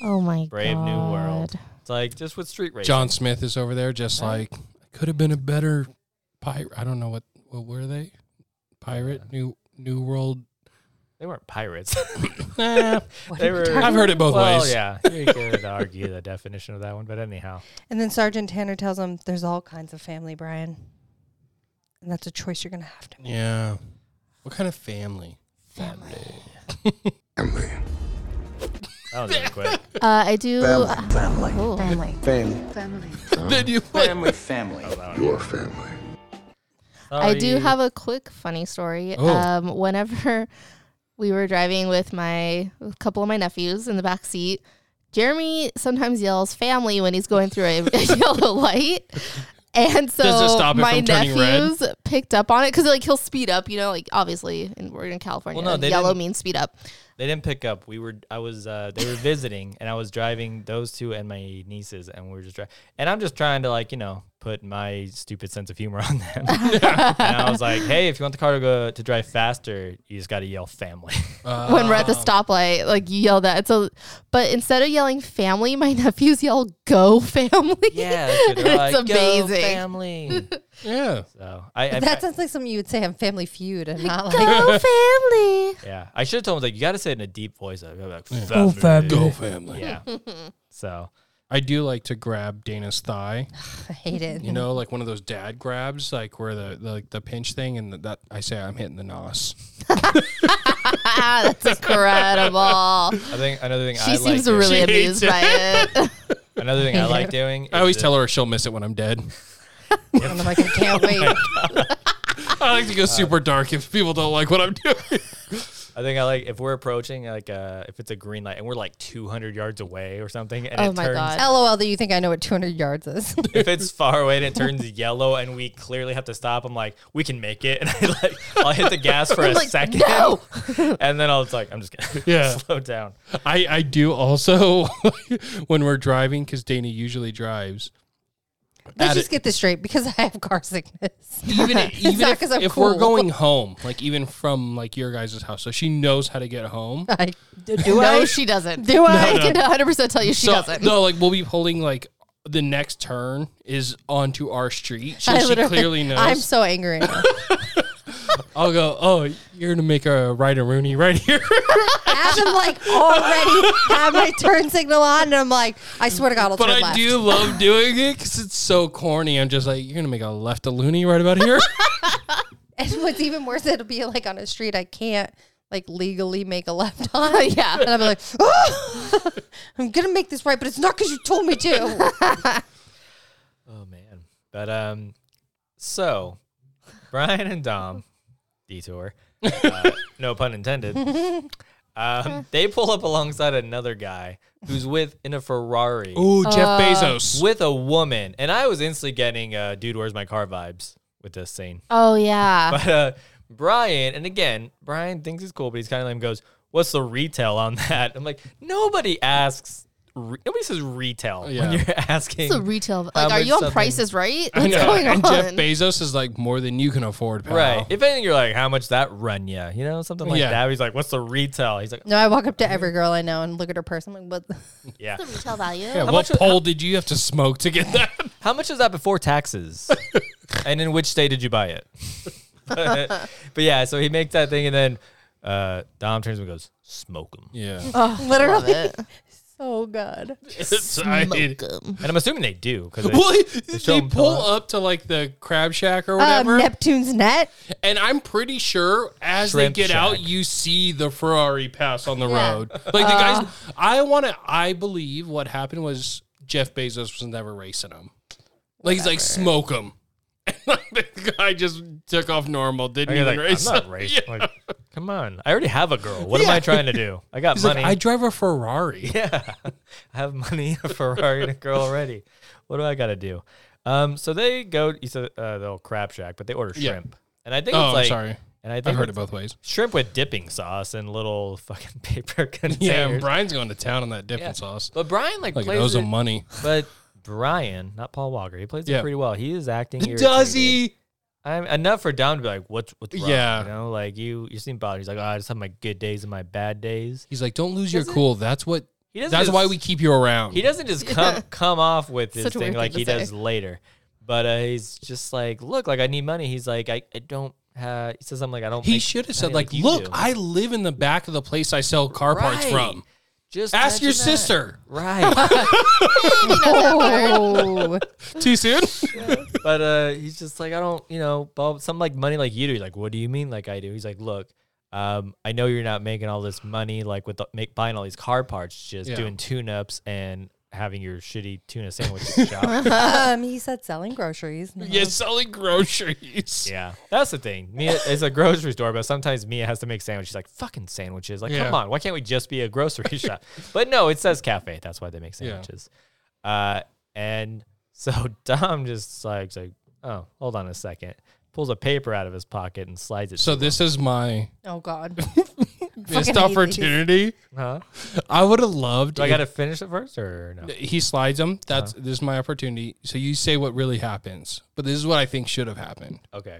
Oh my
Brave
god.
New World. It's like just with street racing.
John Smith is over there, just like, I could have been a better pirate. I don't know what, what were they? Pirate? New New World?
They weren't pirates.
Eh,
they
are you
were.
talking
I've heard it both
well,
ways.
yeah, you could argue the definition of that one, but anyhow,
And then Sergeant Tanner tells him, there's all kinds of family, Brian. And that's a choice you're going to have to make.
Yeah. What kind of family?
that was really quick.
Uh, I do.
Family. Family.
oh.
Family.
Then you
Family. Family.
I do
Sorry.
have a quick funny story.
Oh.
Um, whenever we were driving with my with a couple of my nephews in the back seat, Jeremy sometimes yells "family" when he's going through a, a yellow light. And so
Does it stop it
my
from turning red?
nephews picked up on it because like he'll speed up, you know, like obviously, and we're in California.
Well, no, they
yellow
didn't-
means speed up.
They didn't pick up. We were I was uh they were visiting and I was driving those two and my nieces and we were just driving and I'm just trying to like, you know, put my stupid sense of humor on them. and I was like, "Hey, if you want the car to go to drive faster, you just got to yell family."
when we're
Ah.
at the stoplight, like you yell that. So, but instead of yelling "family," my nephews yell "go family."
that's good. They're
It's
like, "Go,
amazing.
family.
Yeah.
So, I, I
That sounds like something you would say on Family Feud and not like
Go family.
yeah, I should have told them like you got to say it in a deep voice. I'd be like,
Go
family.
family.
Yeah. So,
I do like to grab Dana's thigh.
I hate it.
You know, like one of those dad grabs, like where the, the like the pinch thing, and that I say I'm hitting the nos.
Ah, that's incredible.
I think another thing
She
I
seems
like is-
really
She hates
amused by it.
Another thing I like doing.
I always tell her she'll miss it when I'm dead.
And I'm like, I
Oh
can't wait.
I like to go super dark if people don't like what I'm doing.
I think I like if we're approaching like uh if it's a green light and we're like 200 yards away or something and
Oh
it
my
turns
God.
LOL that you think I know what 200 yards is.
if it's far away and it turns yellow and we clearly have to stop, I'm like, we can make it. And I like, I'll hit the gas for a
like,
second.
"No!"
and then I'll just like, I'm just gonna
Yeah.
slow down.
I, I do also when we're driving because Dana usually drives.
Let's
Add
just
it.
get this straight because I have car sickness.
Even even
not
if,
'cause I'm
if we're
cool.
going home, like even from like your guys' house, so she knows how to get home.
I, do
no,
I?
she doesn't. Do I? I can 100 percent tell you she
so,
doesn't.
No, like we'll be holding like the next turn is onto our street, so
I
she
literally-
clearly knows.
I'm so angry. right now.
I'll go. Oh, you're gonna make a right a Rooney right here.
Adam like already had my turn signal on, and I'm like, I swear to God, I'll
but
turn
I
left.
do love doing it because it's so corny. I'm just like, you're gonna make a left a loony right about here.
And what's even worse, it'll be like on a street I can't like legally make a left on.
Yeah.
and I'll be like, "Oh, I'm gonna make this right, but it's not because you told me to.
Oh man. But um, so Brian and Dom detour. Uh, no pun intended. Um, they pull up alongside another guy who's with in a Ferrari
Ooh,
Uh,
Jeff Bezos.
with a woman, and I was instantly getting uh, "Dude, where's my car?" vibes with this scene.
Ah.
oh yeah.
But uh, Brian, and again, Brian thinks he's cool, but he's kind of lame. Goes, what's the retail on that? I'm like, nobody asks. Re- nobody says retail
Yeah.
when you're asking.
It's a retail.
How
Like, are
much
you on
something-
prices right?
I
What's
know.
going
and
on?
Jeff Bezos is like more than you can afford, pal.
Right. If anything, you're like, how much that run ya? You know, something like
Yeah.
that. He's like, what's the retail? He's like, "Oh,
No, I walk up to every girl I know and look at her purse. I'm like, what? the-
yeah.
the retail value.
Yeah,
How
what
much-
pole did you have to smoke to get that?
How much is that before taxes? and in which state did you buy it? but, but yeah, so he makes that thing, and then uh, Dom turns and goes, smoke him.
Yeah.
Love
Literally,
it.
so good.
It's- I-
Smoke 'em.
And I'm assuming they do because
well, they,
show
they
'em
pull
pull up.
up to like the crab shack or
Um,
Uh,
whatever,
Neptune's net.
and I'm pretty sure as
Shrimp
they get out,
shack.
you see the Ferrari pass on the
Yeah.
road. Like the
Uh.
guys, I want to. I believe what happened was Jeff Bezos was never racing him. Like he's like smoke him. the guy just took off normal, didn't
you're
even
like,
race.
I'm not
him."
racist.
Yeah.
Like, come on. I already have a girl. What am I trying to do? I got
He's like,
money.
I drive a Ferrari.
yeah. I have money, a Ferrari, and a girl already. What do I got to do? Um, so they go, you said uh, the old crab shack, but they order
Yeah.
shrimp. And I think
Oh,
it's
I'm
like,
sorry.
and I think
I've heard it
it's
both ways.
shrimp with dipping sauce and little fucking paper containers.
Yeah, and Brian's going to town on that dipping
Yeah.
sauce.
But Brian like,
Like it
plays
owes
it,
him money.
but Brian, not Paul Walker, he plays it
Yeah.
pretty well. He is acting. irritated.
Does he?
I'm enough for Dom to be like, "What's what's wrong?"
Yeah.
you know, like you you seem bothered. He's like, "Oh, I just have my good days and my bad days."
He's like, don't lose your
Does it?
cool. That's what.
He doesn't.
That's
just-
why we keep you around.
He doesn't just come come off with this
Such a
thing
weird
like
thing
he
to say.
does later, but uh, he's just like, "Look, like I need money." He's like, "I, I don't have." He says something like, "I don't."
He
make
should have
money
said like,
you
look,
do."
I live in the back of the place I sell car parts
Right.
from.
just
Ask your
mention that."
sister.
Right,
Oh,
Too soon.
but uh, he's just like, "I don't," you know, Bob. Something like money, like you do. He's like, "What do you mean, like I do?" He's like, "Look." Um, I know you're not making all this money like with the, make, buying all these car parts, just
Yeah.
doing tune ups and having your shitty tuna sandwiches shop.
um, he said selling groceries. No.
yeah, selling groceries.
Yeah, that's the thing. Mia is a grocery store, but sometimes Mia has to make sandwiches. She's like, "Fucking sandwiches! Like,
Yeah.
come on, why can't we just be a grocery shop?" But no, it says cafe. That's why they make
Yeah.
sandwiches. Uh, and so Dom just like, is like, "Oh, hold on a second. Pulls a paper out of his pocket and slides it.
So this is my
Oh God.
missed
hate
opportunity.
huh?
I would have loved.
Do I
if-
got to finish it first or no?
He slides them. That's this is my opportunity. So you say what really happens, but this is what I think should have happened.
Okay.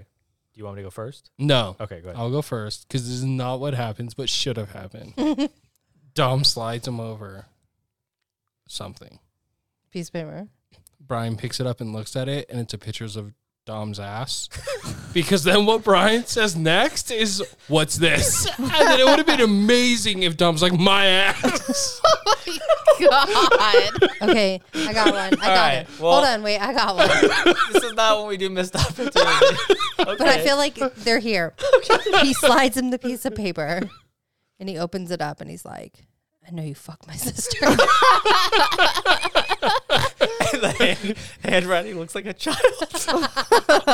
Do you want me to go first?
No.
Okay, go ahead.
I'll go first because this is not what happens, but should have happened. Dom slides him over something.
Piece of paper.
Brian picks it up and looks at it, and it's a pictures of Dom's ass. because then what Brian says next is, "What's this?" And then it would have been amazing if Dom's like, "My ass."
Oh God.
Okay, I got one. I got
right,
it.
well-
Hold on, wait, I got one.
this is not when we do missed opportunity. okay.
But I feel like they're here. he slides him the piece of paper and he opens it up and he's like, I know you fucked my sister.
the hand, handwriting looks like a child.
or,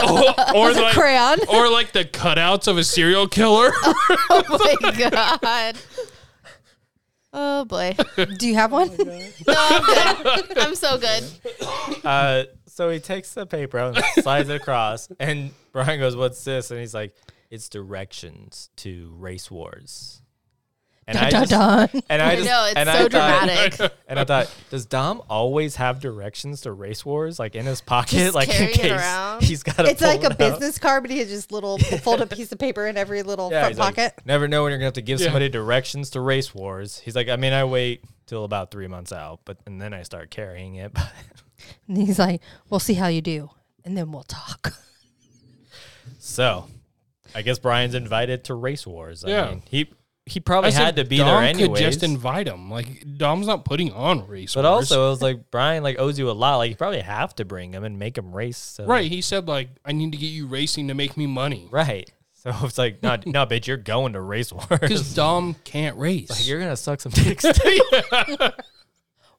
or
a
like,
crayon.
or like the cutouts of a serial killer.
oh my god. Oh boy.
Do you have one?
No, I'm good. I'm so good.
Uh, so he takes the paper out and slides it across, and Brian goes, "What's this?" And he's like, "It's directions to race wars." And
dun, dun, dun.
and
I
just-
know it's
and
so
I thought-
dramatic.
And I thought, does Dom always have directions to race wars like in his pocket,
Just
like in
carrying it
case
around?
he's got?
It's like a business card, but he has just little folded piece of paper in every little
yeah,
front
he's like,
pocket.
Never know when you're gonna have to give
Yeah.
somebody directions to race wars. He's like, I mean, I wait till about three months out, but and then I start carrying it.
and he's like, "We'll see how you do, and then we'll talk."
so, I guess Brian's invited to race wars. I
Yeah.
mean, he he probably
I said
had to be
Dom
there anyways.
Could just invite him. Like Dom's not putting on race.
but
wars.
also, it was like Brian like owes you a lot. Like you probably have to bring him and make him race. So.
right? He said like I need to get you racing to make me money
right. So it's like, no, no, bitch, you're going to race wars.
because Dom can't race.
Like, you're gonna suck some dicks. too.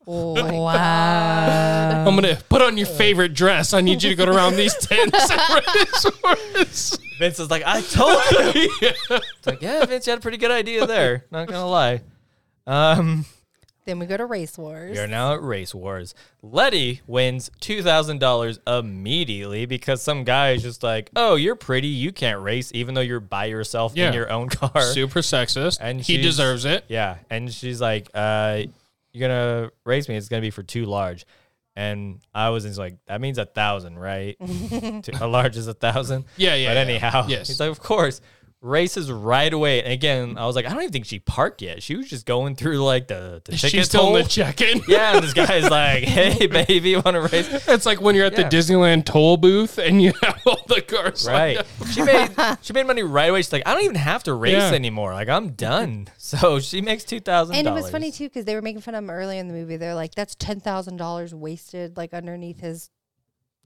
Oh
wow!
I'm gonna put on your favorite dress. I need you to go around these tents. and race wars.
Vince is like, I told you. It's like, yeah, Vince, you had a pretty good idea there. Not gonna lie. Um,
then we go to race wars.
we are now at race wars. Letty wins two thousand dollars immediately because some guy is just like, "Oh, you're pretty. You can't race, even though you're by yourself
Yeah.
in your own car."
Super sexist,
And
and he
she's-
deserves it.
Yeah, and she's like, uh, "You're gonna race me. It's gonna be for too large." And I was just like, "That means a thousand, right? Two- a large is a thousand.
Yeah, yeah,
But
yeah.
anyhow,
Yes.
he's like, "Of course." Races right away. And again, I was like, I don't even think she parked yet. She was just going through like the, the ticket
She's still
toll.
in the check-in.
yeah, and this guy's like, "Hey, baby, you want to race?"
It's like when you're at
Yeah.
the Disneyland toll booth and you have all the cars.
Right.
lined up.
she made she made money right away. She's like, I don't even have to race
Yeah.
anymore. Like I'm done. So she makes two thousand.
And it was funny too because they were making fun of him earlier in the movie. They're like, "That's ten thousand dollars wasted, like underneath his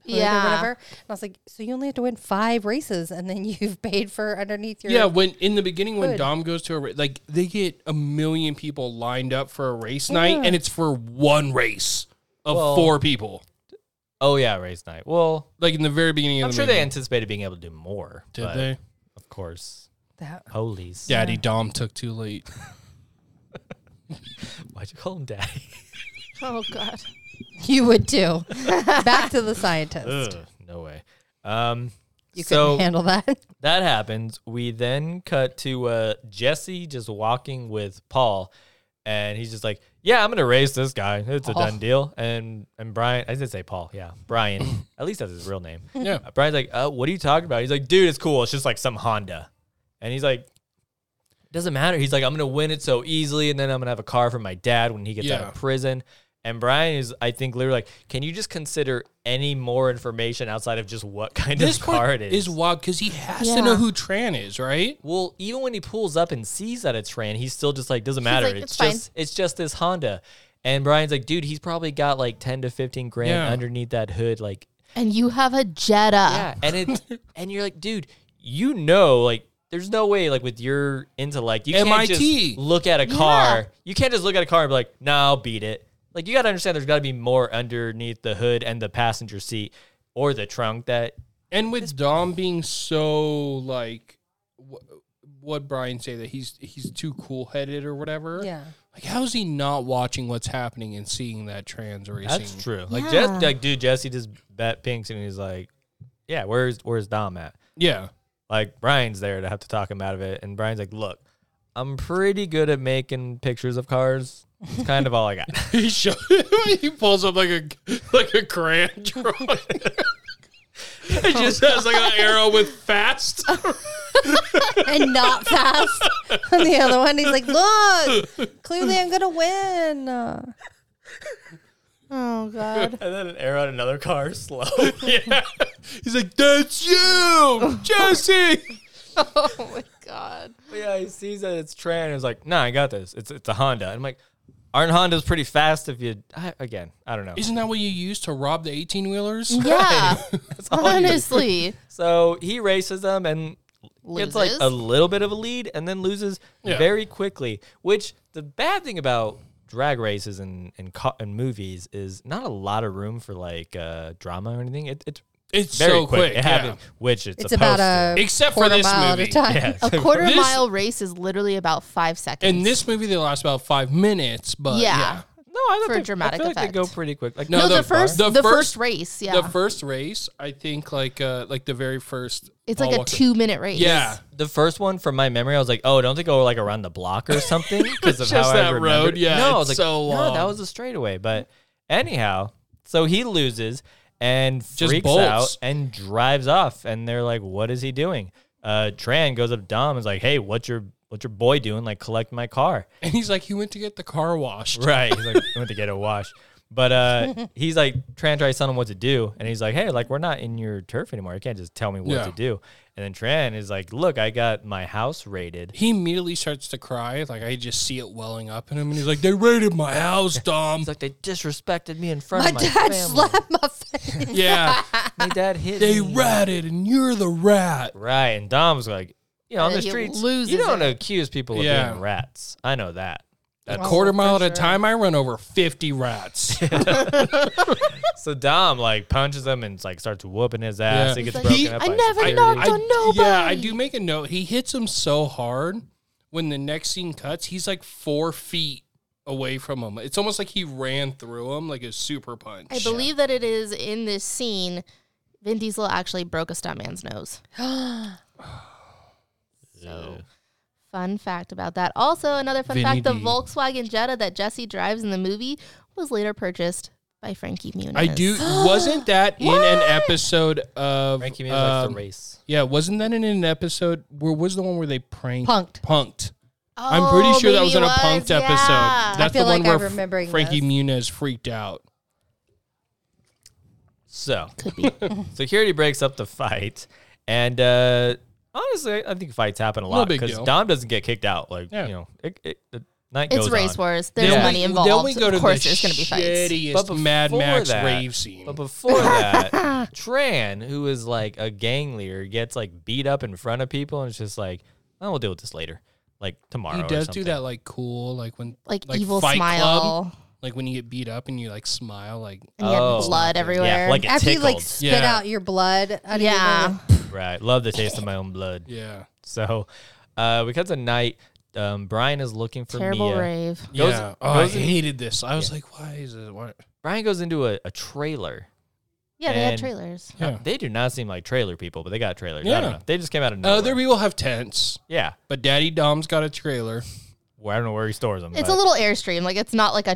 hood or
Yeah.
whatever." And I was like, "So you only have to win five races, and then you've paid for underneath your
Yeah, when in the beginning when
Good.
Dom goes to a ra- like they get a million people lined up for a race night and it's for one race of
Well-
four people.
Oh yeah, race night. Well,
Like in the very beginning of
I'm
the
sure
movie.
they anticipated being able to do more.
Did
but
they?
Of course.
that."
Polies.
Daddy Dom took too late.
Why'd you call him daddy?
Oh god.
You would too. Back to the scientist.
Ugh, no way. Um,
You
so
couldn't handle that.
that happens. We then cut to uh, Jesse just walking with Paul, and he's just like, "Yeah, I'm gonna race this guy. It's a
Oh.
done deal." And and Brian, I did say Paul, yeah, Brian. at least that's his real name.
Yeah.
Uh, Brian's like, uh, "What are you talking about?" He's like, "Dude, it's cool. It's just like some Honda," and he's like. Doesn't matter. He's like, I'm gonna win it so easily, and then I'm gonna have a car for my dad when he gets out
Yeah.
of prison. And Brian is, I think, literally like, can you just consider any more information outside of just what kind
This
of car
part
it is?
is wild because he has
Yeah.
to know who Tran is, right?
Well, even when he pulls up and sees that it's Fran, he's still just like, doesn't matter.
like,
it's
"It's fine."
just it's just this Honda. And Brian's like, dude, he's probably got like ten to fifteen grand
Yeah.
underneath that hood. Like
And you have a Jetta.
Yeah. And it's and you're like, dude, you know, like there's no way, like with your intellect, you can't
MIT.
just look at a car. You can't just look at a car and be like, no, nah, I'll beat it. Like you gotta understand there's gotta be more underneath the hood and the passenger seat or the trunk that
And with Dom being so like wh- what Brian say that he's he's too cool headed or whatever.
Yeah.
Like how's he not watching what's happening and seeing that trans racing?
That's true. Like Jess, like dude, Jesse just bet pinks and he's like, "Yeah, where's where's Dom at?"
Yeah.
Like Brian's there to have to talk him out of it, and Brian's like, "Look, I'm pretty good at making pictures of cars. It's kind of all I got."
He show, he pulls up like a like a grand drawing. it just has like an arrow with fast.
and not fast. And the other one, he's like, look, clearly I'm going to win. Uh,
Oh god.
and then an arrow at another car, slow.
yeah. He's like, that's you, Jesse.
Oh my god.
yeah, he sees that it's Tran. He's like, "Nah, I got this. It's it's a Honda." And I'm like, "Aren't Hondas pretty fast? If you I, again, I don't know."
Isn't that what you use to rob the eighteen wheelers?
Yeah.
all you do.
Honestly.
So he races them, and gets like
Loses.
a little bit of a lead and then loses
Yeah.
very quickly. Which the bad thing about drag races and and, co- and movies is not a lot of room for like uh, drama or anything. It, it's
It's
very
so quick.
It
yeah.
happened- which it's,
It's about
supposed
a
to.
Except for
quarter
this
mile
movie.
at a time.
Yes.
A quarter
This-
mile race is literally about five seconds.
In this movie, they last about five minutes, but
yeah.
yeah.
No, I thought
for
they,
dramatic
I feel like
effect.
they go pretty quick. Like
No,
No,
the
the, first
bar-
the,
the
first,
first-
race, yeah.
The first race, I think, like uh, like the very first.
it's
Paul
like a
Walker-
two minute race.
Oh, Yeah,
the first one from my memory, I was like, oh, don't they go like around the block or something because of
Just
how I
that road,
remembered it.
yeah,
no, I was
it's
like,
so
no, that
long.
was a straightaway. But anyhow, so he loses and
Just
freaks
bolts.
out and drives off, and they're like, what is he doing? Uh, Tran goes up to Dom and is like, hey, what's your what's your boy doing? Like, collect my car.
and he's like, he went to get the car washed.
Right. He's like, I went to get a wash. But uh, he's like Tran tries to tell him what to do, and he's like, "Hey, like we're not in your turf anymore. You can't just tell me what
Yeah.
to do." And then Tran is like, "Look, I got my house raided."
He immediately starts to cry. Like I just see it welling up in him, and he's like, "They raided my house, Dom."
He's like, "They disrespected me in front
My
of my
dad
family.
slapped my face.
yeah,
my dad hit
they
me."
ratted, and you're the rat.
right. And Dom's like, "You know, on
And
the
he
streets,
loses
you don't
it.
accuse people of
Yeah.
being rats. I know that."
A
That's-
quarter mile at a time, I run over fifty rats.
so Dom like punches him and like starts whooping his ass.
Yeah.
He
He's
gets
like,
broken
"He-
up.
I
by
never
security.
knocked on nobody.
Yeah, I do make a note. He hits him so hard when the next scene cuts, he's like four feet away from him. It's almost like he ran through him like a super punch.
I believe that it is in this scene. Vin Diesel actually broke a stuntman's nose. so, fun fact about that. Also, another fun
Vinny
fact: the
D.
Volkswagen Jetta that Jesse drives in the movie was later purchased by Frankie Muniz.
I do. Wasn't that in an episode of?
Frankie Muniz likes
um,
to race.
yeah, wasn't that in an episode? Where was the one where they pranked?
Punked.
Punked. I'm pretty
Oh,
sure that
maybe
was
it
in a punked
yeah.
episode. That's
feel
the one
like
where
I'm
F-
remembering
Frankie
this.
Muniz freaked out.
So
Could be.
Security breaks up the fight, and uh, honestly, I think fights happen a
No
lot
big
because
deal.
Dom doesn't get kicked out. Like
Yeah.
you know, it, it, the night
it's
goes
race
on.
wars. There's
Yeah.
money
Then we-
involved.
Then we go to
of course,
the
there's going to be fights.
shittiest
But
Mad
before
Max
that-
rave scene.
But before that, Tran, who is like a gang leader, gets like beat up in front of people, and it's just like, oh, we'll deal with this later, like tomorrow.
He
or
does do
something.
that like cool, like when
Like, evil
Fight
smile,
Club, like when you get beat up and you like smile, like
and you have
Oh.
blood everywhere.
Yeah, like it
After you like
tickled.
spit
Yeah.
out your blood. Out
Yeah.
Of your mouth.
Right, love the taste of my own blood.
yeah,
So, uh, because of night, um, Brian is looking for
terrible
Mia.
rave.
Goes-
yeah. Oh, I
goes in-
hated this. I was like, why is it? Why?
Brian goes into a, a trailer.
Yeah, they had
And-
trailers.
Yeah.
They do not seem like trailer people, but they got trailers. I
Yeah. Uh,
don't know. They just came out of nowhere.
Other people have tents,
yeah.
but Daddy Dom's got a trailer.
Well, I don't know where he stores them.
It's
but-
a little airstream. Like it's not like a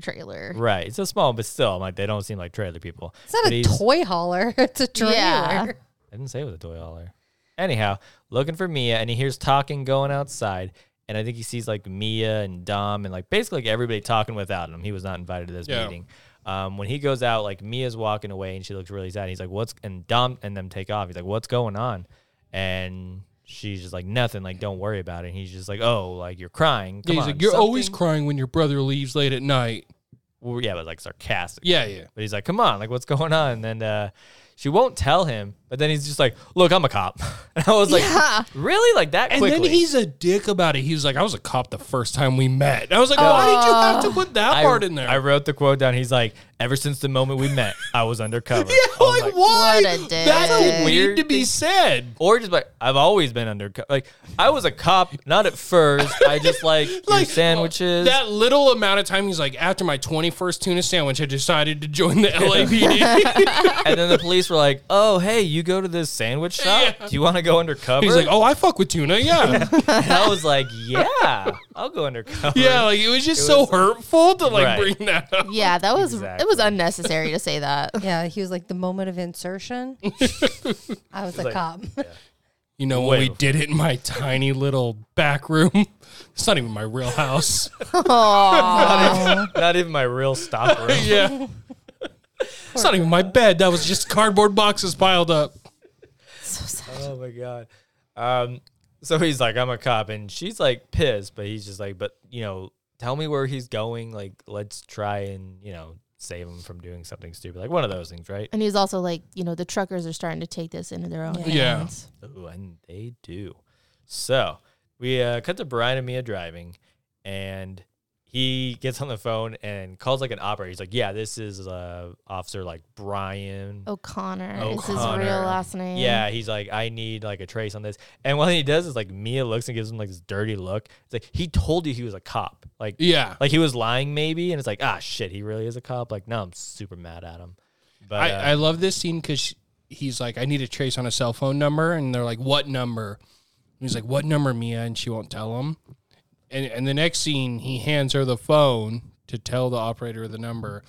trailer.
right. It's a small, but still, I'm like they don't seem like trailer people.
It's not
But
a
he's-
toy hauler. It's a trailer.
Yeah.
I didn't say it was a toy hauler. Anyhow, looking for Mia, and he hears talking going outside, and I think he sees like Mia and Dom and like basically like everybody talking without him. He was not invited to this
Yeah.
meeting. Um, when he goes out, like Mia's walking away, and she looks really sad. He's like, "What's?" And Dom and them take off. He's like, "What's going on?" And she's just like, "Nothing. Like, don't worry about it." And he's just like, "Oh, like you're crying.
Yeah,
Come
he's
on,
like, you're always
something-"
crying when your brother leaves late at night.
well, yeah, but like sarcastic.
Yeah, yeah.
But he's like, come on, like what's going on? And then uh, she won't tell him. But then he's just like, look, I'm a cop. and I was like,
Yeah.
really? Like that
And
quickly?
then he's a dick about it. He was like, I was a cop the first time we met. And I was like, why did you have to put that
I,
part in there?
I wrote the quote down. He's like, ever since the moment we met, I was undercover.
yeah,
I was
like, why?
What a dick.
That didn't
Oh Weird
need to be
thing.
said.
Or just like, I've always been undercover. Like, I was a cop, not at first. I just like, do sandwiches.
That little amount of time, he's like, after my 21st tuna sandwich, I decided to join the LAPD.
and then the police were like, oh, hey, you go to this sandwich shop? Do you want to go undercover?
he's like, oh, I fuck with tuna, yeah,
And I was like, yeah, I'll go undercover.
yeah. Like it was just so hurtful to like
Right.
bring that up.
Yeah, that was it was
Exactly.
unnecessary to say that.
Yeah, he was like the moment of insertion. I was a
like-
cop.
You know
Way
when we
before.
did it in my tiny little back room. It's not even my real house.
Oh.
Not even my real stop room.
yeah. It's not even my bed. That was just cardboard boxes piled up.
Oh my god. Um, so he's like, I'm a cop, and she's like pissed, but he's just like, but you know, tell me where he's going. Like, let's try and you know save them from doing something stupid, like one of those things, right?
And he was also like, you know, the truckers are starting to take this into their own
Yeah.
Yeah.
hands.
Ooh, and they do. So we uh, cut to Brian and Mia driving, and he gets on the phone and calls like an operator. He's like, "Yeah, this is uh, Officer like Brian."
O'Connor, is his
O'Connor.
real last name.
Yeah, he's like, I need like a trace on this. And what he does is like Mia looks and gives him like this dirty look. It's like he told you he was a cop. Like
Yeah.
like he was lying maybe, and it's like, ah shit, he really is a cop. Like, no, I'm super mad at him. But
I,
uh,
I love this scene because he's like, I need a trace on a cell phone number. And they're like, what number? And he's like, what number, Mia? And she won't tell him. And, and the next scene, he hands her the phone to tell the operator the number.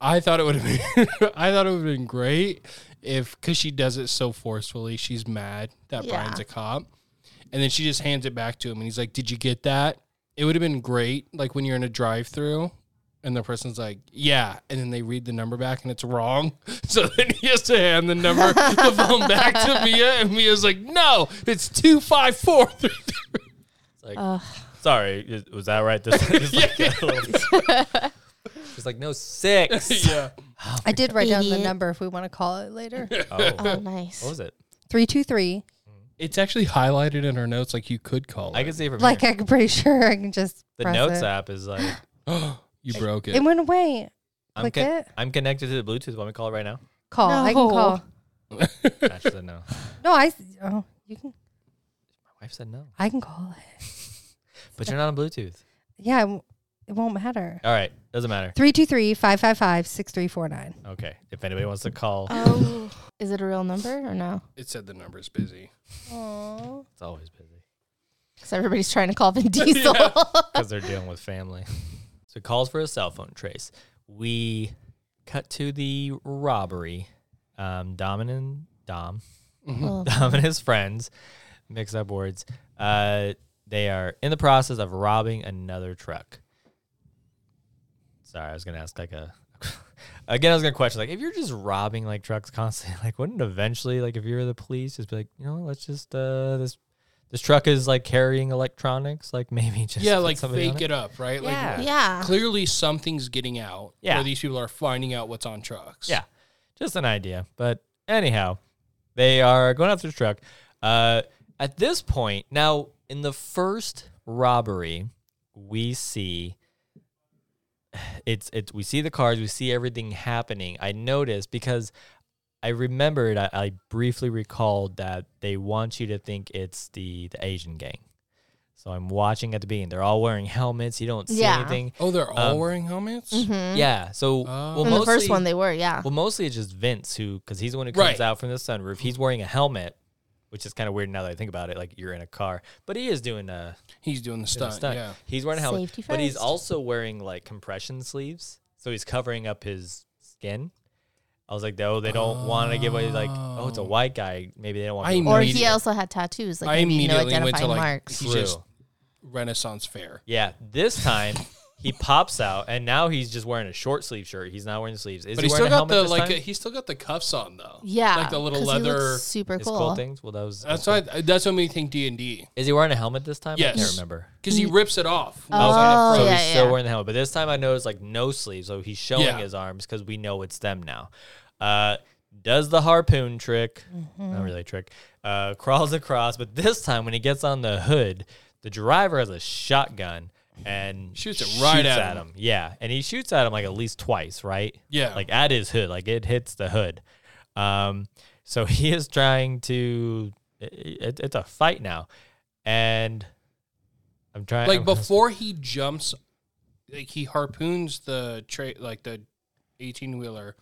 I thought it would have been, I thought it would have been great if, because she does it so forcefully, she's mad that
Yeah.
Brian's a cop, and then she just hands it back to him, and he's like, "Did you get that?" It would have been great, like when you're in a drive-through, and the person's like, "Yeah," and then they read the number back, and it's wrong, so then he has to hand the number, the phone back to Mia, and Mia's like, "No, it's two five four three three."
it's like,
Ugh.
sorry, is- was that right? This is like, a little- She's like, no six.
Yeah,
I did write down the
Idiot.
number if we want to call it later.
Oh,
Oh,
what
nice.
was it?
323.
it's actually highlighted in her notes, like you could call.
I
I
can
guess
see it from
Like
here.
I'm pretty sure I can just
the
press
notes
it.
app is like,
you broke it.
It went away.
I'm
Click
con-
it.
I'm connected to the Bluetooth. Want me to call it right now?
Call. I can
No.
call.
Actually, no.
No, I. s- Oh, you can.
My wife said no,
I can call it.
but you're not on Bluetooth.
Yeah, it w- it won't matter.
All right, doesn't matter.
323 555 6349.
Okay, if anybody wants to call,
Oh, is it a real number or no?
It said the number's busy.
it's always busy.
Because everybody's trying to call Vin Diesel.
because they're dealing with family. So it calls for a cell phone trace. We cut to the robbery. Um, Dom and Dom,
Oh,
Dom and his friends, mix up words. Uh, they are in the process of robbing another truck. Sorry, I was gonna ask like a. Again, I was gonna question like if you're just robbing like trucks constantly, like wouldn't eventually like if you were the police, just be like, you know, what, let's just uh this this truck is like carrying electronics, like maybe just
yeah,
put
like
somebody on
fake it up, right?
Yeah.
Like
yeah.
clearly something's getting out.
Yeah.
Where these people are finding out what's on trucks.
Yeah, just an idea. But anyhow, they are going after the truck. Uh, at this point, now in the first robbery, we see it's it's we see the cars, we see everything happening. I noticed because I remembered I, I briefly recalled that they want you to think it's the the Asian gang. So I'm watching at the beginning. They're all wearing helmets. You don't see
Yeah.
anything.
Oh, they're all
Um,
wearing helmets?
Mm-hmm.
Yeah. So well,
In the first
mostly-
one, they were, yeah.
well, mostly it's just Vince who, because he's the one who comes
Ah. Right.
out from the sunroof. He's wearing a helmet, which is kind of weird now that I think about it. Like you're in a car, but he is doing a
He's doing
doing
the
a
stunt.
stunt.
Yeah.
He's wearing a helmet,
Safety
but he's
first.
also wearing like compression sleeves, so he's covering up his skin. I was like, oh, they don't want to give away. Like, oh, it's a white guy. Maybe they don't want.
I
people-
Or
immediately-
he also had tattoos. Like
I
maybe, you know,
immediately went to
identifying
like
marks.
he's just
True.
Renaissance fair.
Yeah, this time he pops out, and now he's just wearing a short sleeve shirt. He's not wearing sleeves. Is
But
he
he's
wearing
still
a
got
helmet
the
this
like
time?
a, he's still got the cuffs on though.
Yeah.
Like the little
'cause he looks
leather
Super
His
cool.
cool things. Well, that was
That's why that's what made me think D and D.
Is he wearing a helmet this time? I can't
Yes.
remember.
Because he rips it off. when he's
Mm. Oh,
on the
So
front.
he's
yeah,
still
yeah.
wearing the helmet, but this time I noticed like no sleeves, so he's showing
Yeah.
his arms because we know it's them now. Uh, does the harpoon trick?
Mm-hmm.
Not really a trick. Uh, crawls across, but this time when he gets on the hood, the driver has a shotgun and
Shoots it right at him.
Yeah, and he shoots at him like at least twice, right?
Yeah.
like at his hood, like it hits the hood. Um, so he is trying to. It, it- it's a fight now, and I'm trying.
Like
I'm-
before he jumps like he harpoons the tra- like the eighteen wheeler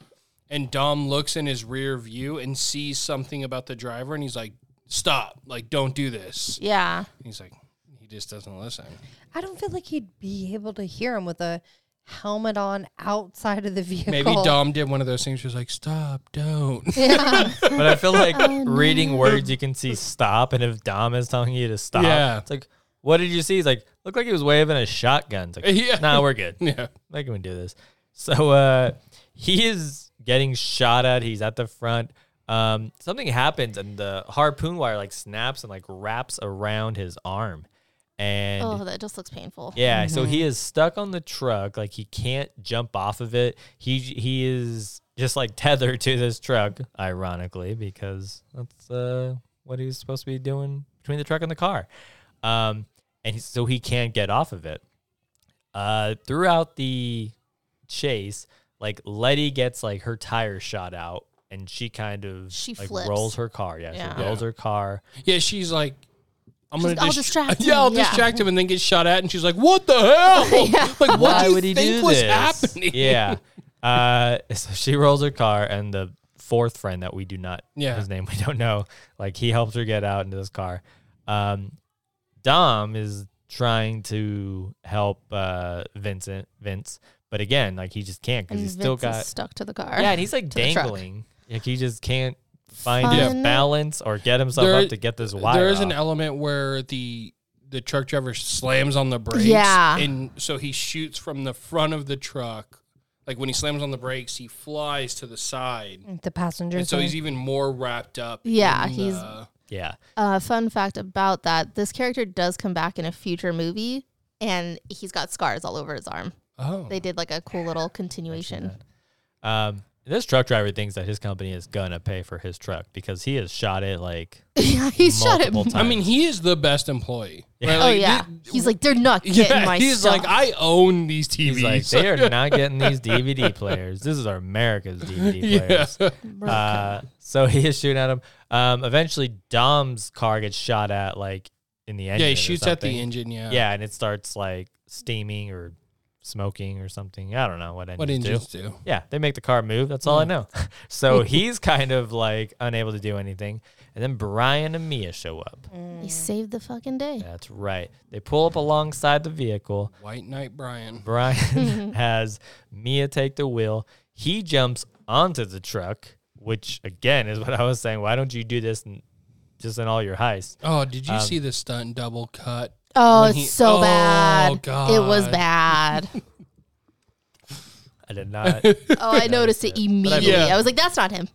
and Dom looks in his rear view and sees something about the driver and he's like, Stop, like don't do this.
Yeah.
He's like, he just doesn't listen.
I don't feel like he'd be able to hear him with a helmet on outside of the vehicle.
Maybe Dom did one of those things. She was like, "Stop, don't."
Yeah.
But I feel like reading words, you can see stop. And if Dom is telling you to stop,
Yeah.
it's like, what did you see? He's like, looked like he was waving a shotgun. It's like,
Yeah.
nah, we're good.
yeah,
I can do this. So uh, he is getting shot at. He's at the front. Um, something happens, and the harpoon wire like snaps and like wraps around his arm. and
Oh, that just looks painful.
yeah, so he
Mm-hmm.
is stuck on the truck, like he can't jump off of it. He he is just like tethered to this truck, ironically, because that's uh, what he's supposed to be doing between the truck and the car. Um, and he, so he can't get off of it. Uh, throughout the chase, like Letty gets like her tire shot out, and she kind of
She
like
flips.
rolls her car. Yeah,
Yeah.
she rolls her car.
Yeah, she's like, I'm
She's
gonna
like, "I'll
dist-
distract
yeah, I'll
him, yeah.
distract him, and then get shot at, and she's like, "What the hell? Like, what
Why
do you
would he
think
do
was
this?
happening?"
Yeah. Uh, so she rolls her car, and the fourth friend that we do not,
Yeah.
his name we don't know, like he helps her get out into this car. Um, Dom is trying to help uh, Vincent, Vince, but again, like he just can't
And
because he's still
Vince is
got
stuck to the car.
yeah, and he's like
to the truck.
dangling, like he just can't find his
Fun.
balance or get himself
There-
up to get this wire.
there is an
off.
element where the the truck driver slams on the brakes,
Yeah.
and so he shoots from the front of the truck. Like when he slams on the brakes, he flies to the side,
The passengers.
and so
are-
he's even more wrapped up.
Mm, Yeah,
in
he's-
the-
yeah.
Uh, fun fact about that: this character does come back in a future movie, and he's got scars all over his arm.
oh
They did like a cool little continuation.
Um, this truck driver thinks that his company is gonna pay for his truck because he has shot it like
yeah, he shot it.
multiple times.
I mean, he is the best employee. right?
Oh
Like,
yeah,
thi-
he's like they're not getting
yeah,
my
he's
stuff.
like, I own these TVs.
He's like, they are not getting these DVD players. This is our America's DVD
yeah.
players. Uh, so he is shooting at him. Um, eventually, Dom's car gets shot at, like in the engine.
yeah, he
or
shoots at the
something.
engine. Yeah.
Yeah, and it starts like steaming or smoking or something. I don't know what engines
What
do.
engines do?
Yeah, they make the car move. That's all I know. so he's kind of like unable to do anything. And then Brian and Mia show up.
They saved the fucking day.
That's right. They pull up alongside the vehicle.
White Knight Brian.
Brian has Mia take the wheel. He jumps onto the truck, which again is what I was saying. Why don't you do this in, just in all your heists?
Oh, did you
Um,
see the stunt double cut?
Oh,
When
it's
he-
so
Oh,
bad. It was
God.
bad.
I did not.
Oh, I noticed it immediately.
Yeah.
I was like, that's not him.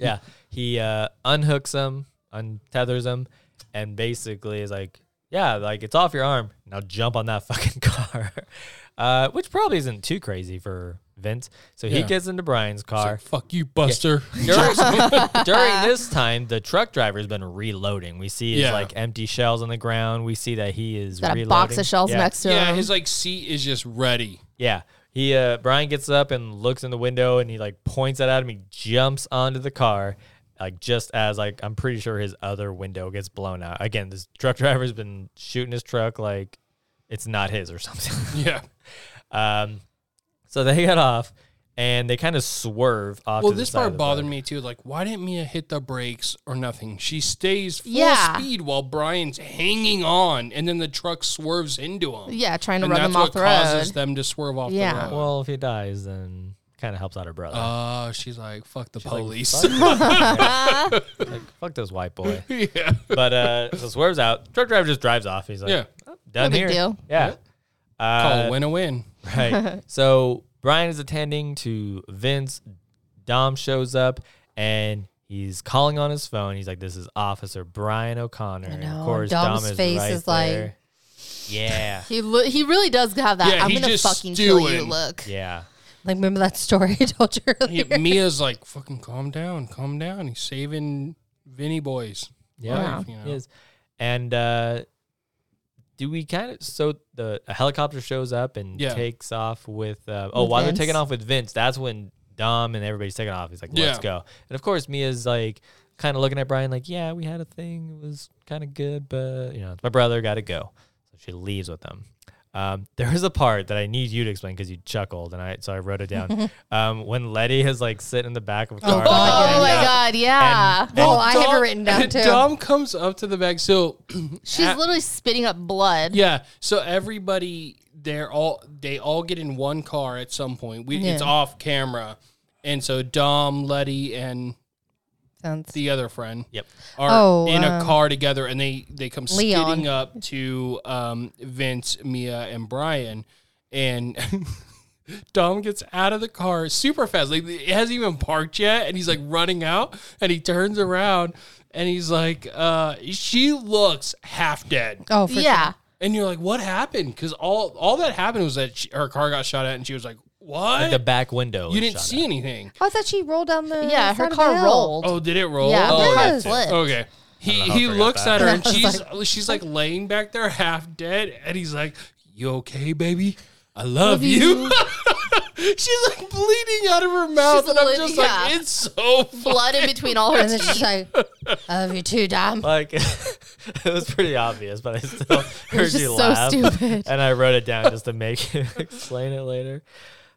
yeah. He uh, unhooks him, untethers him, and basically is like, yeah, like it's off your arm. Now jump on that fucking car. Uh, which probably isn't too crazy for Vince. So he
Yeah.
gets into Brian's car.
Like, Fuck you, Buster.
during, during this time, the truck driver's been reloading. We see his
Yeah.
like empty shells on the ground. We see that he is
Got a
reloading.
box of shells
yeah.
next to
yeah,
him.
his like seat is just ready.
Yeah. He uh, Brian gets up and looks in the window and he like points it at him. He jumps onto the car, like just as like I'm pretty sure his other window gets blown out. Again, this truck driver's been shooting his truck like it's not his or something.
Yeah.
um, so they get off and they kind of swerve off.
Well,
to the
this
side of
part
the
bothered
road.
me too. Like, why didn't Mia hit the brakes or nothing? She stays full
Yeah.
speed while Brian's hanging on, and then the truck swerves into him.
yeah, trying to
and
run
that's
him
what
off the road.
causes them to swerve off
Yeah.
the road.
Well, if he dies, then kind of helps out her brother.
Uh, she's like, fuck the
like,
police.
fuck- yeah. like, fuck this white boy.
yeah.
But uh, so swerves out. Truck driver just drives off. He's like,
Yeah.
"Oh, done
No big
here.
deal.
Yeah.
Call
Uh,
win a win.
right. So Brian is attending to Vince. Dom shows up and he's calling on his phone. He's like, "This is Officer Brian O'Connor." And
know.
of course,
Dom's
Dom is
face
right
is like-
there. yeah,
He lo- he really does have that.
Yeah,
I'm
he's
gonna
just
fucking kill you.
stewing.
Look,
yeah.
like remember that story I told you
He-
earlier.
Mia's like, fucking calm down, calm down. He's saving Vinny boys.
Yeah,
life, you know?
he is. And uh, do we kind of so the a helicopter shows up and
Yeah.
takes off with uh, oh
With
while
Vince.
they're taking off with Vince, that's when Dom and everybody's taking off. He's like,
Yeah.
let's go. And of course, Mia's like kind of looking at Brian like, yeah, we had a thing, it was kind of good, but you know, it's my brother got to go. So she leaves with them. Um, there is a part that I need you to explain because you chuckled, and I so I wrote it down. um, when Letty is like sitting in the back of a car, like,
oh
hanging
my
out.
god, yeah.
oh, I have it written down too.
Dom comes up to the back. So
She's literally spitting up blood.
yeah, so everybody they're all they all get in one car at some point. We it's off camera, and so Dom, Letty, and
Sounds-
the other friend
Yep.
are
Oh,
in a
um,
car together, and they they come
Leon.
skidding up to um, Vince, Mia, and Brian, and. Dom gets out of the car super fast. Like it hasn't even parked yet, and he's like running out. And he turns around, and he's like, uh, "She looks half dead."
Oh, for
yeah.
and you're like, what happened? Because all all that happened was that she, her car got shot at, and she was like, what?
Like the back window.
you
is
didn't
shot
see
at.
anything.
Oh, I thought she rolled down the
Yeah,
side
her
of the
car
hill.
rolled.
Oh, did it roll?
Yeah,
oh,
her car
that's it.
flipped.
Okay. He
I don't know how I
he
forgot
looks
that.
at her
I
and
was
she's she's like laying back there half dead and he's like, "You okay, baby? I love, you." she's like bleeding out of her mouth
She's
and I'm
lit-
just
yeah.
like, "It's so fu-"
Blood in between all her
And then she's like, I love you too, Dom.
Like it was pretty obvious, but I still heard
just
you
so
laugh,
stupid.
and I wrote it down just to make explain it later.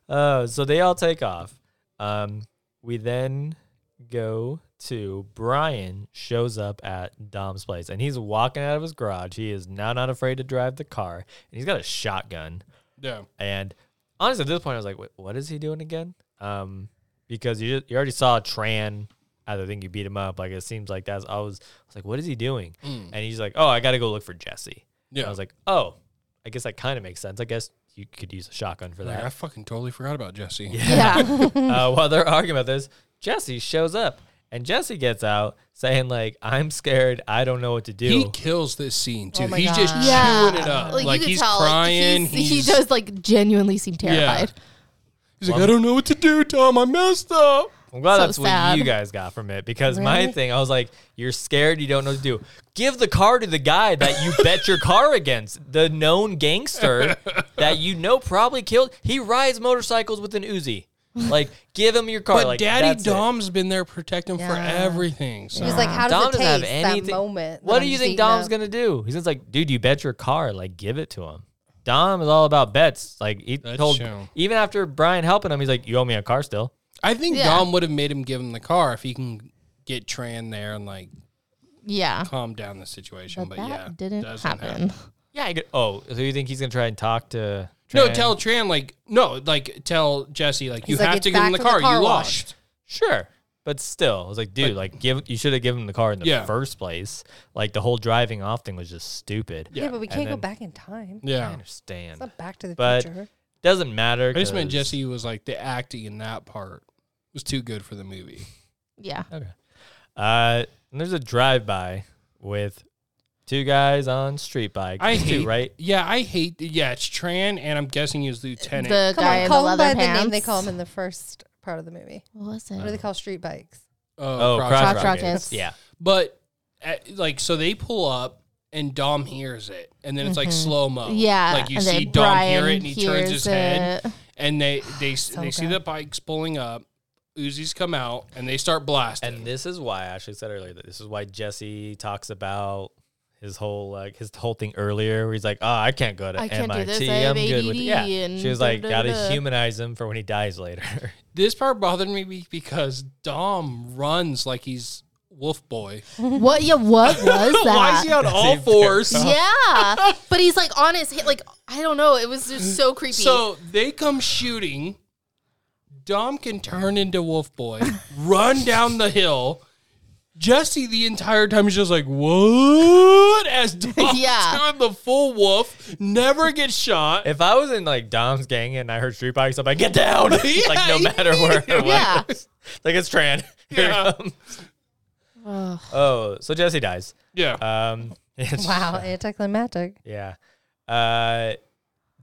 Uh, so they all take off. Um, we then go to Brian shows up at Dom's place, and he's walking out of his garage. He is now not afraid to drive the car, and he's got a shotgun.
Yeah.
And honestly, at this point, I was like, Wait, what is he doing again? Um, because you you already saw Tran. I don't think you beat him up. Like it seems like that's I was, I was like, what is he doing? And he's like, oh, I got to go look for Jesse.
Mm. Yeah.
I was like, oh, I guess that kind of makes sense. I guess you could use a shotgun for
Like, I
that.
fucking totally forgot about Jesse.
yeah.
uh, while they're arguing about this, Jesse shows up and Jesse gets out saying like, I'm scared. I don't know what to do.
He kills this scene too.
my
he's just
God.
chewing it up. Like, he's
like,
crying.
he's-
he's,
he does like genuinely seem terrified.
he's like, I don't know what to do, Tom. I messed up.
I'm glad
So
that's
sad.
what you guys got from it because my
Really?
thing, I was like, you're scared, you don't know what to do. Give the car to the guy that you bet your car against, the known gangster that you know probably killed. He rides motorcycles with an Uzi. Like, give him your car.
But
like,
Daddy
that's it.
Dom's been there protecting him for
Yeah.
everything. So
He was like, How does
Dom
it
doesn't have
taste that
anything.
moment?
what do you think Dom's gonna do? He's just like, dude, you bet your car. Like, give it to him. Dom is all about bets. Like, he
That's
told
true.
even after Brian helping him, he's like, you owe me a car still.
I think
Yeah.
Dom would have made him give him the car if he can get Tran there and like
Yeah.
calm down the situation.
But,
But,
that
yeah,
didn't
doesn't
happen.
Yeah. I could, oh, so you think he's gonna try and talk to?
No,
Tran?
tell Tran like no, like tell Jesse like you
He's like,
have
"It's
to give
back
him the
to the
car.
car
you
wash."
lost.
Sure. But still, I was like, dude, like, give you should have given him the car in the
Yeah.
first place. Like the whole driving off thing was just stupid.
Yeah, but we
And
can't go
then-
back in time.
I
Yeah,
understand.
It's not back to the
But-
future.
Doesn't matter.
I just meant
'cause-
Jesse was like the acting in that part was too good for the movie.
Yeah.
Okay. Uh, and there's a drive by with two guys on street bikes.
I
It's two,
hate
right?
Yeah, I hate. Yeah, it's Tran and I'm guessing he was Lieutenant.
The
Come
guy
on,
in
call
the
him
leather
by the
pants.
name they call him in the first part of the movie.
What was
What do
it?
they call street bikes?
Oh,
Cross
cross,
Cross
rockets.
rockets.
Yeah.
But uh, like, so they pull up and Dom hears it, and then it's like slow mo.
Mm-hmm. Yeah.
like you
and
see
then
Dom hear
Brian
it, and he turns
hears
his head,
it.
and they they they see
good.
the bikes pulling up. Uzis come out, and they start blasting.
And this is why I actually said earlier that this is why Jesse talks about his whole like his whole thing earlier where he's like, Oh, I can't go to
I can't do
MIT.
this, I
I'm
have
good with it.
ADD
Yeah.
and
She was like, gotta
da-da-da-da.
humanize him for when he dies later.
This part bothered me be- because Dom runs like he's Wolf Boy.
What? Yeah. What was that?
Why is he on all
That's
fours?
yeah, but he's like on his hit. Like I don't know. It was just so creepy.
So they come shooting. Dom can turn into Wolf Boy, run down the hill. Jesse the entire time is just like, what? As Dom's
Yeah.
doing the full wolf, never gets shot.
If I was in like Dom's gang and I heard street bikes, I'm like, get down! like no matter where. or what.
Yeah.
like it's Tran. Here it
Yeah.
comes.
Ugh.
Oh, so Jesse dies.
Yeah.
Um, it's-
Wow, Oh, anticlimactic.
Yeah. Uh,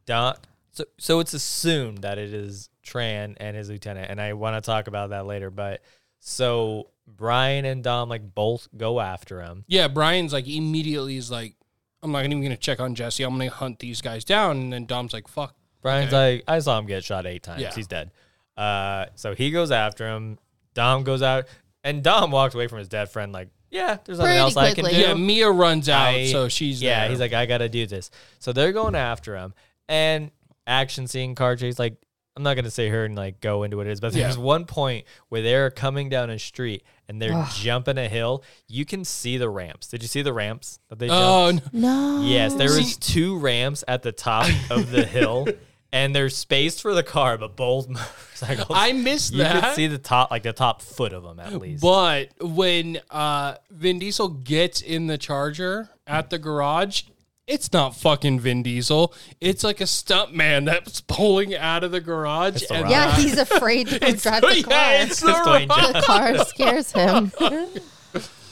Dom. So so it's assumed that it is Tran and his lieutenant, and I want to talk about that later. But so Brian and Dom like both go after him.
yeah, Brian's like immediately is like, I'm not even going to check on Jesse. I'm going to hunt these guys down. And then Dom's like, fuck.
Brian's like, I saw him get shot eight times.
Yeah.
He's dead. Uh, so he goes after him. Dom goes out, and Dom walked away from his dead friend like, yeah, there's nothing
Pretty
else I can do.
quickly.
Yeah, Mia runs out,
I-
so she's
yeah.
there.
He's like, I gotta do this. So they're going after him, and action scene car chase. Like, I'm not gonna say her and like go into what it is, but
Yeah.
there's one point where they're coming down a street and they're jumping a hill. You can see the ramps. Did you see the ramps that they? jumped?
oh, no.
no.
Yes, there was two ramps at the top of the hill, and there's space for the car, but both motorcycles.
I missed
you
that.
could see the top, like the top foot of them at least.
But when uh, Vin Diesel gets in the Charger at the garage, it's not fucking Vin Diesel. It's like a stunt man that's pulling out of the garage.
The
and
Rock.
Yeah, he's afraid to
it's
drive the
yeah,
car.
it's
It's
the
Dwayne
Rock.
the car scares him.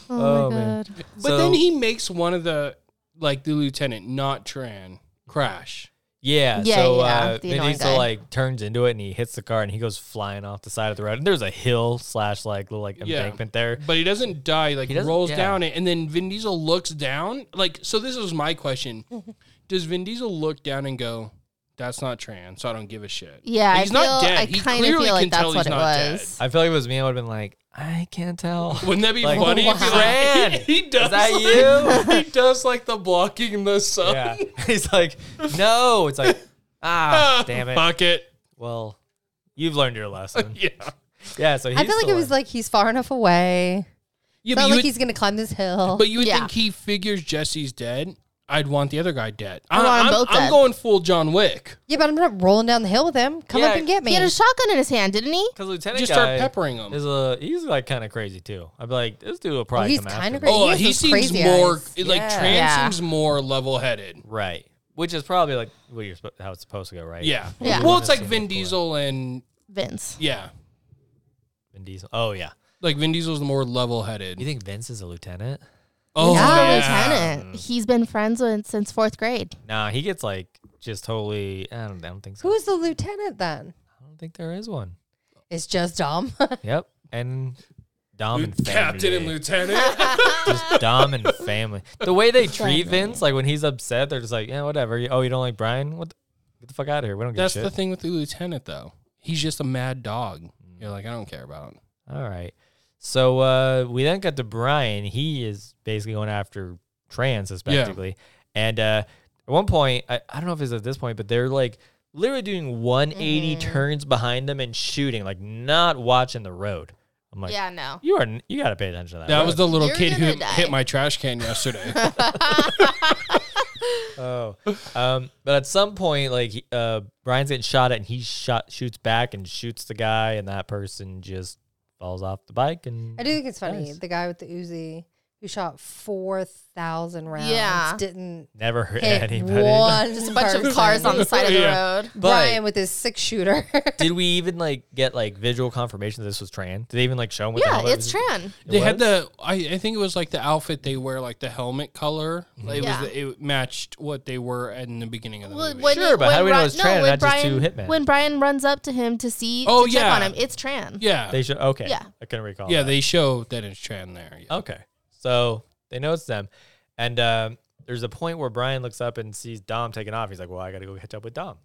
oh, my god.
But then he makes one of the like the lieutenant, not Tran. Crash.
Yeah,
Yeah,
so
yeah,
uh,
the
Vin
annoying
Diesel
guy.
like turns into it and he hits the car and he goes flying off the side of the road. And there's a hill slash like little like
Yeah.
embankment there.
But he doesn't die. Like
He
he
doesn't-
rolls
yeah.
down it, and then Vin Diesel looks down. Like so, this is my question: Does Vin Diesel look down and go, "That's not Tran," so I don't give a shit?
Yeah,
Like,
I
he's
feel,
not dead.
I
he
kind of
clearly can
feel like
tell
that's
he's
what it
not dead.
was.
I feel like it was me. I would have been like, I can't tell.
Wouldn't that be
Like,
funny? If he, like,
Tran,
he does
is that you?
like- He does like the blocking in the sun.
yeah, he's like, no. It's like, ah, damn it.
Fuck it.
Well, you've learned your lesson.
Yeah.
Yeah, so he's
I feel like
the
it was
one.
like he's far enough away.
Yeah,
Not
but
like
you, would,
he's gonna climb this hill.
but you would
Yeah.
think he figures Jesse's dead. I'd want the other guy dead. I,
I want 'em
am
both
I'm
dead.
going full John Wick.
yeah, but I'm not rolling down the hill with him. Come
Yeah,
up and get me.
He had a shotgun in his hand, didn't he?
because Lieutenant
Just
guy
start peppering him.
is a he's like kind of crazy too. I'd be like, this dude will probably
he's
come after
kinda
me.
crazy.
Oh,
has
he
those
seems
crazy
more
eyes.
like
Yeah.
Tran
Yeah.
seems more level-headed.
Oh, right? Which is probably like what you're suppo- how it's supposed to go, right?
Yeah.
Yeah.
Well, it's like Vin Diesel and
Vince.
yeah,
Vin Diesel. Oh yeah.
like Vin Diesel's more level-headed.
You think Vince is a lieutenant?
Oh,
yeah,
yeah.
Hmm.
Lieutenant. He's been friends with since fourth grade.
Nah, he gets like just totally. I don't, I don't think so.
Who's the lieutenant then?
I don't think there is one.
It's just Dom.
Yep. And Dom and family.
Captain and Lieutenant.
Just Dom and family. The way they treat Vince, like when he's upset, they're just like, yeah, whatever. You- Oh, you don't like Brian? What? The, get the fuck out of here. We don't give
That's
a shit.
the thing with the lieutenant, though. He's just a mad dog. You're like, I don't care about him.
All right. So uh, we then got to Brian. He is basically going after Tran, suspectively. And uh, at one point, I, I don't know if it's at this point, but they're like literally doing 180
Mm-hmm.
turns behind them and shooting, like not watching the road. I'm like,
yeah, no.
you are n- you got to pay attention to that.
That
road.
was the little
You're
kid who
gonna die.
hit my trash can yesterday.
Oh, um, but at some point, like he- uh, Brian's getting shot at, and he shot shoots back and shoots the guy, and that person just falls off the bike. And
I do think it's funny.
Nice.
The guy with the Uzi who shot four thousand rounds
Yeah.
didn't
never hurt
hit
anybody.
one.
Just a bunch of cars on the side of the road.
But
Brian with his six shooter.
did we even like get like visual confirmation that this was Tran? Did they even like show him? What the
Yeah,
hell
it's Tran.
they had the, I, I think it was like the outfit they wear, like the helmet color.
Mm-hmm.
Like, it
Yeah.
was the, it matched what they were in the beginning of the
Well,
movie.
when
Sure, but how do we know
Ron-
it's Tran and
when
not just two
Brian-
hitmen?
When Brian runs up to him to see,
Oh,
to
yeah.
check on him, it's Tran.
yeah,
They show. Okay.
Yeah.
I couldn't recall.
yeah,
that.
they show that it's Tran there. Yeah.
Okay. So they know it's them. And um, there's a point where Brian looks up and sees Dom taking off. He's like, well, I got to go catch up with Dom.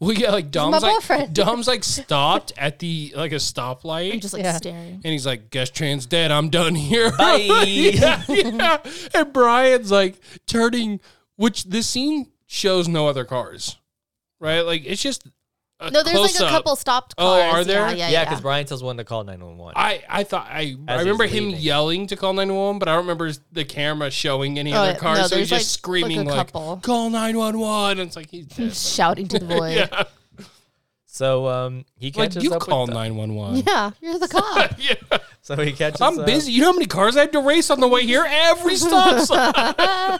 Well, yeah, like
my
Dom's like
boyfriend.
Dom's like stopped at the like a stoplight,
I'm just like
Yeah.
staring.
and he's like, "Guess Tran's dead. I'm done here."
Bye.
yeah, yeah. And Brian's like turning, which this scene shows no other cars, right? Like it's just a
No, there's like a
close-up.
couple stopped
Oh,
cars.
are there?
Yeah, yeah,
Yeah,
yeah.
because Brian tells one to call 911.
I, I thought I
As
I
he's
remember him
leaving.
yelling to call 911, but I don't remember the camera showing any
Oh,
other
no,
cars. so he's
there's,
just
like, like a
screaming like,
couple.
"Call 911!" And it's like he's dead.
He's shouting to the void. yeah.
yeah,
so um, he
like
catches
you
up
call
with Dom.
911.
you're the cop.
Yeah.
So he catches
I'm
up.
busy. You know how many cars I had to race on the way here? Every stop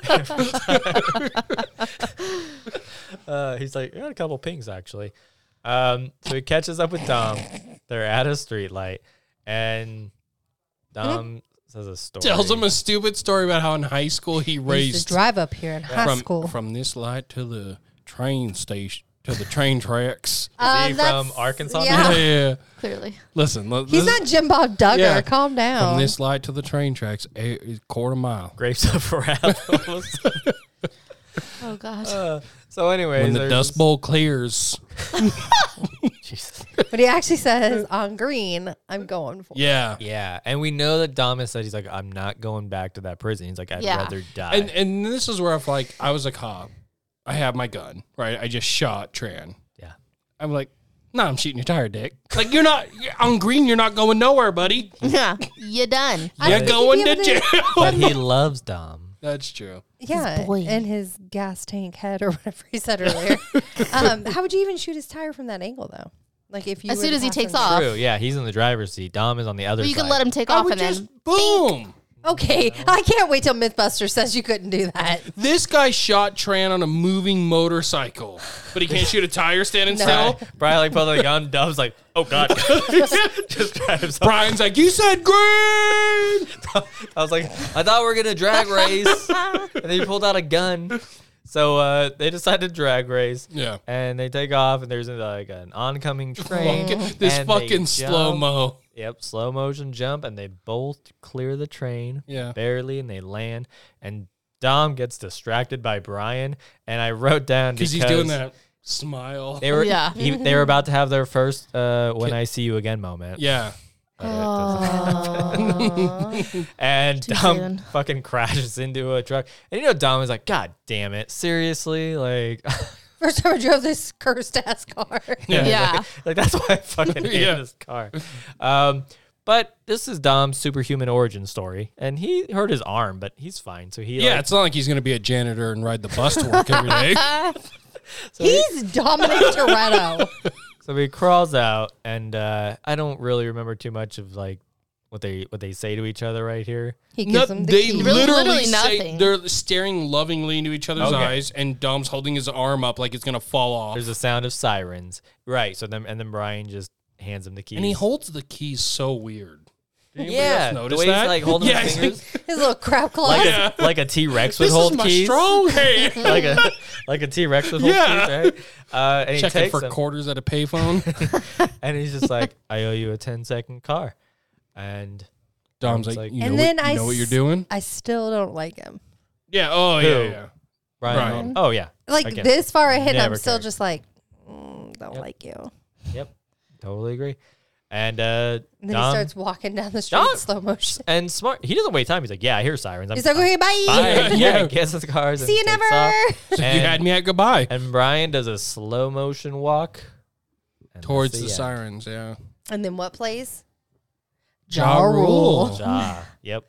sign.
Uh, he's like, I got a couple pings actually. Um, so he catches up with Dom. They're at a streetlight, and
Mm-hmm.
Dom says a story.
Tells him a stupid story about how in high school he
I used
raced
to drive up here in high
from
school.
from this light to the train station to the train tracks.
Is he
Um, that's-
from Arkansas?
yeah.
now?
yeah.
Clearly,
Listen, look,
He's
this-
not Jim Bob Duggar.
Yeah.
Calm
from
down.
this light to the train tracks, a, a quarter mile.
Grapes of Wrath.
oh gosh,
Uh, so, anyways,
When the
there's
dust bowl clears,
Jesus.
but he actually says on green, I'm going for. it."
yeah.
Yeah, and we know that Dom has said he's like, I'm not going back to that prison. He's like, I'd
Yeah.
rather die.
And and this is where I'm like, I was a cop. I have my gun, right? I just shot Tran.
yeah,
I'm like, no, nah, I'm shooting your tire, Dick. Like you're not you're, on green. You're not going nowhere, buddy.
yeah, you done.
I
You're
don't
going
think he'd
to
be
jail.
able
but he loves Dom.
That's true.
Yeah,
boy.
and his gas tank head or whatever he said earlier. um, how would you even shoot his tire from that angle though? Like if you
As
were
soon
to
as he
pass
takes
him-
off.
True. Yeah, he's in the driver's seat. Dom is on the other.
But you
side.
can let him take
I
off
would
and
just
then
boom.
Okay, I can't wait till MythBuster says you couldn't do that.
This guy shot Tran on a moving motorcycle, but he can't shoot a tire standing still.
Brian like pulls out a gun. Dub's like, oh god, just drives off.
Brian's like, you said green.
I was like, I thought we were gonna drag race, and then he pulled out a gun. So uh, they decided to drag race.
Yeah.
And they take off, and there's like an oncoming train.
Fucking- this
and they
fucking slow
jump.
mo.
Yep, slow motion jump, and they both clear the train.
Yeah.
barely, and they land. And Dom gets distracted by Brian, and I wrote down
Because
because
he's doing that smile.
They were
Yeah.
he- they were about to have their first uh, "When I See You Again" moment.
Yeah.
but it doesn't. And
Oh. Too
Dom
soon.
fucking crashes into a truck, and you know Dom is like, "God damn it, seriously!" Like,
First time I drove this cursed ass car.
Yeah.
Yeah.
like that's why I fucking hate
Yeah.
this car. Um, but this is Dom's superhuman origin story, and he hurt his arm, but he's fine. So he
Yeah,
like,
it's not like he's going to be a janitor and ride the bus to work every day.
He's Dominic Toretto.
So he crawls out, and uh, I don't really remember too much of like what they what they say to each other right here.
He
No,
gives him the
they
key.
literally,
Literally
say
nothing.
they're staring lovingly into each other's
Okay.
eyes, and Dom's holding his arm up like it's going to fall off.
There's a sound of sirens, right? So then and then Brian just hands him the keys,
and he holds the keys so weird. Did anybody
yeah,
else
the
notice
way
that?
he's like holding
Yeah,
his
he's like,
fingers
His little crap claw.
like
Yeah.
a, like a T Rex would
This
hold
is my
keys.
strong hand.
like a like a T Rex with whole
Yeah.
teeth, right? Uh, and he
Checking
takes
for
them,
quarters at a payphone.
and he's just like, "I owe you a 10 second car," and
Dom's
It's
like,
like-
you,
And
know,
then
what, you
I
know what you're
s-
doing?
I still don't like him.
Yeah. Oh,
Who?
yeah, yeah.
Brian,
Brian.
oh yeah,
Like
Again,
this far ahead, I'm
never
still
cared.
just like, mm, don't
Yep.
like you.
totally agree. And uh,
And then he
Dom-
starts walking down the street
Dom-
in slow motion.
and smart. He doesn't wait time. He's like, "Yeah, I hear sirens. I'm,
He's like, okay, bye.
Bye.
Yeah.
yeah, gets the cars. and
See you
takes
never.
off.
So you
And-
had me at goodbye.
And Brian does a slow motion walk and that's
Towards the
end.
sirens, yeah.
And then what plays?
Ja Rule.
Ja. yep.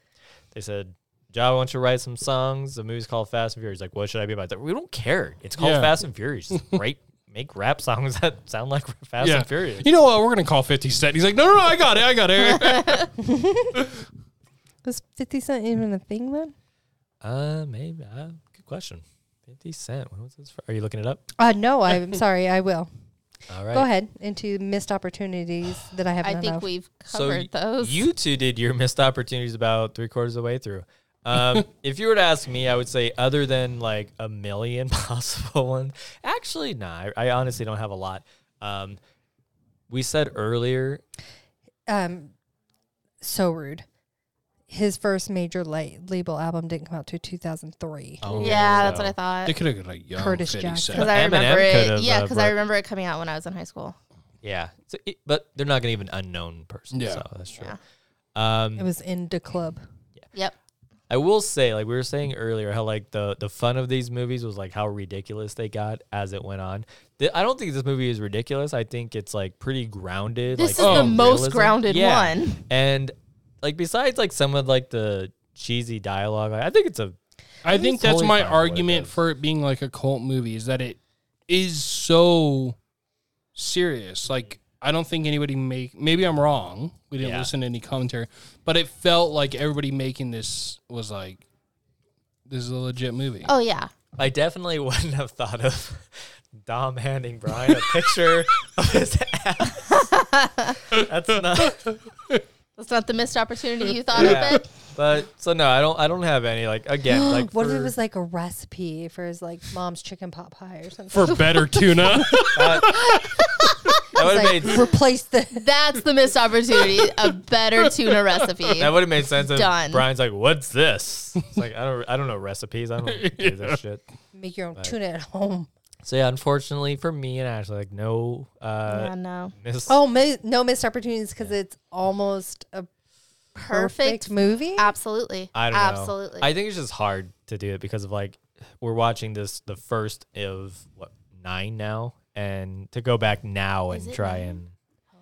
They said, Ja, wants to write some songs? The movie's called Fast and Furious. Like, what should I be about? He's Like, we don't care. It's called
Yeah.
Fast and Furious. Just Write, make rap songs that sound like Fast
yeah.
and Furious.
You know what? We're gonna call Fifty Cent. He's like, no, no, no, I got it, I got it.
Was 50 Cent even a thing then?
Uh, maybe. Uh, good question. 50 Cent. When was this? fr- Are you looking it up?
Uh, no, I'm sorry. I will.
All right.
Go ahead into missed opportunities that I have
I
none
think
of.
we've
So
covered
y-
those.
You two did your missed opportunities about three quarters of the way through. Um, if you were to ask me, I would say other than like a million possible ones. Actually, nah. I, I honestly don't have a lot. Um, we said earlier.
um, so rude. His first major la- label album didn't come out till 2003.
Oh,
yeah, that's what I thought.
they could have like young
Curtis
50
Jackson.
Because
Cent.
But Eminem
I remember
could've, uh,
it. Yeah, because I
brought-
remember it coming out when I was in high school.
Yeah. So it, but they're not going to even unknown person.
Yeah.
So that's true.
Yeah.
Um,
It was in the club.
Yep.
I will say, like we were saying earlier, how like the the fun of these movies was like how ridiculous they got as it went on. Th- I don't think this movie is ridiculous. I think it's like pretty grounded.
This
like,
is the
realism.
most grounded
Yeah.
one.
And like besides like some of like the cheesy dialogue, like, I think it's a
I think that's
totally
my
fine with what it
argument
does.
for it being like a cult movie is that it is so serious. Like I don't think anybody make maybe I'm wrong. We didn't
Yeah.
listen to any commentary, but it felt like everybody making this was like this is a legit movie.
Oh yeah.
I definitely wouldn't have thought of Dom handing Brian a picture of his ass. That's not
That's not the missed opportunity you thought
Yeah.
of it.
but so no, I don't I don't have any like again like
What if
for-
it was like a recipe for his like mom's chicken pot pie or something?
For better tuna.
that would have made
It's like replace the
That's the missed opportunity. A better tuna recipe.
That would have made sense if
Done.
Brian's like, "What's this?" It's like I don't, I don't know recipes. I don't do this shit.
make your own tuna at home.
So yeah, unfortunately for me and Ashley, like no, uh,
yeah, no.
miss.
Oh, mi- no missed opportunities because it's almost a perfect,
Perfect.
movie.
Absolutely.
I don't know.
Absolutely.
I think it's just hard to do it because of like we're watching this the first of what nine now, and to go back now
Is
and
it
try
nine?
and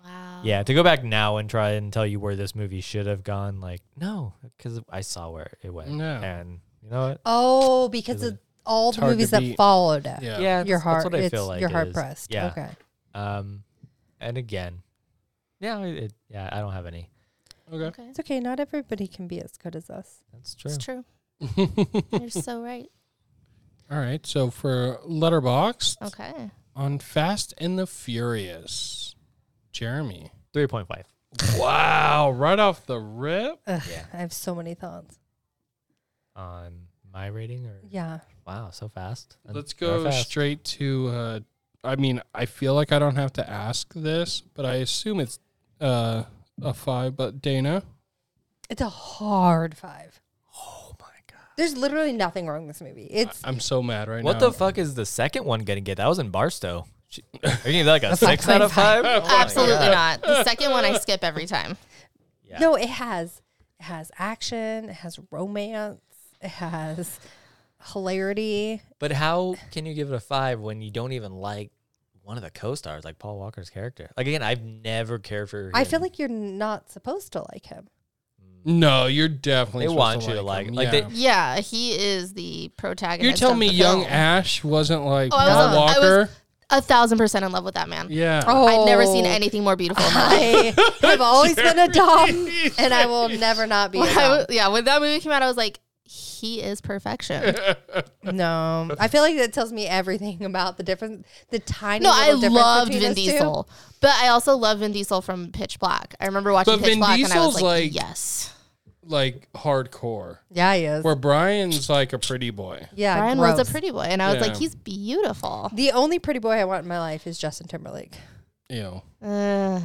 wow.
Oh.
yeah, to go back now and try and tell you where this movie should have gone. Like no, because I saw where it went,
No.
and you know what?
Oh, because of all the
hard to
movies that
beat.
followed it. Your
yeah.
that's- that's
heart,
what I
it's,
feel like
you're
it
hard
is.
pressed.
Yeah.
Okay.
Um, and again, yeah, it, yeah, I don't have any.
Okay.
Okay.
It's okay. Not everybody can be as good as us.
That's true.
It's true. You're so right.
All right. So for Letterboxd
Okay.
on Fast and the Furious, Jeremy.
Three point five.
Wow. Right off the rip.
Ugh,
Yeah.
I have so many thoughts.
on my rating or
Yeah.
wow so fast And
Let's
they are
go
fast.
straight to. Uh, I mean, I feel like I don't have to ask this, but I assume it's uh, a five. But Dana,
It's a hard five.
oh my god
There's literally nothing wrong with this movie.
Uh,
It's
I'm so mad right
what
now.
the fuck is the second one gonna get that was in barstow She- are you gonna get like a six out of
5.5.
five Oh my
Absolutely
God.
not. The second one I skip every time.
Yeah.
no. It has. It has action. It has romance. It has hilarity.
but how can you give it a five when you don't even like one of the co-stars like paul walker's character like again i've never cared for
I
him.
feel like you're not supposed to like him.
No, you're definitely.
they
supposed
want you to like
him,
like
yeah.
they
Yeah, he is the protagonist.
You're telling
of
me
the
young
film.
Ash wasn't like
Oh, I was
Paul
on- I was- Oh.
Walker?
A thousand percent in love with that man.
yeah.
I've never
Oh.
seen anything more beautiful in my life.
Oh. I have always been a dom, and I will never not be. A
When I
dom.
was- yeah, when that movie came out, I was like, he is perfection.
No, I feel like that tells me everything about the difference. The tiny
No,
little
I
difference
loved
between
Vin
us two.
Diesel, but I also love Vin Diesel from Pitch Black. I remember watching
But
Pitch
Vin
Black and I
Diesel's
was like,
like-
yes.
Like hardcore.
Yeah, he is.
Where Brian's like a pretty boy.
yeah,
Brian was
gross.
a pretty boy, and I was like,
Yeah.
he's beautiful.
The only pretty boy I want in my life is Justin Timberlake.
Ew.
Uh,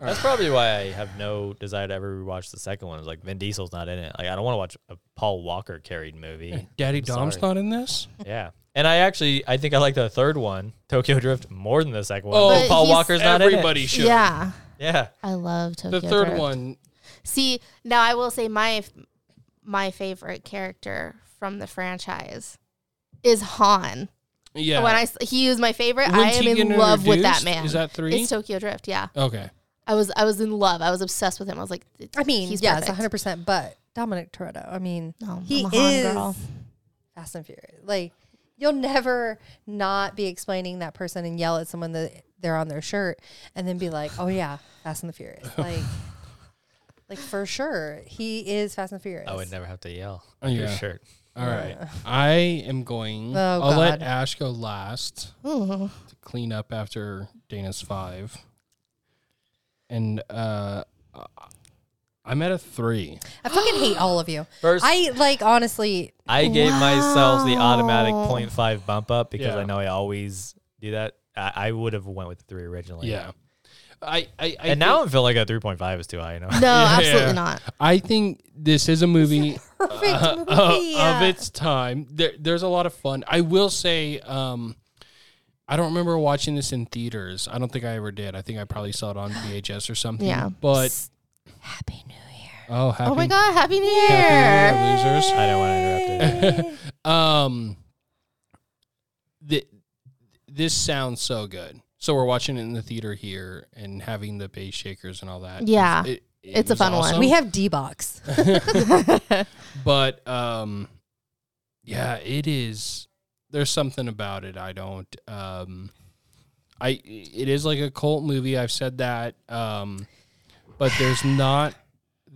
that's probably why i have no desire to ever rewatch the second one it's like vin diesel's not in it like i don't want to watch a paul walker carried movie
Daddy
I'm
Dom's
sorry.
not in this?
yeah and i actually i think i like the third one tokyo drift more than the second one.
Oh,
but
But
paul
he's-
walker's not in it.
Everybody should.
yeah,
yeah
I love Tokyo.
The third
Drift.
one.
See, now I will say my f- my favorite character from the franchise is Han.
Yeah.
When I s- he is my favorite, I
When's
am
he
in
getting
love with that
introduced?
man.
Is that three?
It's Tokyo Drift. Yeah,
okay.
I was I was in love. I was obsessed with him. I was like,
I mean,
he's
yes,
perfect.
one hundred percent. But Dominic Toretto, I mean,
No, I'm
he
a Han
is
girl.
Fast and Furious. Like you'll never not be explaining that person and yell at someone that they're on their shirt, and then be like, "Oh yeah, Fast and the Furious." Like, like for sure, he is Fast and Furious.
I would never have to yell.
Oh,
Your
yeah.
shirt.
All right. I am going.
Oh,
I'll let
God.
Ash go last
Ooh.
to clean up after Dana's five. And uh, I'm at a three.
I fucking hate all of you.
First, I,
I like honestly.
gave myself the automatic
Wow.
0.5 bump up because
Yeah.
I know I always do that. I, I would have went with three originally.
Yeah. I, I, I
and now I feel like a 3.5 is too high. You know.
No, absolutely
yeah.
not.
I think this is a movie
Perfect
uh,
movie.
of its time. There, there's a lot of fun. I will say, um, I don't remember watching this in theaters. I don't think I ever did. I think I probably saw it on VHS or something.
Yeah.
But
Happy New Year.
oh, happy,
Oh my God, Happy New
happy New
Year!
Year, losers!
I don't want to interrupt it.
um, the, this sounds so good. So we're watching it in the theater here and having the bass shakers and all that.
Yeah.
It- it
It's a
was
fun one.
awesome.
We have D box.
but um yeah it is there's something about it i don't um i it is like a cult movie i've said that um but there's not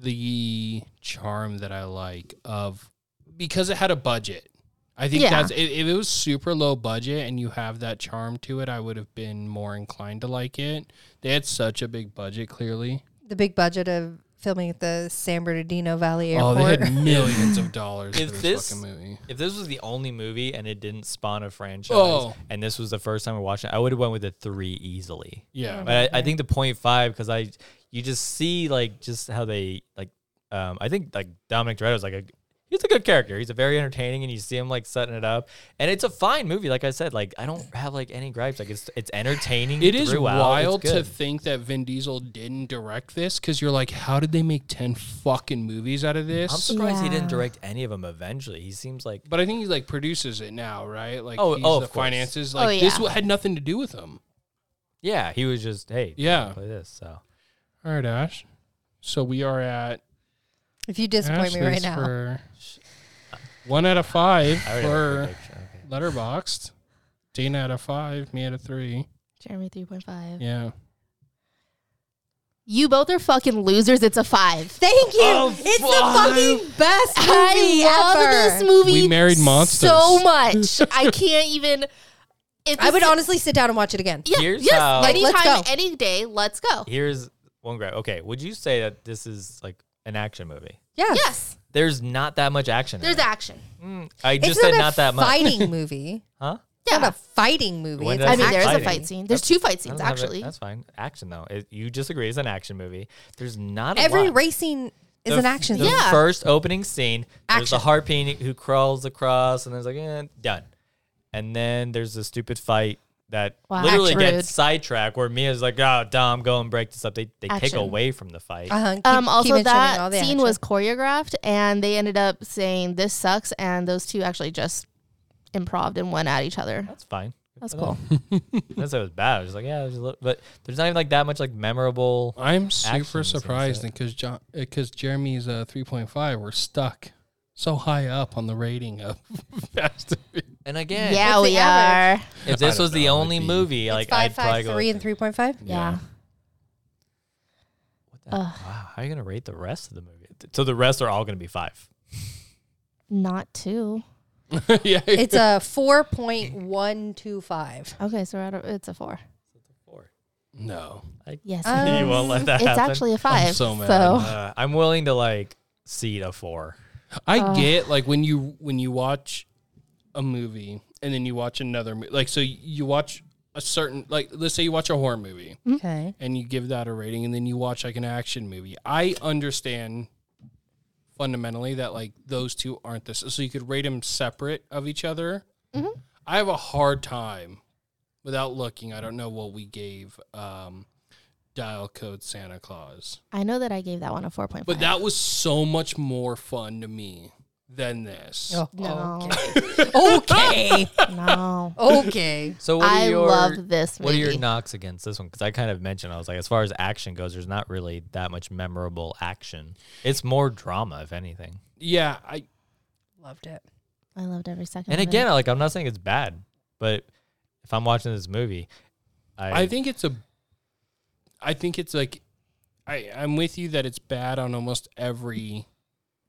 the charm that i like of because it had a budget i think
Yeah.
that's i- if it was super low budget and you have that charm to it i would have been more inclined to like it they had such a big budget clearly
The big budget of filming at the San Bernardino Valley
oh
Airport.
they had millions of dollars for
If
this,
this-
fucking movie
If this was the only movie and it didn't spawn a franchise,
Oh.
and this was the first time we're watching, it, I would have went with a three easily.
yeah
But I, I think the point five because I, you just see like just how they like. Um, I think like Dominic Toretto's like a he's a good character. He's a very entertaining, and you see him like setting it up, and it's a fine movie. Like I said, like I don't have like any gripes. Like it's it's entertaining.
It is
throughout. It's
wild to
good.
think that Vin Diesel didn't direct this because you're like, how did they make 10 fucking movies out of
I'm
this?
surprised he
Yeah.
didn't direct any of them. Eventually, he seems like
but I think he like produces it now, right? Like,
Oh,
he's
oh,
the
of course.
finances.
Oh,
Like, this
yeah.
w- had nothing to do with him.
yeah, he was just hey
Yeah.
play this. So
All right, Ash. So we are at
if you disappoint me right
Ashley's
now,
for one out of five
I already have a
for
prediction. Okay.
Letterboxed. Dana out of five, me out of three.
Jeremy three point five.
Yeah.
You both are fucking losers. It's a five.
Thank you. it's the fucking best movie
I love
ever.
this movie.
We married monsters.
so much. I can't even. If
I would
this-
honestly sit down and watch it again.
Yeah,
Here's uh,
yes.
how-
Like, let's
anytime,
go.
any day. Let's go.
Here's one grab. Okay, would you say that this is like an action movie?
Yes.
Yes,
There's not that much action. in
there's
it. Mm,
action.
I
It's
just said
a
not that much.
fighting movie.
Huh?
It's not a fighting movie.
When
It's
did
an
I mean, there is a
Fighting.
fight scene. There's two fight scenes
I don't have it-
actually.
that's fine. Action though. It, you just agree it's an action movie. There's not a
Every
lot.
racing is
The-
an action.
The
scene.
Yeah.
first opening scene. There's the
Action.
harpy who crawls across, and then it's like eh, done. And then there's the stupid fight that
Wow.
literally
Action. Rude.
gets sidetracked, where Mia's like, "Oh, Dom, go and break this up." They they take
Action.
away from the fight.
Uh-huh. Keep-
um,
keep
also,
mentioning all
that
the
scene
action.
was choreographed, and they ended up saying this sucks, and those two actually just improved and went at each other.
That's fine.
That's
I
cool.
That's it was bad. I was like, yeah, it was a little, but there's not even like that much like memorable.
I'm
Action
super
is
surprised
insane.
because John, because Jeremy's uh, 3.5 were stuck so high up on the rating of Fast and Furious.
And again,
Yeah,
What's
we
the
are.
average?
if this was the
know,
only
it'd be-
movie, like
it's five,
I'd probably
five,
go
three,
like,
and three point five.
Yeah.
what the- wow, how are you gonna rate the rest of the movie? So the rest are all gonna be five.
not two.
yeah,
It's a four point one two five.
Okay, so we're at a, it's a four.
no.
Yes,
Um,
you won't let that
it's
happen.
actually a 5
so mad.
Uh, I'm willing to like seed a four.
I get like when you when you watch a movie and then you watch another movie, like so you watch a certain like let's say you watch a horror movie
Okay.
and you give that a rating and then you watch like an action movie. I understand fundamentally that like those two aren't this so you could rate them separate of each other. I have a hard time without looking. I don't know what we gave um dial code Santa Claus.
I know that I gave that one a four point five.
But that was so much more fun to me than this.
no,
Okay.
no.
okay.
So what are
I
your
love this
what are
movie.
your knocks against this one? Because I kind of mentioned I was like, as far as action goes, there's not really that much memorable action. It's more drama, if anything.
Yeah, I
Loved it.
I loved every second.
And
of it.
again, like I'm not saying it's bad, but if I'm watching this movie, I,
I think it's a I think it's like I I'm with you that it's bad on almost every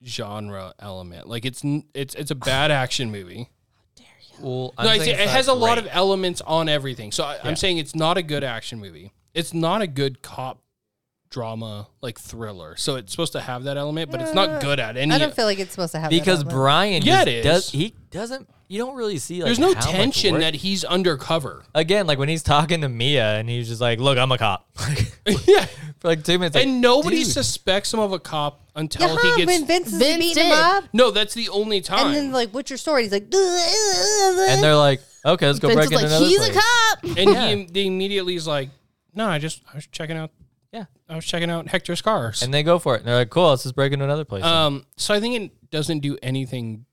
genre element. Like it's n- it's it's a bad action movie.
well,
no,
I'm
I
saying
say it
it's
has a
not
lot of
great.
elements on everything. So I,
Yeah.
I'm saying it's not a good action movie. It's not a good cop drama like thriller. So it's supposed to have that element, but it's not good at any.
Uh, I don't feel like it's supposed to happen.
because Brian
Yeah,
just
it
does
is.
he doesn't you don't really see like
There's no
how much
tension
work-
that he's undercover.
again like when he's talking to Mia and he's just like, "Look, I'm a cop." for
yeah.
like 2 minutes. like,
and nobody
dude.
suspects him of a cop until
yeah,
he gets
when Vince is
Vince
beating him
did.
up,
No, that's the only time.
and then like, what's your story? He's like, uh,
and they're like, "Okay, let's go
Vince
break
was
into
like,
another
he's
place."
a cop.
And he, they immediately is like, "No, I just I was checking out.
Yeah.
I was checking out Hector's cars."
And they go for it. And they're like, "Cool, let's just break into another place."
um, so I think it doesn't do anything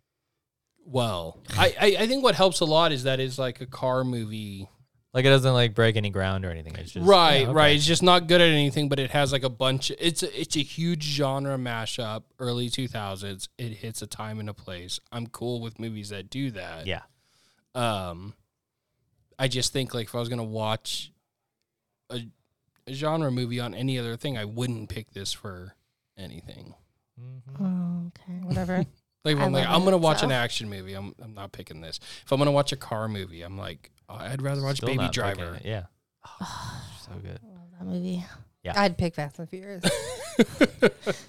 well. I, I I think what helps a lot is that it's like a car movie,
like it doesn't like break any ground or anything. It's just
right?
yeah, okay.
Right. It's just not good at anything, but it has like a bunch. It's a, it's a huge genre mashup. Early two thousands. It hits a time and a place. I'm cool with movies that do that.
Yeah.
um i just think like if i was gonna watch a, a genre movie on any other thing i wouldn't pick this for anything
Mm-hmm.
Oh, okay.
whatever.
like if
I
i'm like
love
i'm
it,
gonna watch an
so.
action movie I'm, I'm not picking this if i'm gonna watch a car movie i'm like oh, i'd rather watch
Still
baby
not breaking
driver
it. Yeah. Oh, so good.
That movie.
I'd pick Fast and Furious.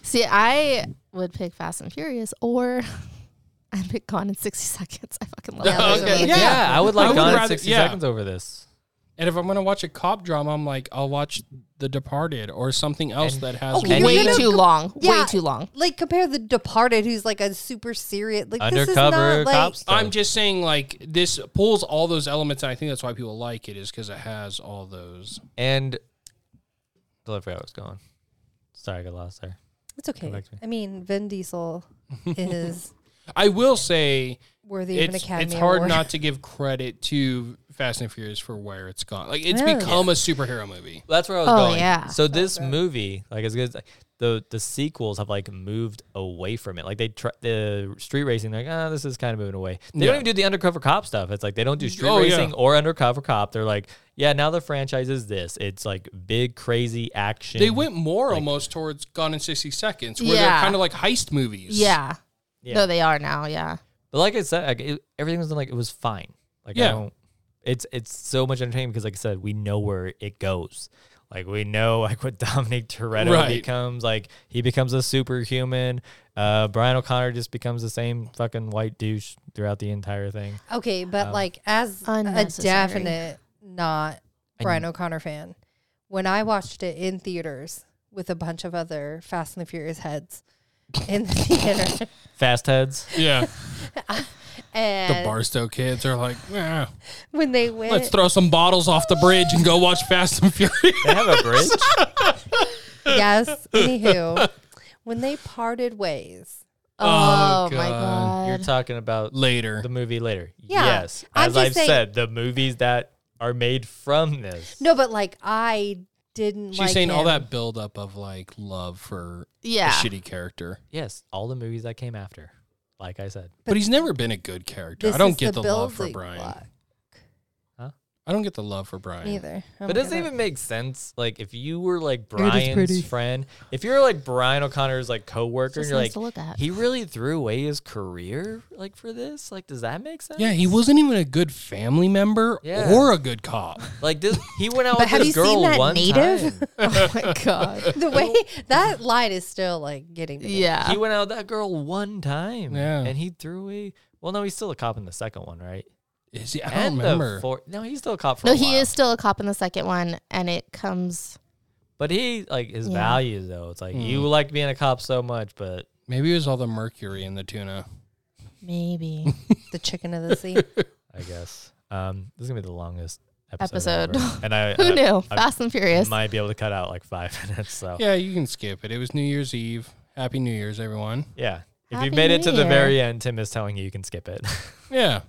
See, I would pick Fast and Furious, or I'd pick Gone in sixty seconds. I fucking love
Oh,
that
those are
movie.
really
Yeah.
good.
Yeah, I would like
I would
Gone in
rather-
60
yeah.
Seconds over this.
and if i'm gonna watch a cop drama i'm like i'll watch the departed or something else
And-
that has
Okay,
more-
you're
Way
gonna
too
go-
long. Way
Yeah.
too long.
like compare the Departed, who's like a super serious, like this
Undercover
is not like
cops. stuff.
i'm just saying like this pulls all those elements and i think that's why people like it is because it has all those
and I forgot where I was going. Sorry, I got lost there.
it's okay.
back to me.
I mean, Vin Diesel is
i will say
worthy of an
it's,
Academy
it's hard
Award.
not to give credit to Fast and Furious for where it's gone. Like it's
Really?
become a superhero movie.
That's where I was
Oh,
going.
yeah.
So this movie, like as good as the the sequels have like moved away from it. Like they try the street racing, they're like, ah, this is kind of moving away. They
Yeah.
don't even do the undercover cop stuff. It's like they don't do street
Oh, yeah.
racing or undercover cop. They're like, yeah, now the franchise is this. It's like big crazy action.
They went more almost towards Gone in 60 Seconds, where they're
Yeah.
kind of like heist movies.
Yeah.
Yeah.
No, they are now. Yeah.
But like I said, like, it, everything was like it was fine. Like I
Yeah.
don't. It's it's so much entertainment because like I said, we know where it goes. Like we know like what Dominic Toretto
Right.
becomes. Like he becomes a superhuman. Uh, Brian O'Connor just becomes the same fucking white douche throughout the entire thing.
Okay, but
Oh.
like as a
Unnecessary.
definite not Brian O'Connor fan, when I watched it in theaters with a bunch of other Fast and the Furious heads in the theater,
Fast heads.
Yeah. The
and
Barstow kids are like, "Yeah,
when they went,
let's throw some bottles off the bridge and go watch Fast and Furious.
They have a bridge.
yes, anywho, when they parted ways,
Oh,
Oh,
my
God.
You're
god.
talking about
Later.
the movie later.
Yeah,
Yes,
I'm
as
just
I've
saying-
said, the movies that are made from this.
no, but like I didn't.
She's
like
saying all
him.
that buildup of like love for
Yeah.
a shitty character.
Yes, all the movies that came after. Like I said.
But, he's never been a good character.
This
I don't
is
get the, love for
building
Brian.
block.
I don't get the love for Brian.
Neither. Oh my
But does it
God.
even make sense? Like, if you were like
pretty.
Brian's friend, if you're like Brian O'Connor's like coworker,
Just
and you're
nice
like,
to look at.
he really threw away his career like for this. Like, does that make sense?
Yeah, he wasn't even a good family member
Yeah.
or a good cop.
Like this, he went out
But
with
have
this
you seen
girl
that
one
native?
time.
oh my god.
the way that line is still like getting to me.
He
Yeah.
went out with that girl one time.
Yeah.
and he threw away. Well, no, he's still a cop in the second one, right?
Is he? I
and
don't
the
remember.
four- no, he's still a cop for
No,
a
he
while.
is still a cop in the second one, and it comes.
But he like his
Yeah.
values though. It's like
Hmm.
you like being a cop so much, but
Maybe it was all the mercury in the tuna.
Maybe
The chicken of the sea.
I guess um, this is gonna be the longest episode.
Episode.
ever. and I
who
I-
knew?
I-
Fast and Furious.
might be able to cut out like five minutes. So yeah,
Yeah, you can skip it. It was New Year's Eve. Happy New Year's, everyone.
if
Happy
you've made it
New
to the
Year.
very end, Tim is telling you you can skip it.
Yeah.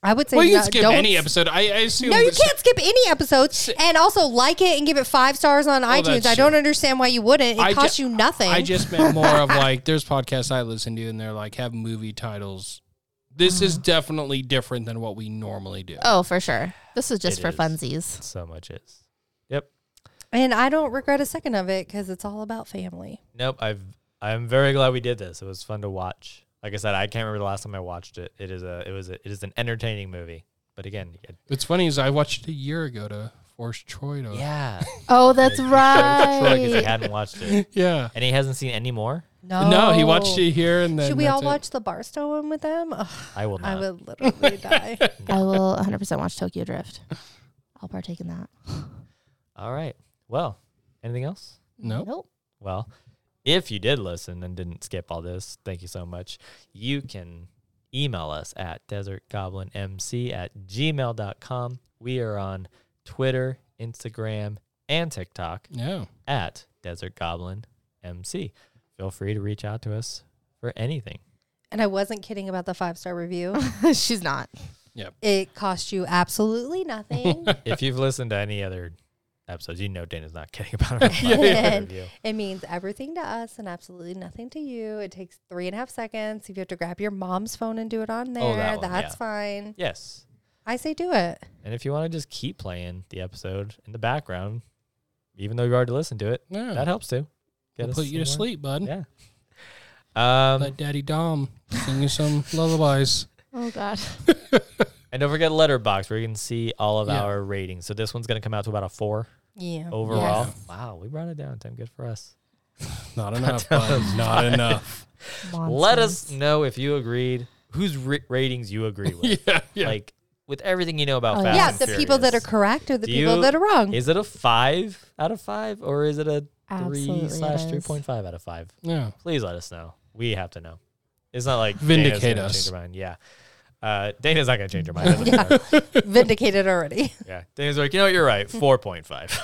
I would say
well, you can
no-
skip
don't
any episode. I, I assume.
No, you
this-
can't skip any episodes. And also like it and give it five stars on iTunes.
that's
I don't
true.
understand why you wouldn't. It
I ju-
costs you nothing.
I just meant more of like there's podcasts I listen to and they're like have movie titles. This
Uh-huh.
is definitely different than what we normally do.
oh, for sure. This is just
It
for
is.
funsies.
so much is. Yep.
and I don't regret a second of it because it's all about family.
Nope. I've. I'm very glad we did this. It was fun to watch. Like I said, I can't remember the last time I watched it. It is a. It was. A, it is an entertaining movie. But again, it-
What's funny is I watched it a year ago to force Troy to.
yeah.
Oh, that's
Because he
right.
hadn't watched it,
Yeah.
and he hasn't seen any more.
No,
No, he watched it here and then.
Should we
that's
all
it.
watch the Barstow one with them? Ugh,
I will
I
not.
would literally die.
I will 100% watch Tokyo Drift. I'll partake in that.
All right. Well, anything else?
Nope.
Nope.
Well, if you did listen and didn't skip all this, thank you so much. You can email us at desertgoblinmc at gmail.com. We are on Twitter, Instagram, and TikTok
Yeah.
at desertgoblinmc. Feel free to reach out to us for anything.
and I wasn't kidding about the five star review.
She's not.
It cost you absolutely nothing.
if you've listened to any other episodes, you know Dana's not kidding about our
yeah.
review.
It means everything to us and absolutely nothing to you. It takes three and a half seconds. If you have to grab your mom's phone and do it on there,
Oh,
that one,
that's
yeah.
fine.
Yes.
I say do it.
And if you want to just keep playing the episode in the background, even though you've already listened to it,
Yeah.
that helps too. Get
Hmm. We'll
us
put you to
some more-
sleep, bud.
Yeah. Um,
Let Daddy Dom sing you some lullabies.
Oh, God.
and don't forget Letterbox, where you can see all of
Yeah.
our ratings. So this one's going to come out to about a four
Yeah.
overall. Wow, we brought it down, Tim. Good for us.
Not enough, bud. Not enough.
Let us know if you agreed, whose ra- ratings you agree with.
Yeah. Yeah.
Like with everything you know about
Oh,
Fast
yeah,
and
the people that are
Furious.
correct or the
Do
people
you-
that are wrong.
Is it a five out of five, or is it a
Absolutely
three
it
slash
is.
three point five out of five?
yeah.
please let us know. We have to know. It's not like
Vindicate
Dana's gonna
us.
Change her mind. Yeah. Uh, Dana's not going to change her mind. Doesn't matter.
Vindicated already.
yeah. Dana's like, you know what? You're right. 4.5.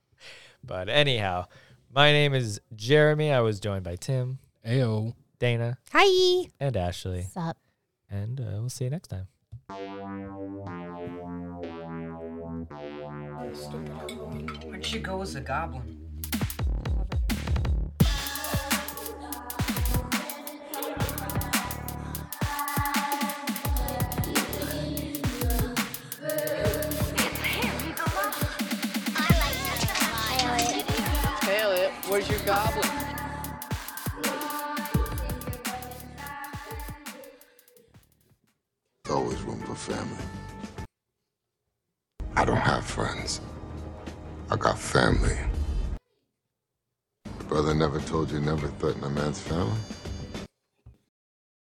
but anyhow, my name is Jeremy. I was joined by Tim,
Ayo.
Dana,
Hi.
and Ashley.
Sup.
And uh, we'll see you next time.
When she goes a goblin. Where's your goblin?
There's always room for family. I don't have friends. I got family. Your brother never told you never threaten a man's family?